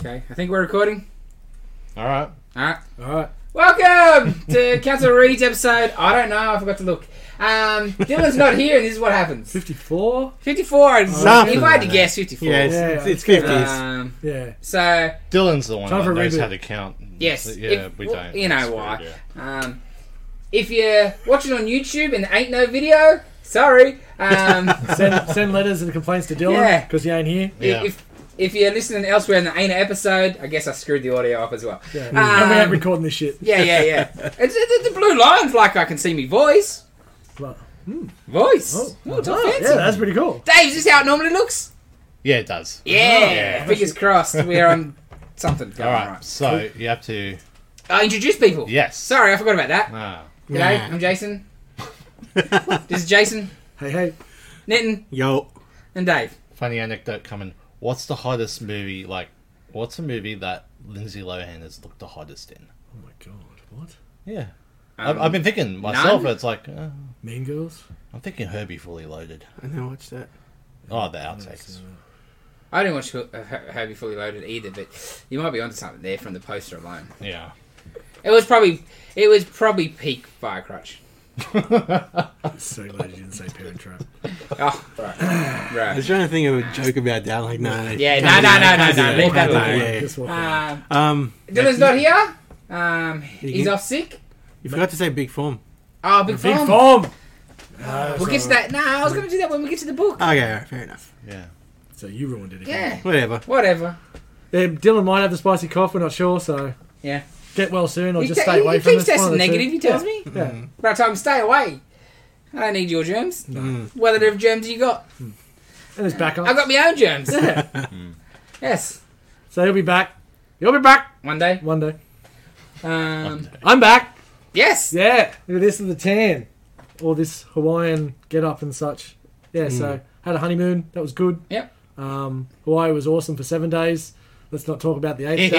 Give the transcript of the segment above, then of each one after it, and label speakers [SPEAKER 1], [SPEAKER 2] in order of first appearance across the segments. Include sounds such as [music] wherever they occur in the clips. [SPEAKER 1] Okay, I think we're recording.
[SPEAKER 2] All right.
[SPEAKER 1] All right.
[SPEAKER 2] All right.
[SPEAKER 1] Welcome
[SPEAKER 2] [laughs]
[SPEAKER 1] to Council Reed's episode. I don't know. I forgot to look. Um, Dylan's not here, and this is what happens.
[SPEAKER 3] 54?
[SPEAKER 1] Fifty-four. Is,
[SPEAKER 2] Something
[SPEAKER 1] if I had to
[SPEAKER 2] like
[SPEAKER 1] guess, fifty-four.
[SPEAKER 2] Oh, Yeah, it's,
[SPEAKER 3] Yeah,
[SPEAKER 2] it's, it's
[SPEAKER 3] yeah.
[SPEAKER 2] 50s.
[SPEAKER 1] Um,
[SPEAKER 3] Yeah.
[SPEAKER 1] so
[SPEAKER 2] Dylan's the one
[SPEAKER 3] Time
[SPEAKER 2] that
[SPEAKER 3] for a
[SPEAKER 2] knows
[SPEAKER 3] reboot.
[SPEAKER 2] how to count.
[SPEAKER 1] Yes,
[SPEAKER 2] Yeah,
[SPEAKER 1] if-
[SPEAKER 2] we
[SPEAKER 1] well,
[SPEAKER 2] don't.
[SPEAKER 1] you know
[SPEAKER 2] It's
[SPEAKER 1] why.
[SPEAKER 2] weird,
[SPEAKER 1] Um, if you're watching on YouTube and there ain't no video, sorry. Um, i- [laughs]
[SPEAKER 3] Send, send letters and complaints to Dylan
[SPEAKER 1] Yeah.
[SPEAKER 3] because he ain't here.
[SPEAKER 2] [laughs] Yeah.
[SPEAKER 1] If if you're listening elsewhere and there ain't an episode, I guess I screwed the audio up as well.
[SPEAKER 3] Yeah.
[SPEAKER 1] Um,
[SPEAKER 3] and we ain't recording this shit.
[SPEAKER 1] Yeah, yeah, yeah.
[SPEAKER 2] [laughs]
[SPEAKER 1] it's, it's, the blue line's like I can see me voice.
[SPEAKER 3] Well,
[SPEAKER 1] Voice.
[SPEAKER 3] oh,
[SPEAKER 1] Oh, it's all
[SPEAKER 3] oh,
[SPEAKER 1] fancy.
[SPEAKER 3] yeah, that's pretty cool.
[SPEAKER 1] Dave, is this how it normally looks?
[SPEAKER 2] Yeah, it does.
[SPEAKER 1] Yeah.
[SPEAKER 2] Yeah.
[SPEAKER 1] Fingers crossed. We're on something. Going
[SPEAKER 2] All right.
[SPEAKER 1] right.
[SPEAKER 2] So you have to.
[SPEAKER 1] I introduce people.
[SPEAKER 2] Yes.
[SPEAKER 1] Sorry, I forgot about that.
[SPEAKER 2] Ah.
[SPEAKER 1] G'day, I'm Jason. this is Jason,
[SPEAKER 3] Hey, hey.
[SPEAKER 1] Nitin,
[SPEAKER 4] Yo.
[SPEAKER 1] and Dave.
[SPEAKER 2] funny anecdote coming. What's the hottest movie? Like, what's a movie that Lindsay Lohan has looked the hottest in?
[SPEAKER 3] Oh my god, what?
[SPEAKER 2] Yeah.
[SPEAKER 1] Um,
[SPEAKER 2] I've, I've been thinking myself.
[SPEAKER 1] none?
[SPEAKER 2] It's like uh,
[SPEAKER 3] Mean Girls?
[SPEAKER 2] I'm thinking Herbie Fully Loaded.
[SPEAKER 4] I never watched that.
[SPEAKER 2] Oh, the outtakes.
[SPEAKER 1] I didn't watch Ho- uh, Ho- Herbie Fully Loaded either, but you might be onto something there from the poster alone.
[SPEAKER 2] Yeah. [laughs]
[SPEAKER 1] It was probably it was probably peak Firecrutch.
[SPEAKER 3] I'm uh, so glad you didn't say Parent Trap.
[SPEAKER 1] Oh, right,
[SPEAKER 4] I was
[SPEAKER 1] right.
[SPEAKER 4] trying to think of a joke about that. Like, no, no.
[SPEAKER 1] Yeah, no, no, no, no, no. Leave [laughs] that
[SPEAKER 4] Yeah,
[SPEAKER 1] alone.
[SPEAKER 4] yeah, yeah.
[SPEAKER 3] Just walk out.
[SPEAKER 1] Um,
[SPEAKER 4] Um,
[SPEAKER 1] Dylan's not here. Um,
[SPEAKER 4] You
[SPEAKER 1] he's
[SPEAKER 4] can-
[SPEAKER 1] off sick.
[SPEAKER 4] you forgot to say big form.
[SPEAKER 1] Oh, big
[SPEAKER 3] Big
[SPEAKER 1] form. Uh,
[SPEAKER 3] form!
[SPEAKER 1] We'll get to that. No, I was going to do that when we get to the book.
[SPEAKER 4] Okay, all right, fair enough.
[SPEAKER 2] Yeah.
[SPEAKER 3] So you ruined it again.
[SPEAKER 1] Yeah,
[SPEAKER 4] Whatever.
[SPEAKER 1] whatever.
[SPEAKER 3] Um, Dylan might have the spicy cough, we're not sure, so.
[SPEAKER 1] Yeah.
[SPEAKER 3] Get well soon or
[SPEAKER 1] He
[SPEAKER 3] just
[SPEAKER 1] ta-
[SPEAKER 3] stay
[SPEAKER 1] he-
[SPEAKER 3] away
[SPEAKER 1] he
[SPEAKER 3] from
[SPEAKER 1] keeps
[SPEAKER 3] us.
[SPEAKER 1] testing negative, he tells [laughs] me. Mm.
[SPEAKER 3] Yeah.
[SPEAKER 1] But I told him stay away. I don't need your germs. What other germs you got?
[SPEAKER 3] And it's back on.
[SPEAKER 1] I got my own [laughs] germs.
[SPEAKER 3] [laughs] Yeah.
[SPEAKER 1] yes,
[SPEAKER 3] So he'll be back. He'll be back
[SPEAKER 1] one day.
[SPEAKER 3] one day.
[SPEAKER 1] Um,
[SPEAKER 3] I'm back.
[SPEAKER 1] yes.
[SPEAKER 3] Yeah, look at this is the tan, all this Hawaiian get up and such. Yeah, so had a honeymoon that was good.
[SPEAKER 1] Yep.
[SPEAKER 3] Um, Hawaii was awesome for seven days. Let's not talk about the eighth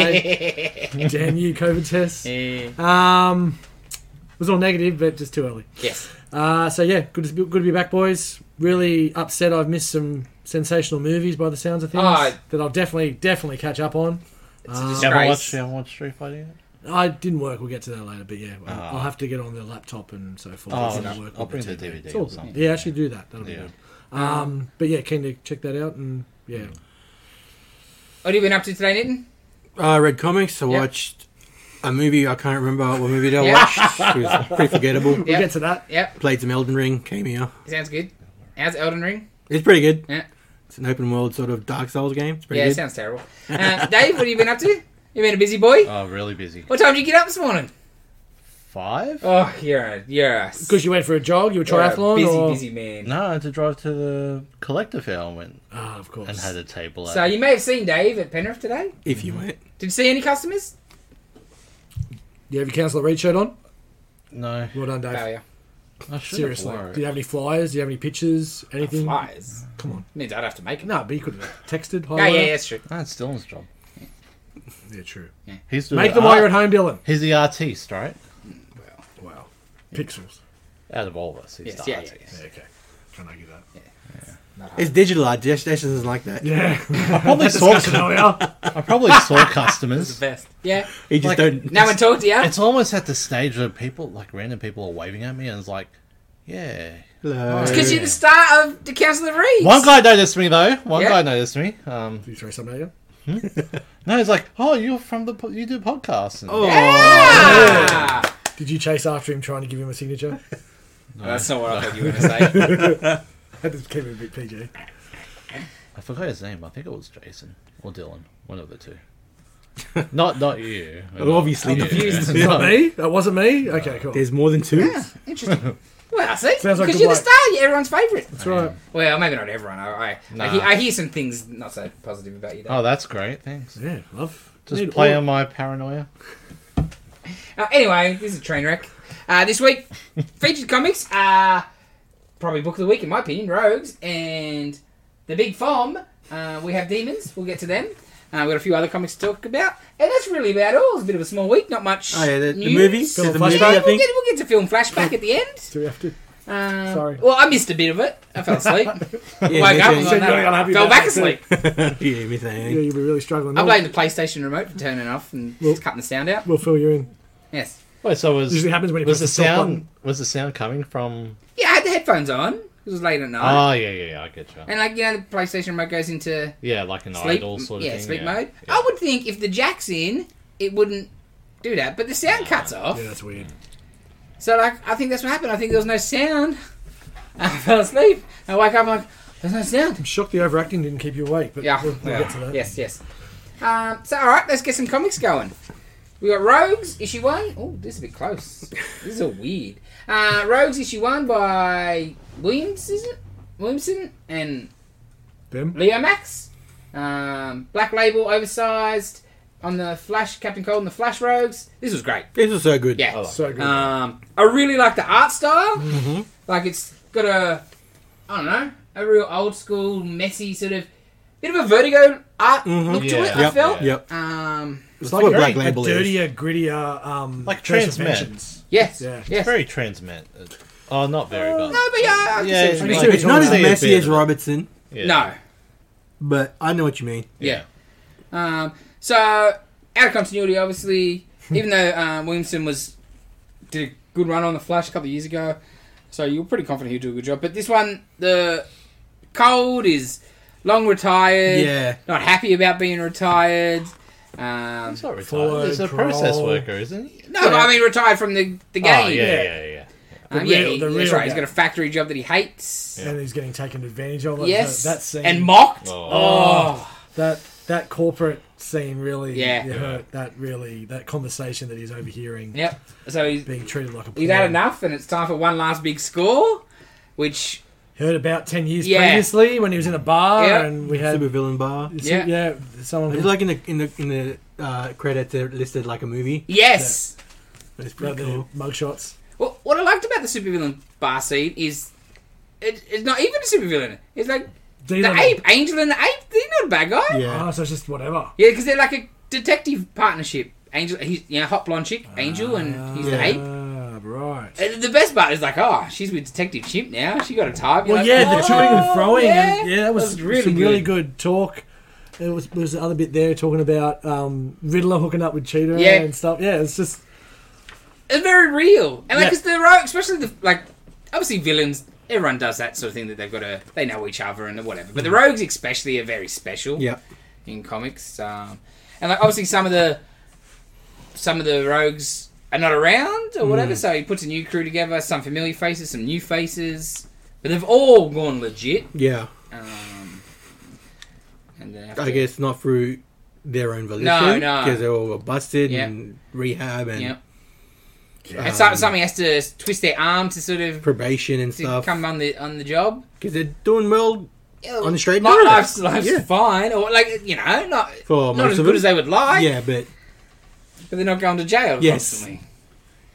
[SPEAKER 1] [laughs]
[SPEAKER 3] day. Damn you, COVID tests.
[SPEAKER 1] Eh,
[SPEAKER 3] Um, it was all negative, but just too early.
[SPEAKER 1] yes.
[SPEAKER 3] Uh, so yeah, good to be, good to be back, boys. Really upset I've missed some sensational movies by the sounds of things
[SPEAKER 1] Oh.
[SPEAKER 3] that I'll definitely definitely catch up on.
[SPEAKER 1] Ah.
[SPEAKER 3] Um,
[SPEAKER 2] You haven't
[SPEAKER 1] Christ.
[SPEAKER 2] watched, you haven't watched Street Fighter yet?
[SPEAKER 3] I didn't work. We'll get to that later, but yeah, I'll- I'll have to get on the laptop and so forth.
[SPEAKER 2] Ah. Oh,
[SPEAKER 3] and
[SPEAKER 2] no.
[SPEAKER 3] work
[SPEAKER 2] I'll
[SPEAKER 3] with
[SPEAKER 2] bring the
[SPEAKER 3] TV.
[SPEAKER 2] DVD
[SPEAKER 3] It's
[SPEAKER 2] or
[SPEAKER 3] all good.
[SPEAKER 2] something.
[SPEAKER 3] Yeah, actually do that. That'll be
[SPEAKER 2] Yeah.
[SPEAKER 3] good. Um, but yeah, keen to check that out and yeah,
[SPEAKER 2] Mm.
[SPEAKER 1] What have you been up to today, Nitin?
[SPEAKER 4] Uh, I read comics. I
[SPEAKER 1] Yeah.
[SPEAKER 4] watched a movie. I can't remember what movie I
[SPEAKER 1] Yeah.
[SPEAKER 4] watched.
[SPEAKER 1] [laughs]
[SPEAKER 4] It was pretty forgettable.
[SPEAKER 1] Yeah.
[SPEAKER 3] we'll get to that.
[SPEAKER 1] Yep.
[SPEAKER 4] Played some Elden Ring. Came here.
[SPEAKER 1] Sounds good. How's Elden Ring?
[SPEAKER 4] It's pretty good.
[SPEAKER 1] Yeah.
[SPEAKER 4] It's an open world sort of Dark Souls game. It's pretty
[SPEAKER 1] yeah,
[SPEAKER 4] good.
[SPEAKER 1] it sounds [laughs] terrible. Uh, Dave, what have you been up to? You been a busy boy?
[SPEAKER 2] Oh, really busy.
[SPEAKER 1] What time did you get up this morning?
[SPEAKER 2] Five?
[SPEAKER 1] Oh, you're a, you're a, s-
[SPEAKER 3] Because you went for a jog, you were
[SPEAKER 1] you're a
[SPEAKER 3] triathlon,
[SPEAKER 1] busy,
[SPEAKER 3] or
[SPEAKER 1] busy man.
[SPEAKER 2] No, I had to drive to the collector fair and went
[SPEAKER 3] Ah, of course.
[SPEAKER 2] and had a table.
[SPEAKER 1] So
[SPEAKER 2] at-
[SPEAKER 1] you may have seen Dave at Penrith today.
[SPEAKER 4] If you went.
[SPEAKER 1] Did you see any customers?
[SPEAKER 3] Do you have your councillor reed shirt on?
[SPEAKER 2] no,
[SPEAKER 3] Well done, Dave.
[SPEAKER 1] Oh yeah,
[SPEAKER 2] I should
[SPEAKER 3] Seriously,
[SPEAKER 2] Seriously, have
[SPEAKER 3] do you have any flyers? Do you have any pictures? Anything?
[SPEAKER 1] flies.
[SPEAKER 3] Come on.
[SPEAKER 1] Means I'd have to make them.
[SPEAKER 3] No, but you could have texted.
[SPEAKER 1] Yeah, yeah,
[SPEAKER 3] highlighted.
[SPEAKER 1] yeah, that's true.
[SPEAKER 2] That's Dylan's job.
[SPEAKER 3] Yeah, true.
[SPEAKER 2] He's doing
[SPEAKER 3] Make
[SPEAKER 2] the
[SPEAKER 3] them while
[SPEAKER 2] art-
[SPEAKER 3] you're at home, Dylan.
[SPEAKER 2] He's the artiste, right?
[SPEAKER 3] Wow. Pixels.
[SPEAKER 2] Out of all of us, he's
[SPEAKER 1] Yes,
[SPEAKER 2] the
[SPEAKER 1] yeah, yeah,
[SPEAKER 2] artist.
[SPEAKER 3] Yeah, okay. Can I get that?
[SPEAKER 4] It's digital art. Jess Jess doesn't like that.
[SPEAKER 3] Yeah.
[SPEAKER 2] I [laughs]
[SPEAKER 3] [laughs]
[SPEAKER 2] probably saw.
[SPEAKER 3] Discussion earlier.
[SPEAKER 2] I probably saw customers.
[SPEAKER 1] Best. Yeah.
[SPEAKER 4] He just
[SPEAKER 2] Like,
[SPEAKER 4] don't.
[SPEAKER 1] No one talked to you.
[SPEAKER 2] It's almost at the stage where people, like random people, are waving at me, and it's like, yeah.
[SPEAKER 4] Hello.
[SPEAKER 1] Because you're the star of the Council of Reeds.
[SPEAKER 2] One guy noticed me though. One
[SPEAKER 1] Yeah.
[SPEAKER 2] guy noticed me. Um,
[SPEAKER 3] Did you throw something at you?
[SPEAKER 2] no, he's like, "Oh, you're from the po- you do podcasts." And,
[SPEAKER 4] Oh.
[SPEAKER 1] Ah!
[SPEAKER 3] Did you chase after him trying to give him a [laughs] signature?
[SPEAKER 1] That's not what I thought you were going to say.
[SPEAKER 3] That just came a bit PG.
[SPEAKER 2] I forgot his name. I think it was Jason or Dylan, one of the two. not not you.
[SPEAKER 4] Well, obviously.
[SPEAKER 2] Yeah.
[SPEAKER 1] confused.
[SPEAKER 3] Not me? That wasn't me? Okay, cool.
[SPEAKER 4] [laughs] There's more than two.
[SPEAKER 1] Interesting. Well, see, because
[SPEAKER 3] Sounds like a
[SPEAKER 1] you're the
[SPEAKER 3] bloke.
[SPEAKER 1] star, you're everyone's favourite.
[SPEAKER 3] That's right.
[SPEAKER 1] Well, maybe not everyone. I, I, I,
[SPEAKER 2] Nah.
[SPEAKER 1] hear, I hear some things not so positive about you. Though.
[SPEAKER 2] Oh, that's great. Thanks.
[SPEAKER 3] Yeah, love.
[SPEAKER 2] Just
[SPEAKER 3] Need
[SPEAKER 2] play
[SPEAKER 3] all-
[SPEAKER 2] on my paranoia.
[SPEAKER 1] Uh, anyway, this is a train wreck. Uh, this
[SPEAKER 4] [laughs]
[SPEAKER 1] week, featured comics are probably book of the week, in my opinion, Rogues and The Big Farm. Uh, we have Demons. We'll get to them. Uh, we've got a few other comics to talk about. And that's really about all. It's a bit of a small week. Not much
[SPEAKER 4] Oh, yeah, the, the
[SPEAKER 1] news.
[SPEAKER 4] movie. There's
[SPEAKER 3] Film
[SPEAKER 4] a
[SPEAKER 3] flashback,
[SPEAKER 4] movie,
[SPEAKER 1] Yeah,
[SPEAKER 4] I
[SPEAKER 1] we'll
[SPEAKER 4] think. [laughs]
[SPEAKER 1] get, we'll get to film flashback at the end.
[SPEAKER 3] Do we have to?
[SPEAKER 1] Um,
[SPEAKER 3] Sorry.
[SPEAKER 1] Well, I missed a bit of it. I fell asleep.
[SPEAKER 4] [laughs] Yeah,
[SPEAKER 1] Woke up and
[SPEAKER 4] me
[SPEAKER 1] gone,
[SPEAKER 4] too.
[SPEAKER 3] Said
[SPEAKER 1] no,
[SPEAKER 3] you're not happy
[SPEAKER 1] fell
[SPEAKER 3] about
[SPEAKER 1] back
[SPEAKER 3] it,
[SPEAKER 1] asleep.
[SPEAKER 4] yeah, me too.
[SPEAKER 3] Yeah, you'll be really struggling.
[SPEAKER 1] I
[SPEAKER 3] We'll-
[SPEAKER 1] blamed the PlayStation remote for turning it off and
[SPEAKER 3] Well-
[SPEAKER 1] just cutting the sound out.
[SPEAKER 3] We'll fill you in.
[SPEAKER 1] Yes.
[SPEAKER 2] Wait, so was
[SPEAKER 3] Usually happens when you
[SPEAKER 2] was
[SPEAKER 3] press
[SPEAKER 2] the
[SPEAKER 3] the stop
[SPEAKER 2] sound was the sound coming from?
[SPEAKER 1] Yeah, I had the headphones on. It was late at night.
[SPEAKER 2] Oh yeah, yeah, yeah. I get you.
[SPEAKER 1] and, like, you know, the PlayStation remote goes into
[SPEAKER 2] Yeah, like an
[SPEAKER 1] sleep,
[SPEAKER 2] idle sort of
[SPEAKER 1] yeah,
[SPEAKER 2] thing.
[SPEAKER 1] sleep
[SPEAKER 2] yeah.
[SPEAKER 1] mode.
[SPEAKER 2] Yeah.
[SPEAKER 1] I would think if the jack's in, it wouldn't do that, but the sound cuts off.
[SPEAKER 3] Yeah, that's weird.
[SPEAKER 1] So like, I think that's what happened. I think there was no sound. [laughs] I fell asleep. I wake up. I'm like, there's no sound.
[SPEAKER 3] [laughs] I'm shocked the overacting didn't keep you awake, but
[SPEAKER 1] Yeah.
[SPEAKER 3] we'll, we'll
[SPEAKER 1] yeah.
[SPEAKER 3] get to that.
[SPEAKER 1] Yes. Yes. Um, so all right, let's get some comics going. We got Rogues issue one. Oh, this is a bit close. this is all weird. Uh, Rogues issue one by Williams, is it? Williamson and
[SPEAKER 3] Them?
[SPEAKER 1] Leo Max. Um, Black Label oversized on the Flash Captain Cold and the Flash Rogues. This was great.
[SPEAKER 4] This was so good.
[SPEAKER 1] Yeah.
[SPEAKER 2] I like
[SPEAKER 3] So good.
[SPEAKER 1] Um, I really like the art style.
[SPEAKER 2] Mm-hmm.
[SPEAKER 1] Like it's got a, I don't know, a real old school messy sort of bit of a vertigo art look to
[SPEAKER 2] Mm-hmm. Yeah.
[SPEAKER 1] it. I
[SPEAKER 4] Mm-hmm. Yep.
[SPEAKER 1] felt.
[SPEAKER 4] Yep.
[SPEAKER 1] Um,
[SPEAKER 4] It's
[SPEAKER 3] It's like
[SPEAKER 4] what
[SPEAKER 3] a,
[SPEAKER 4] Black
[SPEAKER 3] very-
[SPEAKER 4] Label
[SPEAKER 3] a
[SPEAKER 4] is.
[SPEAKER 3] dirtier, grittier, um,
[SPEAKER 2] Like
[SPEAKER 3] version of
[SPEAKER 2] Transmet.
[SPEAKER 3] Vengeance.
[SPEAKER 1] yes.
[SPEAKER 3] Yeah.
[SPEAKER 1] Yes. Uh,
[SPEAKER 2] Very transmit. Oh, not very, but
[SPEAKER 1] no, but yeah, I can see what
[SPEAKER 2] Yeah,
[SPEAKER 1] you
[SPEAKER 2] it's
[SPEAKER 1] mean.
[SPEAKER 2] like-
[SPEAKER 4] It's not as
[SPEAKER 2] Say a
[SPEAKER 4] messy
[SPEAKER 2] bit
[SPEAKER 4] as
[SPEAKER 2] of it.
[SPEAKER 4] Robertson,
[SPEAKER 2] yeah.
[SPEAKER 1] No.
[SPEAKER 4] but I know what you mean.
[SPEAKER 1] Yeah. Um, so out of continuity, obviously,
[SPEAKER 3] Hmm.
[SPEAKER 1] even though um, Williamson was did a good run on the Flash a couple of years ago, so you were pretty confident he'd do a good job. But this one, the cold is long retired.
[SPEAKER 4] Yeah.
[SPEAKER 1] not happy about being retired. Um,
[SPEAKER 2] He's not retired.
[SPEAKER 3] Ford,
[SPEAKER 2] He's a process
[SPEAKER 3] Kroll.
[SPEAKER 2] worker, isn't he?
[SPEAKER 1] no, but I mean retired from the the game.
[SPEAKER 2] Oh, yeah, yeah, yeah, yeah.
[SPEAKER 1] Um,
[SPEAKER 3] The
[SPEAKER 1] yeah,
[SPEAKER 3] real-
[SPEAKER 1] he-
[SPEAKER 3] the
[SPEAKER 1] that's
[SPEAKER 3] real
[SPEAKER 1] right. He's
[SPEAKER 3] guy.
[SPEAKER 1] got a factory job that he hates.
[SPEAKER 3] And he's getting taken advantage of. Like,
[SPEAKER 1] Yes,
[SPEAKER 3] that, that scene.
[SPEAKER 1] and mocked.
[SPEAKER 2] Oh.
[SPEAKER 1] Oh,
[SPEAKER 3] that that corporate scene really
[SPEAKER 1] Yeah.
[SPEAKER 3] you hurt. That really that conversation that he's overhearing
[SPEAKER 1] yep. So he's
[SPEAKER 3] being treated like a
[SPEAKER 1] he's had
[SPEAKER 3] pawn.
[SPEAKER 1] enough, and it's time for one last big score, which
[SPEAKER 3] Heard about ten years
[SPEAKER 1] Yeah.
[SPEAKER 3] previously when he was in a bar
[SPEAKER 1] Yeah.
[SPEAKER 3] and we
[SPEAKER 4] Super
[SPEAKER 3] had
[SPEAKER 4] villain bar.
[SPEAKER 1] Yeah.
[SPEAKER 3] yeah, someone
[SPEAKER 4] It's like in the in the in the uh, credits they're listed like a movie.
[SPEAKER 1] yes.
[SPEAKER 4] But it's
[SPEAKER 3] grabbed
[SPEAKER 4] pretty
[SPEAKER 3] their
[SPEAKER 4] cool.
[SPEAKER 3] mugshots.
[SPEAKER 1] Well, what I liked about the supervillain bar scene is it, it's not even a supervillain. It's like
[SPEAKER 3] Dealing
[SPEAKER 1] the
[SPEAKER 3] with-
[SPEAKER 1] ape, Angel and the ape. They're not a bad guy.
[SPEAKER 4] Yeah.
[SPEAKER 3] Oh, so it's just whatever.
[SPEAKER 1] Yeah, because they're like a detective partnership. Angel, he's you know hot blonde chick, Angel, and he's the
[SPEAKER 4] Yeah.
[SPEAKER 1] ape.
[SPEAKER 3] Ah, right.
[SPEAKER 1] And the best part is like, oh, she's with Detective Chimp now. She got a tie. You're
[SPEAKER 3] Well,
[SPEAKER 1] like,
[SPEAKER 3] yeah, the
[SPEAKER 1] oh,
[SPEAKER 3] chewing and throwing. Yeah, and, yeah that was,
[SPEAKER 1] really
[SPEAKER 3] some
[SPEAKER 1] good.
[SPEAKER 3] really good talk. It was there was the other bit there talking about um, Riddler hooking up with Cheetah
[SPEAKER 1] Yeah.
[SPEAKER 3] and stuff. Yeah, it's just
[SPEAKER 1] It's very real, and like
[SPEAKER 3] Yeah.
[SPEAKER 1] because they're all- especially the like obviously villains. Everyone does that sort of thing that they've got to they know each other and whatever. But the
[SPEAKER 3] Mm.
[SPEAKER 1] rogues especially are very special.
[SPEAKER 4] Yeah.
[SPEAKER 1] in comics. Um, and like obviously some of the some of the rogues are not around or
[SPEAKER 4] Hmm.
[SPEAKER 1] whatever, so he puts a new crew together, some familiar faces, some new faces. But they've all gone legit.
[SPEAKER 4] Yeah.
[SPEAKER 1] Um, and they have
[SPEAKER 4] I
[SPEAKER 1] to-
[SPEAKER 4] guess not through their own volition.
[SPEAKER 1] no.
[SPEAKER 4] Because they all were busted
[SPEAKER 1] Yeah.
[SPEAKER 4] and rehab and
[SPEAKER 1] Yep.
[SPEAKER 4] um,
[SPEAKER 1] and so, somebody has to twist their arm to sort of
[SPEAKER 4] probation and
[SPEAKER 1] to
[SPEAKER 4] stuff.
[SPEAKER 1] come on the on the job.
[SPEAKER 4] Because they're doing well on the straight and
[SPEAKER 1] Like,
[SPEAKER 4] narrow.
[SPEAKER 1] life's life's
[SPEAKER 4] Yeah.
[SPEAKER 1] fine, or like you know, not
[SPEAKER 4] for
[SPEAKER 1] not
[SPEAKER 4] most
[SPEAKER 1] as
[SPEAKER 4] of
[SPEAKER 1] good
[SPEAKER 4] it.
[SPEAKER 1] as they would like.
[SPEAKER 4] yeah, but
[SPEAKER 1] but they're not going to jail
[SPEAKER 4] Yes.
[SPEAKER 1] constantly.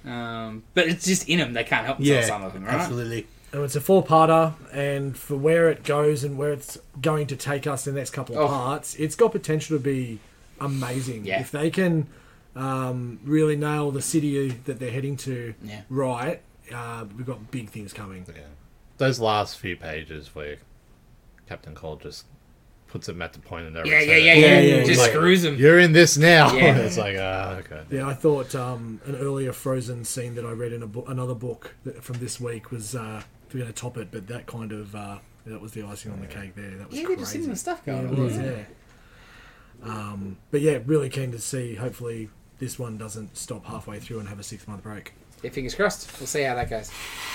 [SPEAKER 1] Um, but it's just in them; they can't help
[SPEAKER 4] yeah,
[SPEAKER 1] themselves. some of them, right?
[SPEAKER 4] absolutely.
[SPEAKER 3] And it's a four-parter, and for where it goes and where it's going to take us the next couple of
[SPEAKER 1] Oh.
[SPEAKER 3] parts, it's got potential to be amazing.
[SPEAKER 1] Yeah.
[SPEAKER 3] If they can um, really nail the city that they're heading to
[SPEAKER 1] Yeah.
[SPEAKER 3] right, uh, we've got big things coming.
[SPEAKER 2] Yeah. Those last few pages where Captain Cole just puts him at the point of no
[SPEAKER 1] Yeah,
[SPEAKER 2] return.
[SPEAKER 1] yeah, yeah, yeah.
[SPEAKER 4] Yeah, yeah,
[SPEAKER 1] Just
[SPEAKER 2] like-
[SPEAKER 1] screws them.
[SPEAKER 2] You're in this now.
[SPEAKER 1] Yeah.
[SPEAKER 2] [laughs] it's like, ah, okay.
[SPEAKER 3] Yeah, I thought um, an earlier Frozen scene that I read in a bo- another book that, from this week was uh, going to top it, but that kind of uh, that was the icing on the cake. There, that was
[SPEAKER 1] Yeah, they're just
[SPEAKER 3] crazy.
[SPEAKER 1] sitting with stuff
[SPEAKER 3] Yeah,
[SPEAKER 4] Mm.
[SPEAKER 1] going
[SPEAKER 3] it
[SPEAKER 1] on.
[SPEAKER 3] was, yeah. Um, but yeah, really keen to see. Hopefully, this one doesn't stop halfway through and have a six month break.
[SPEAKER 1] Yeah, fingers crossed. We'll see how that goes.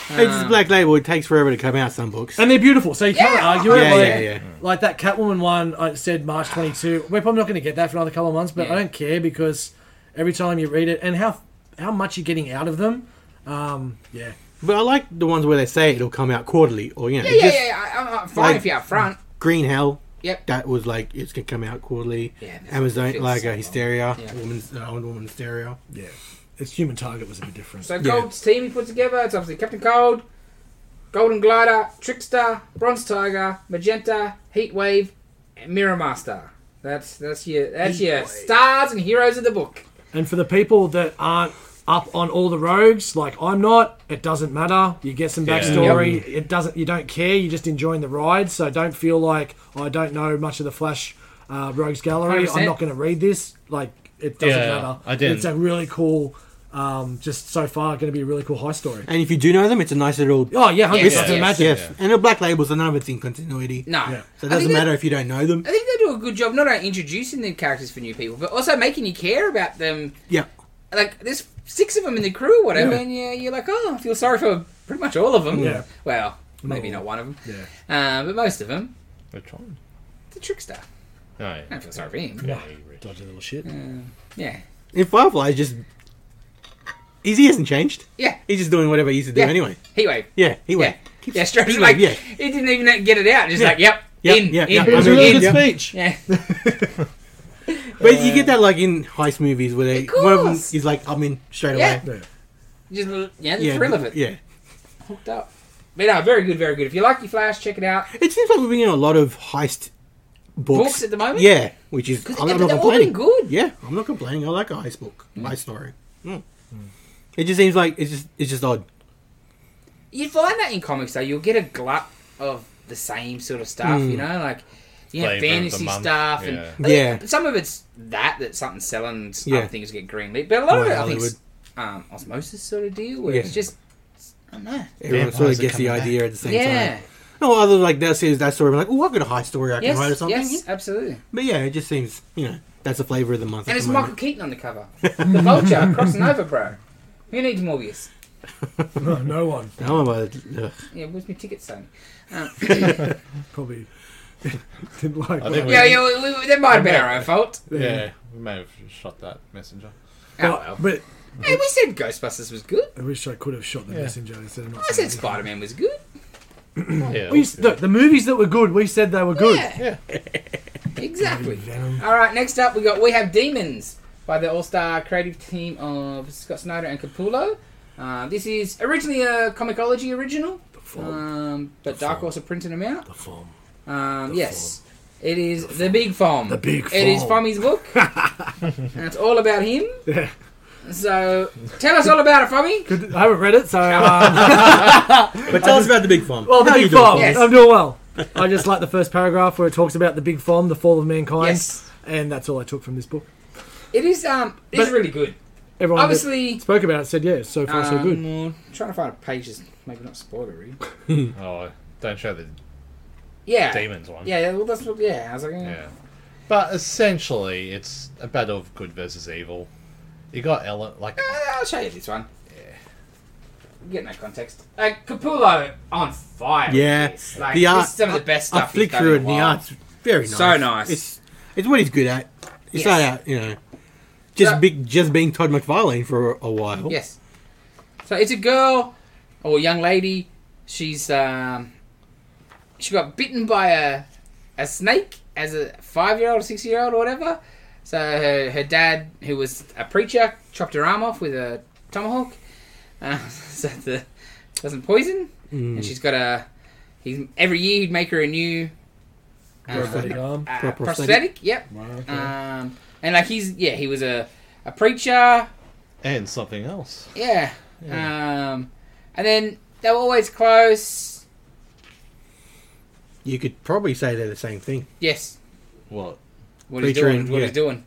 [SPEAKER 4] it's
[SPEAKER 1] Uh.
[SPEAKER 4] just Black Label. It takes forever to come out. Some books.
[SPEAKER 3] And they're beautiful, so you can't
[SPEAKER 1] Yeah.
[SPEAKER 3] argue it.
[SPEAKER 4] Yeah,
[SPEAKER 3] like,
[SPEAKER 4] yeah, yeah.
[SPEAKER 3] like that Catwoman one, I said March 22. We're probably not going to get that for another couple of months, but
[SPEAKER 1] Yeah.
[SPEAKER 3] I don't care because every time you read it and how how much you're getting out of them, um, yeah,
[SPEAKER 4] But I like the ones where they say it'll come out quarterly, or you know,
[SPEAKER 1] yeah,
[SPEAKER 4] it
[SPEAKER 1] yeah,
[SPEAKER 4] just
[SPEAKER 1] yeah. yeah. I, I'm fine
[SPEAKER 4] like-
[SPEAKER 1] if you're up front.
[SPEAKER 4] Green Hell.
[SPEAKER 1] Yep.
[SPEAKER 4] That was like it's gonna come out quarterly.
[SPEAKER 1] Yeah, this
[SPEAKER 4] Amazon,
[SPEAKER 1] feels
[SPEAKER 4] like
[SPEAKER 1] so
[SPEAKER 4] uh, Hysteria,
[SPEAKER 1] Yeah.
[SPEAKER 4] Woman's uh, Wonder Woman Hysteria.
[SPEAKER 3] yeah. Its human target was a bit different.
[SPEAKER 1] So
[SPEAKER 4] Yeah.
[SPEAKER 1] Cold's team he put together. It's obviously Captain Cold, Golden Glider, Trickster, Bronze Tiger, Magenta, Heat Wave, and Mirror Master. That's that's your that's your stars and heroes of the book.
[SPEAKER 3] And for the people that aren't up on all the rogues. Like I'm not. It doesn't matter. You get some
[SPEAKER 2] Yeah.
[SPEAKER 3] backstory. It doesn't. You don't care. You're just enjoying the ride. So don't feel like "Oh, I don't know much of the Flash uh, Rogues Gallery. i am
[SPEAKER 1] 100%.
[SPEAKER 3] not going to read this. Like it doesn't
[SPEAKER 2] Yeah,
[SPEAKER 3] matter.
[SPEAKER 2] I didn't.
[SPEAKER 3] It's a really cool. Um, just so far, going to be a really cool high story.
[SPEAKER 4] And if you do know them, it's a nice little.
[SPEAKER 3] Oh yeah, hundred
[SPEAKER 4] It's
[SPEAKER 1] yeah,
[SPEAKER 4] just
[SPEAKER 1] yeah.
[SPEAKER 4] a
[SPEAKER 3] percent.
[SPEAKER 4] massive.
[SPEAKER 2] Yeah.
[SPEAKER 4] And the black labels, are none of it's in continuity.
[SPEAKER 1] No.
[SPEAKER 3] Yeah.
[SPEAKER 4] So
[SPEAKER 1] I
[SPEAKER 4] it doesn't
[SPEAKER 1] think that-
[SPEAKER 4] matter if you don't know them.
[SPEAKER 1] I think they do a good job not only introducing the characters for new people, but also making you care about them.
[SPEAKER 4] Yeah.
[SPEAKER 1] Like there's six of them in the crew, or whatever,
[SPEAKER 3] Yeah.
[SPEAKER 1] and yeah, you're like, oh, I feel sorry for pretty much all of them.
[SPEAKER 3] Yeah.
[SPEAKER 1] Well, maybe
[SPEAKER 3] all.
[SPEAKER 1] not one of them,
[SPEAKER 3] Yeah.
[SPEAKER 1] uh, but most of them.
[SPEAKER 2] We're trying.
[SPEAKER 1] The trickster.
[SPEAKER 2] No.
[SPEAKER 1] I don't feel sorry for him.
[SPEAKER 2] Yeah,
[SPEAKER 3] Nah,
[SPEAKER 2] you rich.
[SPEAKER 3] dodgy little shit.
[SPEAKER 1] Yeah.
[SPEAKER 4] And Firefly is just. He's, he hasn't changed.
[SPEAKER 1] Yeah.
[SPEAKER 4] He's just doing whatever he used to do
[SPEAKER 1] Yeah.
[SPEAKER 4] anyway.
[SPEAKER 1] Heat wave.
[SPEAKER 4] Yeah, he
[SPEAKER 1] Yeah.
[SPEAKER 4] went.
[SPEAKER 1] Yeah, straight
[SPEAKER 4] Heat
[SPEAKER 1] like
[SPEAKER 4] wave, yeah.
[SPEAKER 1] he didn't even get it out. Just
[SPEAKER 4] Yeah.
[SPEAKER 1] like, yep,
[SPEAKER 4] Yeah,
[SPEAKER 1] in,
[SPEAKER 4] yeah,
[SPEAKER 1] in,
[SPEAKER 4] yeah.
[SPEAKER 2] It was a
[SPEAKER 4] I mean,
[SPEAKER 2] really
[SPEAKER 1] in.
[SPEAKER 2] good
[SPEAKER 4] yeah.
[SPEAKER 2] speech.
[SPEAKER 1] Yeah. [laughs]
[SPEAKER 4] But you get that like in heist movies where they,
[SPEAKER 1] Of
[SPEAKER 4] one of them
[SPEAKER 1] course.
[SPEAKER 4] is like, I'm in straight
[SPEAKER 1] Yeah.
[SPEAKER 4] away.
[SPEAKER 3] Yeah. [laughs]
[SPEAKER 1] Just a little- yeah, the
[SPEAKER 4] Yeah,
[SPEAKER 1] thrill of it.
[SPEAKER 4] Yeah.
[SPEAKER 1] Hooked up. But no, very good, very good. If you like your Flash, check it out.
[SPEAKER 4] It seems like we're getting a lot of heist books.
[SPEAKER 1] Books at the moment?
[SPEAKER 4] Yeah, which is I'm,
[SPEAKER 1] yeah,
[SPEAKER 4] I'm
[SPEAKER 1] but
[SPEAKER 4] not
[SPEAKER 1] they've all been
[SPEAKER 4] complaining.
[SPEAKER 1] good.
[SPEAKER 4] Yeah, I'm not complaining. I like a heist book, heist story. Mm. It just seems like it's just it's just odd.
[SPEAKER 1] You find that in comics though, you'll get a glut of the same sort of stuff,
[SPEAKER 4] Hmm.
[SPEAKER 1] you know, like you know,
[SPEAKER 2] Flavour of the
[SPEAKER 1] fantasy
[SPEAKER 2] month,
[SPEAKER 1] stuff and
[SPEAKER 2] yeah.
[SPEAKER 1] I think
[SPEAKER 4] Yeah.
[SPEAKER 1] some of it's that that something's selling, and
[SPEAKER 4] Yeah.
[SPEAKER 1] other things get greenlit, but a lot of
[SPEAKER 4] Right,
[SPEAKER 1] it Oh, I think is
[SPEAKER 4] Hollywood.
[SPEAKER 1] um, osmosis sort of deal where
[SPEAKER 4] Yeah.
[SPEAKER 1] it's just I don't know.
[SPEAKER 4] Everyone
[SPEAKER 2] Vampires
[SPEAKER 4] sort of
[SPEAKER 2] are
[SPEAKER 4] gets the
[SPEAKER 2] coming
[SPEAKER 4] idea at the same
[SPEAKER 1] Yeah.
[SPEAKER 4] time. No, other like that series, that story. I'm like, oh, I've got a heist story I can write or
[SPEAKER 1] Yes,
[SPEAKER 4] something.
[SPEAKER 1] yes, absolutely.
[SPEAKER 4] But yeah, it just seems you know that's the flavor of the month. at
[SPEAKER 1] And it's
[SPEAKER 4] the
[SPEAKER 1] Michael
[SPEAKER 4] moment.
[SPEAKER 1] Keaton on the
[SPEAKER 4] [laughs]
[SPEAKER 1] cover. the Vulture crossing over, bro. Who needs Morbius?
[SPEAKER 3] No, no one
[SPEAKER 4] No, I'm about- ugh.
[SPEAKER 1] Yeah, where's my ticket, Sony?
[SPEAKER 3] probably [laughs] didn't like.
[SPEAKER 2] I
[SPEAKER 3] that.
[SPEAKER 2] think we-
[SPEAKER 1] Yeah, yeah, we, we, that might have been our own fault.
[SPEAKER 2] Yeah, we may have shot that messenger.
[SPEAKER 1] Oh,
[SPEAKER 3] But-
[SPEAKER 1] well.
[SPEAKER 3] but
[SPEAKER 1] Hey, we said Ghostbusters was good.
[SPEAKER 3] I wish I could have shot the messenger instead of not.
[SPEAKER 1] I
[SPEAKER 3] saying
[SPEAKER 1] said
[SPEAKER 3] anything.
[SPEAKER 1] Spider Man was good.
[SPEAKER 2] Yeah.
[SPEAKER 1] Oh,
[SPEAKER 3] We, the, the movies that were good, we said they were good.
[SPEAKER 1] Yeah. exactly.
[SPEAKER 3] Venom.
[SPEAKER 1] All right, next up we got We Have Demons by the all star creative team of Scott Snyder and Capullo. Uh, this is originally a Comicology original, um, but Dark Horse are printing them out.
[SPEAKER 3] The form.
[SPEAKER 1] Um, yes, it is the, big farm.
[SPEAKER 3] The big
[SPEAKER 1] It is
[SPEAKER 3] farm.
[SPEAKER 1] Fommy's
[SPEAKER 3] [laughs]
[SPEAKER 1] book, and it's all about him.
[SPEAKER 3] Yeah.
[SPEAKER 1] So tell us all about it, Fommy.
[SPEAKER 3] Good. I haven't read it, so. Um,
[SPEAKER 4] But tell us about the big farm.
[SPEAKER 3] [laughs] well, the
[SPEAKER 4] How you
[SPEAKER 3] Big
[SPEAKER 4] doing?
[SPEAKER 3] Farm.
[SPEAKER 1] Yes.
[SPEAKER 3] I'm doing well. I just like the first paragraph where it talks about the Big Farm, the fall of mankind.
[SPEAKER 1] Yes.
[SPEAKER 3] And that's all I took from this book.
[SPEAKER 1] It is um, it's
[SPEAKER 3] But-
[SPEAKER 1] really good.
[SPEAKER 3] Everyone that
[SPEAKER 1] Obviously,
[SPEAKER 3] spoke about it said, yeah, so far so good.
[SPEAKER 1] um, trying to find a page that's maybe not spoilery.
[SPEAKER 2] Oh, don't show the
[SPEAKER 1] Yeah,
[SPEAKER 2] demons one.
[SPEAKER 1] Yeah, well, that's what. Yeah, I was like, eh.
[SPEAKER 2] Yeah. But essentially, it's a battle of good versus evil. You got Ellen, like,
[SPEAKER 1] Uh, I'll show you this one. Yeah. Get no context. Uh, Capullo on fire. with
[SPEAKER 4] Yeah.
[SPEAKER 1] this. like
[SPEAKER 4] The art-
[SPEAKER 1] this is some of the best
[SPEAKER 4] I
[SPEAKER 1] stuff. he's
[SPEAKER 4] flicked
[SPEAKER 1] done
[SPEAKER 4] through it.
[SPEAKER 1] in
[SPEAKER 4] and
[SPEAKER 1] a
[SPEAKER 4] The
[SPEAKER 1] while.
[SPEAKER 4] art's very nice.
[SPEAKER 1] So nice.
[SPEAKER 4] It's it's what he's good at. He
[SPEAKER 1] Yes.
[SPEAKER 4] started out, you know, just
[SPEAKER 1] So-
[SPEAKER 4] big, just being Todd McFarlane for a while.
[SPEAKER 1] Yes. So it's a girl or young lady. She's um, she got bitten by a a snake as a five year old, six year old, or whatever. So her, her dad, who was a preacher, chopped her arm off with a tomahawk, uh, [laughs] so that the doesn't poison. And she's got a. He's every year he'd make her a new uh,
[SPEAKER 3] Prosthetic arm.
[SPEAKER 1] uh,
[SPEAKER 4] Prosthetic.
[SPEAKER 1] prosthetic. Yep.
[SPEAKER 3] Wow, okay.
[SPEAKER 1] Um, and like he's yeah he was a a preacher.
[SPEAKER 2] and something else.
[SPEAKER 1] Yeah. Um, and then they were always close.
[SPEAKER 4] You could probably say they're the same thing.
[SPEAKER 1] Yes.
[SPEAKER 2] What?
[SPEAKER 1] What he's
[SPEAKER 4] Preacher
[SPEAKER 1] doing.
[SPEAKER 4] and-
[SPEAKER 1] What
[SPEAKER 4] yeah.
[SPEAKER 1] he's doing.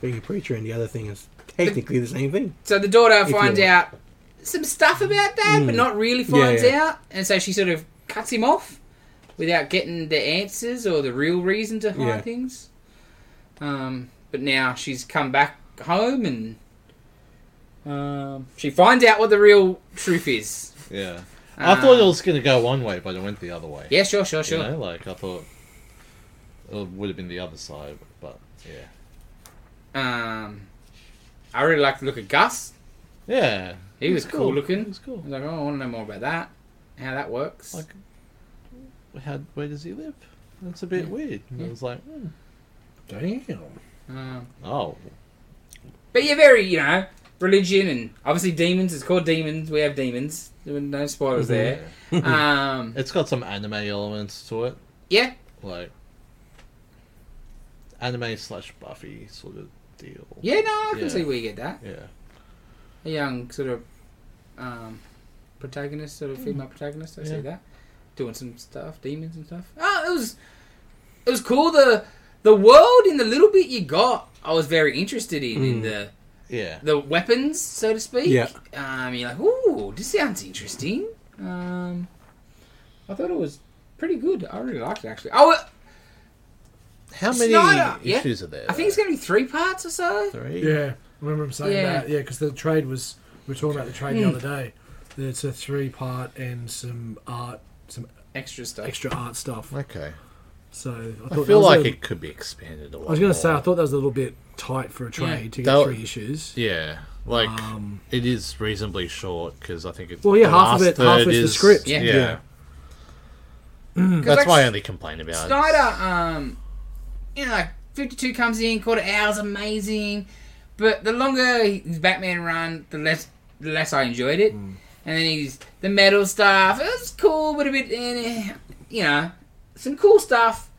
[SPEAKER 4] Being a preacher and the other thing is technically the same thing.
[SPEAKER 1] So the daughter
[SPEAKER 4] you
[SPEAKER 1] finds
[SPEAKER 4] like. Mm.
[SPEAKER 1] out some stuff about Dad, but not really finds
[SPEAKER 4] yeah.
[SPEAKER 1] out, and so she sort of cuts him off without getting the answers or the real reason to hide
[SPEAKER 4] Yeah.
[SPEAKER 1] things. Um, but now she's come back home and. Um, she finds out what the real truth is.
[SPEAKER 2] Yeah. I
[SPEAKER 1] Um,
[SPEAKER 2] thought it was going to go one way, but it went the other way.
[SPEAKER 1] Yeah, sure, sure,
[SPEAKER 2] You
[SPEAKER 1] sure.
[SPEAKER 2] know, like, I thought it would have been the other side, but yeah.
[SPEAKER 1] Um, I really like the look of Gus.
[SPEAKER 2] Yeah.
[SPEAKER 1] He was cool looking.
[SPEAKER 2] He was cool.
[SPEAKER 1] I was like, oh, I want to know more about that, how that works.
[SPEAKER 2] Like, how, where does he live? That's a bit weird. And I was like, hmm.
[SPEAKER 3] Damn.
[SPEAKER 1] um,
[SPEAKER 2] oh,
[SPEAKER 1] but yeah, very you know religion and obviously demons. It's called demons. We have demons. There were no spoilers there. um,
[SPEAKER 2] It's got some anime elements to it,
[SPEAKER 1] yeah,
[SPEAKER 2] like anime slash Buffy sort of deal.
[SPEAKER 1] yeah. No, I can
[SPEAKER 2] Yeah.
[SPEAKER 1] see where you get that.
[SPEAKER 2] Yeah.
[SPEAKER 1] a young sort of um, protagonist, sort of female protagonist. I see
[SPEAKER 3] Yeah.
[SPEAKER 1] that doing some stuff, demons and stuff. Oh, it was it was cool. The the world in the little bit you got, I was very interested in in the
[SPEAKER 2] Yeah.
[SPEAKER 1] the weapons, so to speak.
[SPEAKER 4] Yeah.
[SPEAKER 1] Um, you're like, ooh, this sounds interesting. Um, I thought it was pretty good. I really liked it actually. Oh, I, wa-
[SPEAKER 2] How many
[SPEAKER 1] Snyder, uh, yeah.
[SPEAKER 2] issues are there?
[SPEAKER 1] I think it's gonna be three parts or so.
[SPEAKER 2] though? three.
[SPEAKER 3] Yeah, I remember him saying
[SPEAKER 1] Yeah. Hmm.
[SPEAKER 3] that. Yeah, because the trade was we were talking about the trade the other day. that It's a three part and some art, some
[SPEAKER 1] Extra stuff.
[SPEAKER 3] extra art stuff.
[SPEAKER 2] Okay.
[SPEAKER 3] So I,
[SPEAKER 2] I
[SPEAKER 3] thought
[SPEAKER 2] feel like
[SPEAKER 3] it.
[SPEAKER 2] it could be expanded a lot.
[SPEAKER 3] I was going
[SPEAKER 2] more.
[SPEAKER 3] to say I thought that was a little bit tight for a trade
[SPEAKER 1] Yeah.
[SPEAKER 3] to get
[SPEAKER 2] That-
[SPEAKER 3] three issues.
[SPEAKER 2] Yeah, like
[SPEAKER 3] Um,
[SPEAKER 2] it is reasonably short because I think it's
[SPEAKER 3] Well, yeah,
[SPEAKER 2] the
[SPEAKER 3] half
[SPEAKER 2] last
[SPEAKER 3] of it- half
[SPEAKER 2] third
[SPEAKER 3] is the script.
[SPEAKER 1] Yeah.
[SPEAKER 2] Yeah, Mm.
[SPEAKER 4] Yeah.
[SPEAKER 2] that's
[SPEAKER 1] like
[SPEAKER 2] why I only complain about it.
[SPEAKER 1] Snyder, um, you know, like 52 comes in, quarter hour's amazing, but the longer his Batman run, the less the less I enjoyed it. And then he's the metal stuff. It was cool, but a bit, eh, you know, some cool stuff.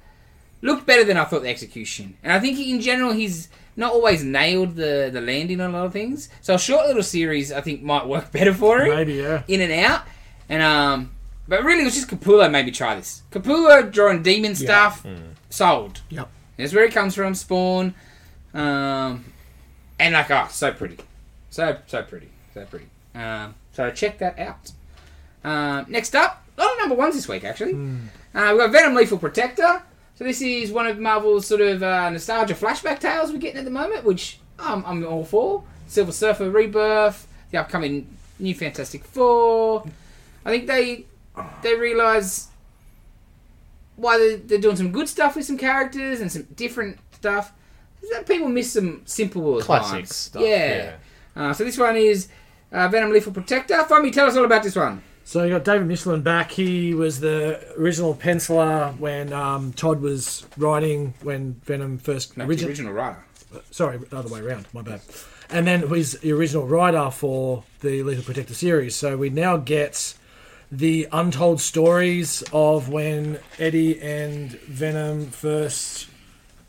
[SPEAKER 1] Looked better than I thought the execution. And I think in general he's not always nailed the the landing on a lot of things. So a short little series I think might work better for him
[SPEAKER 3] Maybe yeah.
[SPEAKER 1] in and out. And um, but really, it was just Capullo made me try this. Capullo drawing demon stuff, sold.
[SPEAKER 4] Yep.
[SPEAKER 1] That's where it comes from. Spawn, um, and like oh, so pretty, so so pretty, so pretty. Um, so check that out. Um, next up, a lot of number ones this week actually.
[SPEAKER 2] Hmm.
[SPEAKER 1] Uh, we've got Venom Lethal Protector. So this is one of Marvel's sort of uh, nostalgia flashback tales we're getting at the moment, which um, I'm all for. Silver Surfer Rebirth, the upcoming new Fantastic Four. I think they they realise why they're, they're doing some good stuff with some characters and some different stuff. Is that people miss some simple at
[SPEAKER 2] Classic
[SPEAKER 1] times.
[SPEAKER 2] stuff,
[SPEAKER 1] Yeah. Uh, so this one is uh, Venom Lethal Protector. Fami, tell us all about this one.
[SPEAKER 3] So you got David Michelin back. He was the original penciler when um, Todd was writing when Venom first
[SPEAKER 1] Not
[SPEAKER 3] origi-
[SPEAKER 1] the original writer.
[SPEAKER 3] sorry, the other way around, my bad. And then he's the original writer for the Lethal Protector series. So we now get the untold stories of when Eddie and Venom first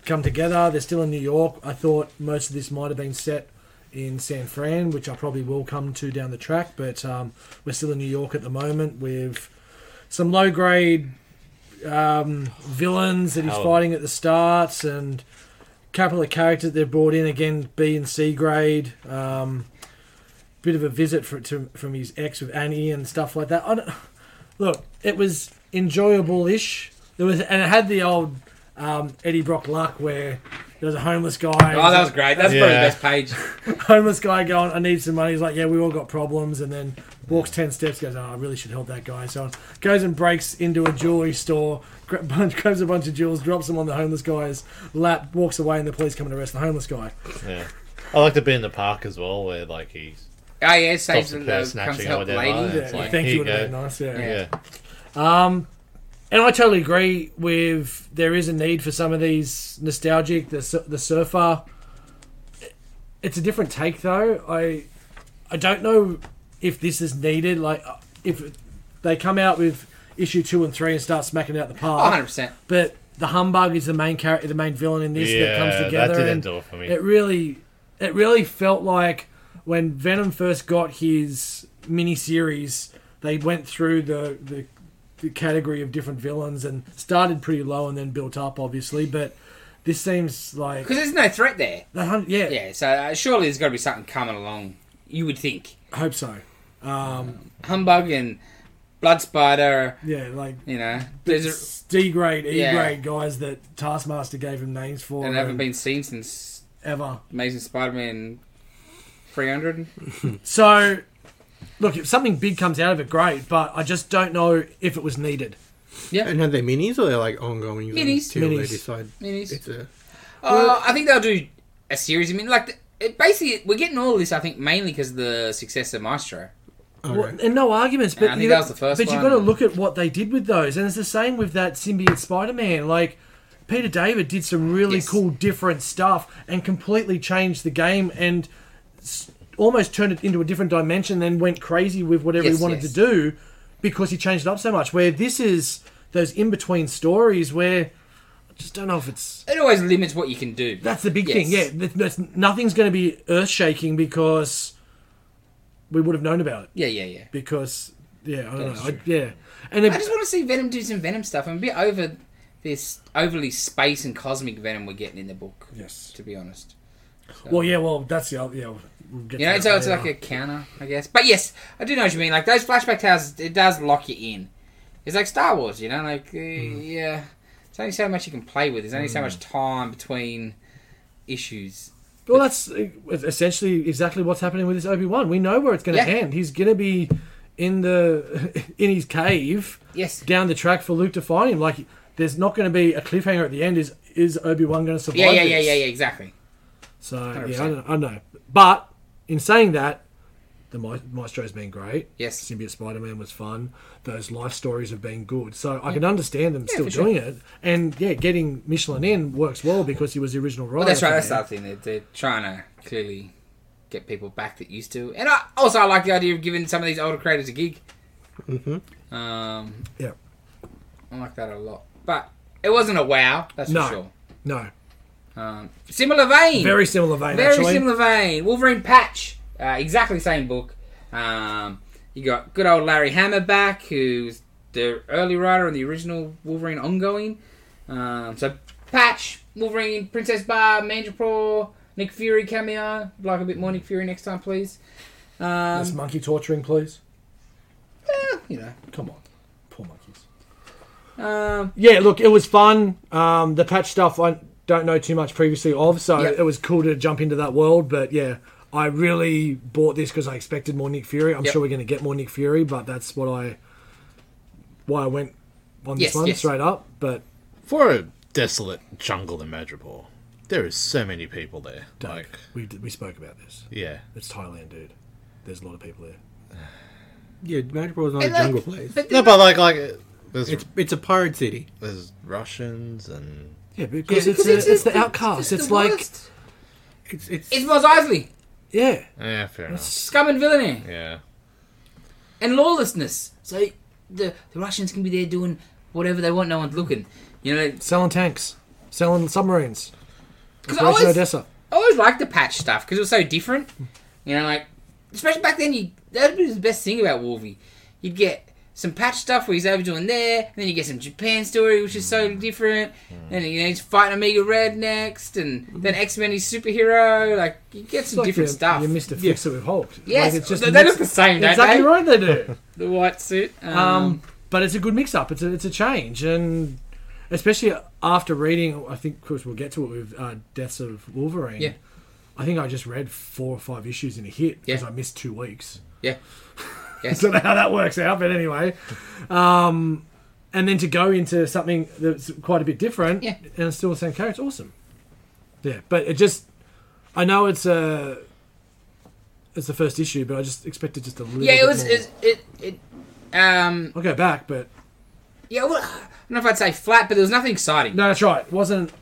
[SPEAKER 3] come together. They're still in New York. I thought most of this might have been set in San Fran, which I probably will come to down the track, but um, we're still in New York at the moment with some low grade um, villains that he's
[SPEAKER 2] Howard.
[SPEAKER 3] fighting at the start and couple of characters they've brought in again B and C grade. Um, bit of a visit for, to, from his ex with Annie and stuff like that. I don't, look, it was enjoyable ish. There was and it had the old um, Eddie Brock luck where there was a homeless guy.
[SPEAKER 1] Oh, that was great. That's probably the
[SPEAKER 2] Yeah.
[SPEAKER 1] best page.
[SPEAKER 3] [laughs]
[SPEAKER 1] Oh,
[SPEAKER 3] homeless guy going, I need some money. He's like, yeah, we all got problems. And then walks 10 steps, goes, oh, I really should help that guy. So on. Goes and breaks into a jewelry store, gra- [laughs] bunch- grabs a bunch of jewels, drops them on the homeless guy's lap, walks away, and the police come and arrest the homeless guy.
[SPEAKER 2] Yeah, I like to be in the park as well, where like he
[SPEAKER 1] Oh yeah, saves
[SPEAKER 2] stops
[SPEAKER 1] the
[SPEAKER 2] the
[SPEAKER 1] love,
[SPEAKER 2] person
[SPEAKER 1] comes to
[SPEAKER 2] snatching
[SPEAKER 1] help
[SPEAKER 2] or
[SPEAKER 1] the lady.
[SPEAKER 2] whatever. and
[SPEAKER 3] Yeah,
[SPEAKER 2] It's
[SPEAKER 3] you
[SPEAKER 2] like,
[SPEAKER 3] think
[SPEAKER 2] here
[SPEAKER 3] you
[SPEAKER 2] you
[SPEAKER 3] would have been
[SPEAKER 2] go.
[SPEAKER 3] nice, yeah.
[SPEAKER 2] Yeah,
[SPEAKER 3] And I totally agree with there is a need for some of these nostalgic the su- the surfer. It's a different take though. I I don't know if this is needed. Like uh, if they come out with issue two and three and start smacking it out the
[SPEAKER 1] Oh, 100
[SPEAKER 3] park,
[SPEAKER 1] percent.
[SPEAKER 3] but the humbug is the main character, the main villain in this that comes
[SPEAKER 2] Yeah, that
[SPEAKER 3] together.
[SPEAKER 2] didn't
[SPEAKER 3] and
[SPEAKER 2] do it for me.
[SPEAKER 3] It really, it really felt like when Venom first got his miniseries, they went through the, the the category of different villains and started pretty low and then built up, obviously. But this seems like
[SPEAKER 1] Because there's no threat there.
[SPEAKER 3] the hun- yeah,
[SPEAKER 1] Yeah, so uh, surely there's got to be something coming along. You would think
[SPEAKER 3] I hope so. Um,
[SPEAKER 1] humbug and blood spider.
[SPEAKER 3] yeah, like
[SPEAKER 1] You know, there's a,
[SPEAKER 3] D grade, E
[SPEAKER 1] Yeah.
[SPEAKER 3] grade guys that Taskmaster gave him names for
[SPEAKER 1] and haven't been seen since
[SPEAKER 3] ever.
[SPEAKER 1] Amazing Spider-Man 300.
[SPEAKER 3] So, look, if something big comes out of it, great. But I just don't know if it was needed.
[SPEAKER 4] And are they minis or they're like ongoing
[SPEAKER 1] Minis.
[SPEAKER 4] until they
[SPEAKER 3] Minis.
[SPEAKER 4] decide
[SPEAKER 1] Minis.
[SPEAKER 4] it's a
[SPEAKER 1] Uh, I think they'll do a series. I mean, like it, basically, we're getting all of this. I think mainly because the success of Maestro.
[SPEAKER 4] okay.
[SPEAKER 3] Well, and no arguments, but
[SPEAKER 1] I think
[SPEAKER 3] you
[SPEAKER 1] that
[SPEAKER 3] got-
[SPEAKER 1] was the first
[SPEAKER 3] But you
[SPEAKER 1] one.
[SPEAKER 3] got to look at what they did with those, and it's the same with that symbiote Spider-Man. Like Peter David did some really
[SPEAKER 1] Yes.
[SPEAKER 3] cool, different stuff, and completely changed the game, and s- almost turned it into a different dimension. Then went crazy with whatever
[SPEAKER 1] Yes,
[SPEAKER 3] he wanted
[SPEAKER 1] yes.
[SPEAKER 3] to do because he changed it up so much. Where this is those in-between stories where I just don't know if it's
[SPEAKER 1] It always limits what you can do.
[SPEAKER 3] that's the big
[SPEAKER 1] Yes.
[SPEAKER 3] thing. Yeah, th- that's, nothing's going to be earth shaking because we would have known about it
[SPEAKER 1] Yeah, yeah, yeah.
[SPEAKER 3] because yeah, I don't That's know, I, true. yeah, and it,
[SPEAKER 1] I just want to see Venom do some Venom stuff. I'm a bit over this overly space and cosmic Venom we're getting in the book,
[SPEAKER 3] yes,
[SPEAKER 1] to be honest.
[SPEAKER 3] well, yeah, well, that's the other, yeah. We'll get
[SPEAKER 1] You
[SPEAKER 3] to
[SPEAKER 1] know,
[SPEAKER 3] that
[SPEAKER 1] so it's
[SPEAKER 3] later.
[SPEAKER 1] like a counter, I guess. But yes, I do know what you mean. Like those flashback towers, it does lock you in. It's like Star Wars, you know, like uh, yeah. There's only so much you can play with. There's only so much time between issues.
[SPEAKER 3] Well, that's uh, essentially exactly what's happening with this Obi Wan. We know where it's going to
[SPEAKER 1] Yeah.
[SPEAKER 3] end. He's going to be in the [laughs] in his cave
[SPEAKER 1] Yes.
[SPEAKER 3] down the track for Luke to find him. Like, there's not going to be a cliffhanger at the end. Is is Obi Wan going to survive?
[SPEAKER 1] Yeah, yeah, yeah,
[SPEAKER 3] this?
[SPEAKER 1] yeah, yeah. Exactly.
[SPEAKER 3] So yeah, I
[SPEAKER 1] 100%.
[SPEAKER 3] don't, I don't know. But in saying that, the Ma- Maestro's been great.
[SPEAKER 1] Yes.
[SPEAKER 3] Symbiote Spider Man was fun. Those life stories have been good. So I can understand them still
[SPEAKER 1] for sure.
[SPEAKER 3] doing it. And yeah, getting Michelin in works well because he was the original writer.
[SPEAKER 1] Well, that's right.
[SPEAKER 3] for
[SPEAKER 1] That's
[SPEAKER 3] that.
[SPEAKER 1] the other thing. They're, they're trying to clearly get people back that used to. And I, also, I like the idea of giving some of these older creators a gig. Mm-hmm. Um,
[SPEAKER 3] Yeah.
[SPEAKER 1] I like that a lot. But it wasn't a wow, that's
[SPEAKER 3] No.
[SPEAKER 1] for sure.
[SPEAKER 3] No.
[SPEAKER 1] Um, similar vein.
[SPEAKER 3] Very similar vein,
[SPEAKER 1] Very
[SPEAKER 3] actually.
[SPEAKER 1] similar vein. Wolverine Patch. Uh, exactly same book. Um, you got good old Larry Hammer back, who's the early writer on the original Wolverine ongoing. Um, so Patch, Wolverine, Princess Bar, Mandrapore, Nick Fury cameo. Like a bit more Nick Fury next time, please. Um,
[SPEAKER 3] Less monkey torturing, please.
[SPEAKER 1] eh, you know.
[SPEAKER 3] Come on. Poor monkeys.
[SPEAKER 1] Um,
[SPEAKER 3] Yeah, look, it was fun. Um, the patch stuff I don't know too much previously of, so
[SPEAKER 1] Yeah.
[SPEAKER 3] it was cool to jump into that world. But yeah, I really bought this because I expected more Nick Fury. I'm
[SPEAKER 1] Yep.
[SPEAKER 3] sure we're going to get more Nick Fury, but that's what I why I went on
[SPEAKER 1] Yes,
[SPEAKER 3] this one
[SPEAKER 1] yes.
[SPEAKER 3] straight up. But
[SPEAKER 2] For a desolate jungle in Madripoor, there is so many people there.
[SPEAKER 3] Dave,
[SPEAKER 2] Like,
[SPEAKER 3] we d- we spoke about this.
[SPEAKER 2] yeah.
[SPEAKER 3] It's Thailand, dude. There's a lot of people there.
[SPEAKER 4] Yeah, Madripoor's not a
[SPEAKER 1] and like-
[SPEAKER 4] jungle place.
[SPEAKER 1] but
[SPEAKER 2] No, but like, like uh, there's
[SPEAKER 4] It's it's a pirate city.
[SPEAKER 2] there's Russians and
[SPEAKER 3] Yeah, because
[SPEAKER 4] Yeah,
[SPEAKER 3] it's,
[SPEAKER 1] because
[SPEAKER 3] it's, it's the outcast.
[SPEAKER 1] just
[SPEAKER 3] It's
[SPEAKER 1] the
[SPEAKER 3] like
[SPEAKER 1] worst.
[SPEAKER 4] It's it's
[SPEAKER 1] It's Mos Eisley.
[SPEAKER 3] yeah,
[SPEAKER 2] yeah, fair
[SPEAKER 3] Oh.
[SPEAKER 2] enough.
[SPEAKER 1] Scum and villainy.
[SPEAKER 2] Yeah,
[SPEAKER 1] and lawlessness. So the the Russians can be there doing whatever they want. No one's looking. You know,
[SPEAKER 3] selling tanks, selling submarines.
[SPEAKER 1] because I
[SPEAKER 3] Operation
[SPEAKER 1] always, I
[SPEAKER 3] Odessa.
[SPEAKER 1] always liked the patch stuff because it was so different. You know, like especially back then, you that was the best thing about Wolvie. You'd get some patch stuff where he's overdoing there, and then you get some Japan story which is so different. And you know he's fighting Omega Red next, and then X Men he's superhero. Like you get
[SPEAKER 3] It's
[SPEAKER 1] some
[SPEAKER 3] like
[SPEAKER 1] different
[SPEAKER 3] you,
[SPEAKER 1] stuff.
[SPEAKER 3] You missed a fix it with Hulk.
[SPEAKER 1] yes,
[SPEAKER 3] like it's just
[SPEAKER 1] they they look
[SPEAKER 3] mixed-
[SPEAKER 1] the same, don't
[SPEAKER 3] exactly
[SPEAKER 1] they?
[SPEAKER 3] right they
[SPEAKER 1] [laughs]
[SPEAKER 3] do.
[SPEAKER 1] The white suit. Um,
[SPEAKER 3] Um, but it's a good mix up. It's a it's a change, and especially after reading, I think of course we'll get to it with uh, Deaths of Wolverine.
[SPEAKER 1] Yeah.
[SPEAKER 3] I think I just read four or five issues in a hit because
[SPEAKER 1] Yeah.
[SPEAKER 3] I missed two weeks. [laughs]
[SPEAKER 1] yeah.
[SPEAKER 3] I don't know how that works out, but anyway. Um, and then to go into something that's quite a bit different
[SPEAKER 1] Yeah.
[SPEAKER 3] and it's still the same character, it's awesome. Yeah, but it just, I know it's a, it's the first issue, but I just expected just a little.
[SPEAKER 1] Yeah,
[SPEAKER 3] bit
[SPEAKER 1] it was.
[SPEAKER 3] more.
[SPEAKER 1] It, it, it, um,
[SPEAKER 3] I'll go back, but
[SPEAKER 1] yeah, well, I don't know if I'd say flat, but there was nothing exciting.
[SPEAKER 3] no, that's right. It wasn't.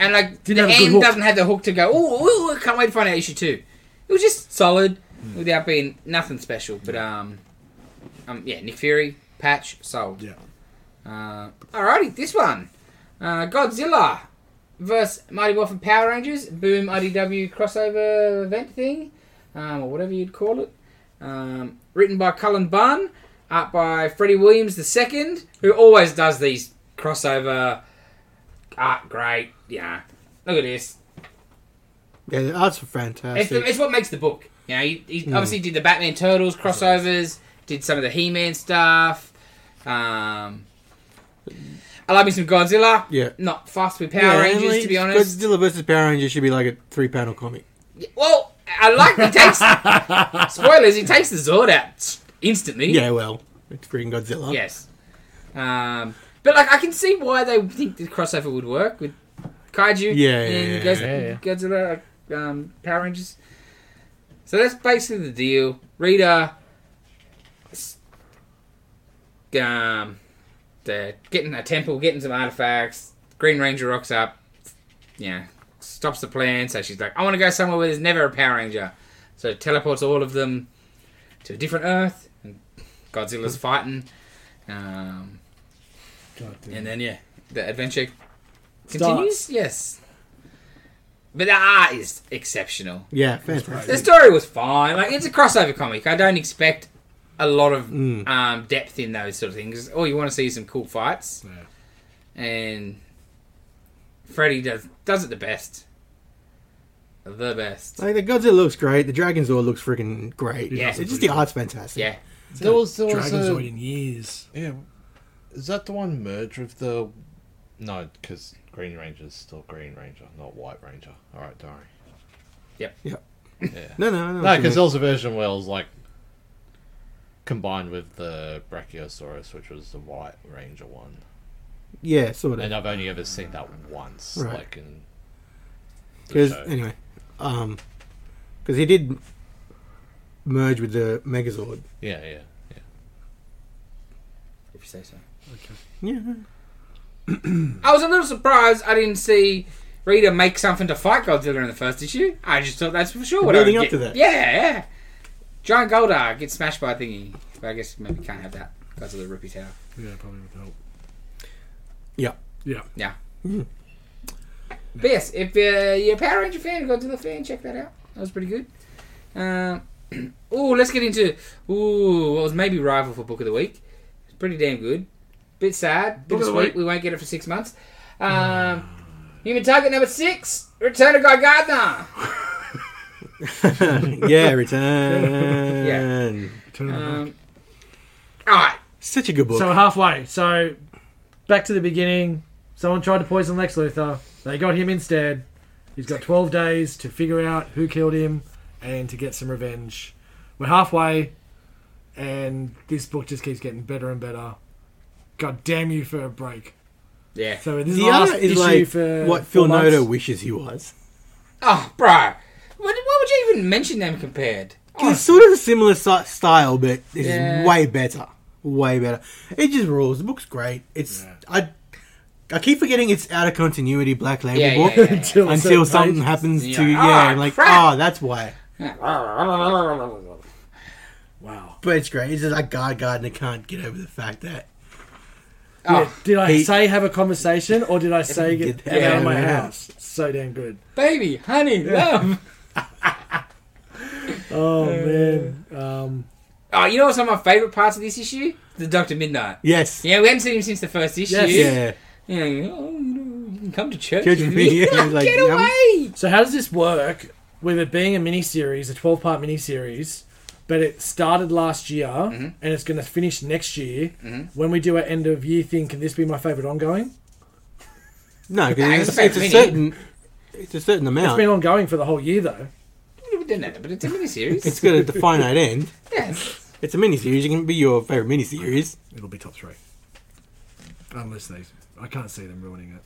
[SPEAKER 1] And like
[SPEAKER 3] Didn't
[SPEAKER 1] the
[SPEAKER 3] have a good
[SPEAKER 1] end
[SPEAKER 3] hook.
[SPEAKER 1] doesn't have the hook to go. Oh, I can't wait to find out issue two. It was just solid
[SPEAKER 3] Hmm.
[SPEAKER 1] without being nothing special. But um, um, yeah, Nick Fury patch sold.
[SPEAKER 3] Yeah.
[SPEAKER 1] Uh, alrighty, this one, uh, Godzilla versus Mighty Morphin Power Rangers Boom IDW crossover event thing, um, or whatever you'd call it. Um, written by Cullen Bunn, art by Freddie Williams II, who always does these crossover art. Great, yeah. Look at this.
[SPEAKER 4] yeah, the art's
[SPEAKER 1] It's,
[SPEAKER 4] fantastic.
[SPEAKER 1] the, it's what makes the book. You know, he,
[SPEAKER 4] Hmm.
[SPEAKER 1] he obviously did the Batman Turtles crossovers, did some of the He Man stuff. Um, I love me some Godzilla.
[SPEAKER 4] Yeah.
[SPEAKER 1] Not fast with Power
[SPEAKER 4] Yeah,
[SPEAKER 1] Rangers,
[SPEAKER 4] like,
[SPEAKER 1] to be honest.
[SPEAKER 4] Godzilla versus Power Rangers should be like a three panel comic.
[SPEAKER 1] Well, I like he takes.
[SPEAKER 4] [laughs]
[SPEAKER 1] spoilers, he takes the Zord out instantly.
[SPEAKER 4] Yeah, well, it's freaking Godzilla.
[SPEAKER 1] Yes. Um, but, like, I can see why they think the crossover would work with Kaiju
[SPEAKER 4] Yeah,
[SPEAKER 1] and
[SPEAKER 4] yeah,
[SPEAKER 1] Goz-
[SPEAKER 2] yeah, yeah.
[SPEAKER 1] Godzilla, um, Power Rangers. So that's basically the deal. Rita, s- um, they're getting a temple, getting some artifacts. Green Ranger rocks up, yeah, stops the plan. So she's like, I want to go somewhere where there's never a Power Ranger. So teleports all of them to a different Earth, and Godzilla's fighting. Um,
[SPEAKER 3] God damn.
[SPEAKER 1] and then yeah, the adventure continues. Yes. But the art is exceptional.
[SPEAKER 4] Yeah, fantastic.
[SPEAKER 1] The story was fine. Like it's a crossover comic. I don't expect a lot of um, depth in those sort of things. All you want to see is some cool fights, and Freddy does does it the best, the best.
[SPEAKER 4] Like the Godzilla looks great. The Dragon's Zord looks freaking great.
[SPEAKER 1] Yeah.
[SPEAKER 4] it's just the art's fantastic.
[SPEAKER 1] Yeah,
[SPEAKER 2] There was there was
[SPEAKER 3] Dragon's
[SPEAKER 2] a,
[SPEAKER 3] Zoid in years.
[SPEAKER 2] yeah. Is that the one merge with the? No, because Green Ranger's still Green Ranger, not White Ranger. All right, don't worry.
[SPEAKER 4] No, no, no.
[SPEAKER 2] No, because
[SPEAKER 4] no,
[SPEAKER 2] there was a version where it was like combined with the Brachiosaurus, which was the White Ranger one,
[SPEAKER 4] yeah, sort of.
[SPEAKER 2] and I've only ever seen that once.
[SPEAKER 4] Right.
[SPEAKER 2] Like in the
[SPEAKER 4] Because
[SPEAKER 2] show.
[SPEAKER 4] anyway, um, because he did merge with the
[SPEAKER 1] [laughs]
[SPEAKER 4] Megazord.
[SPEAKER 2] yeah, yeah, yeah.
[SPEAKER 1] if you say so.
[SPEAKER 4] Yeah, [laughs]
[SPEAKER 1] I was a little surprised I didn't see Rita make something to fight Godzilla in the first issue. I just thought that's for sure. What I
[SPEAKER 4] Building
[SPEAKER 1] would get.
[SPEAKER 4] up to that.
[SPEAKER 1] Yeah, yeah. Giant Goldar gets smashed by a thingy, but I guess maybe can't have that because of the Rippy Tower.
[SPEAKER 3] Yeah, probably would help.
[SPEAKER 4] yeah.
[SPEAKER 3] Yeah.
[SPEAKER 1] Yeah. But yes, if uh, you're a Power Ranger fan, go to the fan, check that out. That was pretty good. Um, [clears throat] ooh, let's get into ooh what was maybe rival for book of the week. It's pretty damn good. Bit sad,
[SPEAKER 4] Book
[SPEAKER 1] bit
[SPEAKER 4] of the
[SPEAKER 1] sweet.
[SPEAKER 4] week.
[SPEAKER 1] We won't get it for six months. Um, human target number six, Return of Guy Gardner.
[SPEAKER 4] yeah, return.
[SPEAKER 3] Turn it on.
[SPEAKER 1] Um, all right,
[SPEAKER 4] Such a good book.
[SPEAKER 3] So we're halfway. So back to the beginning. Someone tried to poison Lex Luthor. They got him instead. He's got 12 days to figure out who killed him and to get some revenge. We're halfway, and this book just keeps getting better and better. God damn you for a break.
[SPEAKER 1] yeah.
[SPEAKER 3] So this is
[SPEAKER 4] the
[SPEAKER 3] the last
[SPEAKER 4] other is
[SPEAKER 3] issue
[SPEAKER 4] like
[SPEAKER 3] for
[SPEAKER 4] what
[SPEAKER 3] four
[SPEAKER 4] Phil Noda
[SPEAKER 3] months.
[SPEAKER 4] wishes he was.
[SPEAKER 1] Oh, bro, what, what would you even mention them compared?
[SPEAKER 4] It's sort of a similar si- style, but this
[SPEAKER 1] Yeah.
[SPEAKER 4] is way better. Way better. It just rules. The book's great. It's
[SPEAKER 3] Yeah.
[SPEAKER 4] I. I keep forgetting it's out of continuity Black Label
[SPEAKER 1] Yeah,
[SPEAKER 4] book
[SPEAKER 1] yeah, yeah, yeah.
[SPEAKER 3] [laughs] Until,
[SPEAKER 4] [laughs] [laughs] until
[SPEAKER 3] certain
[SPEAKER 4] something
[SPEAKER 3] page.
[SPEAKER 4] happens
[SPEAKER 1] Yeah.
[SPEAKER 4] to yeah,
[SPEAKER 1] Ah,
[SPEAKER 4] I'm like
[SPEAKER 1] crap.
[SPEAKER 4] oh that's
[SPEAKER 1] [laughs]
[SPEAKER 4] why.
[SPEAKER 3] Wow.
[SPEAKER 4] But it's great. It's just like God Gardner can't get over the fact that
[SPEAKER 1] Oh.
[SPEAKER 3] Yeah, did I
[SPEAKER 4] He-
[SPEAKER 3] say have a conversation or did I say get,
[SPEAKER 4] Get
[SPEAKER 3] out of my house? So damn good.
[SPEAKER 1] Baby, honey, love.
[SPEAKER 3] Oh man. Um,
[SPEAKER 1] Oh, you know what's one of my favourite parts of this issue? The Doctor Midnight.
[SPEAKER 4] yes,
[SPEAKER 1] Yeah, we haven't seen him since the first issue.
[SPEAKER 3] Yes.
[SPEAKER 4] yeah.
[SPEAKER 1] Yeah, you, know, oh, you know, you can come to church.
[SPEAKER 4] Church
[SPEAKER 1] with
[SPEAKER 4] with
[SPEAKER 1] me.
[SPEAKER 4] me,
[SPEAKER 1] [laughs]
[SPEAKER 4] yeah, like,
[SPEAKER 1] Get
[SPEAKER 4] yeah.
[SPEAKER 1] away!
[SPEAKER 3] so how does this work with it being a mini series, a twelve part mini series, but it started last year and it's gonna finish next year. When we do our end of year thing, can this be my favourite ongoing?
[SPEAKER 4] No,
[SPEAKER 1] Nah,
[SPEAKER 4] because
[SPEAKER 1] it's
[SPEAKER 4] it's,
[SPEAKER 1] about
[SPEAKER 4] it's a
[SPEAKER 1] mini.
[SPEAKER 4] certain, it's a certain
[SPEAKER 3] It's
[SPEAKER 4] amount.
[SPEAKER 3] been ongoing for the whole year though.
[SPEAKER 1] We didn't have it, but it's a miniseries.
[SPEAKER 4] [laughs]
[SPEAKER 1] [laughs]
[SPEAKER 4] It's got a definite end.
[SPEAKER 1] yes.
[SPEAKER 4] It's a miniseries. It can be your favorite miniseries.
[SPEAKER 3] It'll be top three. Unless they I can't see them ruining it.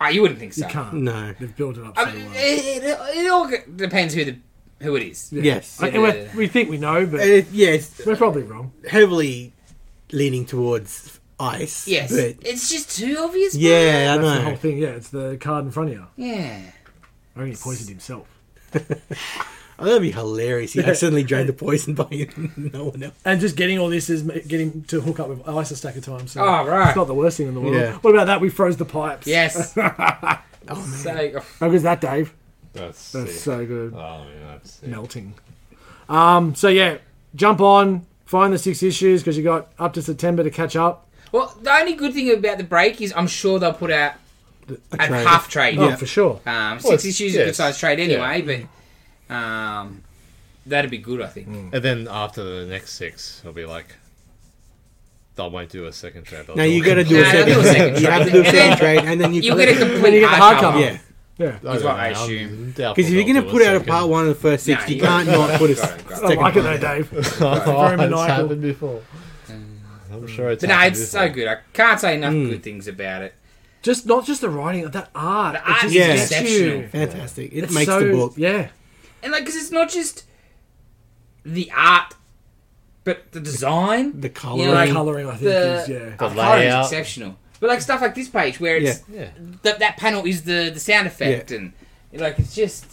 [SPEAKER 1] Oh, you wouldn't think so.
[SPEAKER 3] You can't.
[SPEAKER 4] No.
[SPEAKER 3] They've built it up so
[SPEAKER 1] I mean,
[SPEAKER 3] well.
[SPEAKER 1] it, it, it all g- depends who the who it is.
[SPEAKER 4] Yes.
[SPEAKER 3] I-
[SPEAKER 4] Uh,
[SPEAKER 3] and we're- we think we know, but
[SPEAKER 4] It, yeah, it's
[SPEAKER 3] we're probably wrong.
[SPEAKER 4] heavily leaning towards ice.
[SPEAKER 1] Yes.
[SPEAKER 4] But
[SPEAKER 1] It's just too obvious.
[SPEAKER 4] yeah, I
[SPEAKER 3] That's the whole
[SPEAKER 4] know.
[SPEAKER 3] thing. Yeah, it's the card in front of you.
[SPEAKER 1] man. Yeah.
[SPEAKER 3] Only poisoned himself.
[SPEAKER 4] Oh, that'd be hilarious. He accidentally drank the poison by [laughs] no one else.
[SPEAKER 3] And just getting all this is ma- getting to hook up with ice a stack of time. So
[SPEAKER 1] Oh, right.
[SPEAKER 3] it's not the worst thing in the world.
[SPEAKER 4] Yeah.
[SPEAKER 3] What about that? We froze the pipes.
[SPEAKER 1] Yes. so, oh,
[SPEAKER 3] How good's that, Dave?
[SPEAKER 2] That's,
[SPEAKER 3] That's
[SPEAKER 2] sick.
[SPEAKER 3] so
[SPEAKER 4] uh,
[SPEAKER 3] good.
[SPEAKER 2] Oh, yeah, that's sick.
[SPEAKER 3] Melting. Um. So yeah, jump on, find the six issues because you got up to September to catch up.
[SPEAKER 1] well, the only good thing about the break is I'm sure they'll put out a
[SPEAKER 4] trade.
[SPEAKER 1] half trade.
[SPEAKER 3] Oh, for sure.
[SPEAKER 1] Um,
[SPEAKER 2] Well,
[SPEAKER 1] six
[SPEAKER 2] it's-
[SPEAKER 1] issues is a
[SPEAKER 2] yes.
[SPEAKER 1] good sized trade anyway, but um, that'd be good, I think.
[SPEAKER 2] And then after the next six, he'll be like, I won't do a second trade. I'll
[SPEAKER 4] Now
[SPEAKER 2] do
[SPEAKER 4] you
[SPEAKER 2] a-
[SPEAKER 4] got to do a
[SPEAKER 1] Nah, I'll do a
[SPEAKER 4] second.
[SPEAKER 1] second
[SPEAKER 4] you have to
[SPEAKER 1] trade.
[SPEAKER 4] do a
[SPEAKER 1] And
[SPEAKER 4] second
[SPEAKER 1] then-
[SPEAKER 4] trade, and then you
[SPEAKER 1] You'll get a
[SPEAKER 3] Then
[SPEAKER 1] complete
[SPEAKER 3] you get the
[SPEAKER 1] hardcover.
[SPEAKER 3] hardcover.
[SPEAKER 4] yeah.
[SPEAKER 3] Yeah.
[SPEAKER 2] I
[SPEAKER 1] is
[SPEAKER 2] don't
[SPEAKER 1] what I
[SPEAKER 2] know, I'm
[SPEAKER 1] assume.
[SPEAKER 2] doubtful
[SPEAKER 4] Because if you're
[SPEAKER 2] they'll
[SPEAKER 4] gonna
[SPEAKER 2] do
[SPEAKER 4] put out a
[SPEAKER 2] second. [laughs]
[SPEAKER 4] part one of the first six,
[SPEAKER 1] Nah,
[SPEAKER 4] you
[SPEAKER 1] you
[SPEAKER 4] can't
[SPEAKER 1] gotta-
[SPEAKER 4] not put a
[SPEAKER 1] gotta- gotta-
[SPEAKER 4] second.
[SPEAKER 3] I like it though,
[SPEAKER 2] [laughs]
[SPEAKER 4] one.
[SPEAKER 3] Dave.
[SPEAKER 2] Oh,
[SPEAKER 3] Very
[SPEAKER 2] it's
[SPEAKER 3] maniacal.
[SPEAKER 2] happened before.
[SPEAKER 4] Mm.
[SPEAKER 2] I'm sure it's
[SPEAKER 1] But no,
[SPEAKER 2] happened
[SPEAKER 1] it's so
[SPEAKER 2] before.
[SPEAKER 1] good. I can't say enough good things about it.
[SPEAKER 3] Just not just the writing, that art.
[SPEAKER 1] The
[SPEAKER 3] it
[SPEAKER 1] art
[SPEAKER 3] just
[SPEAKER 1] is
[SPEAKER 4] yeah.
[SPEAKER 3] gets you.
[SPEAKER 1] exceptional.
[SPEAKER 4] Fantastic. It
[SPEAKER 3] It's
[SPEAKER 4] makes
[SPEAKER 3] so-
[SPEAKER 4] the book.
[SPEAKER 3] Yeah.
[SPEAKER 1] And, like, because it's not just the art, but the design. You
[SPEAKER 4] The
[SPEAKER 1] know,
[SPEAKER 4] colour.
[SPEAKER 1] like,
[SPEAKER 3] Colouring, I think,
[SPEAKER 1] the,
[SPEAKER 3] is- yeah.
[SPEAKER 1] the
[SPEAKER 2] The
[SPEAKER 1] colour is
[SPEAKER 2] layout.
[SPEAKER 1] exceptional. But, like, stuff like this page where it's
[SPEAKER 2] Yeah.
[SPEAKER 1] that that panel is the, the sound effect,
[SPEAKER 4] Yeah.
[SPEAKER 1] and, like, it's just.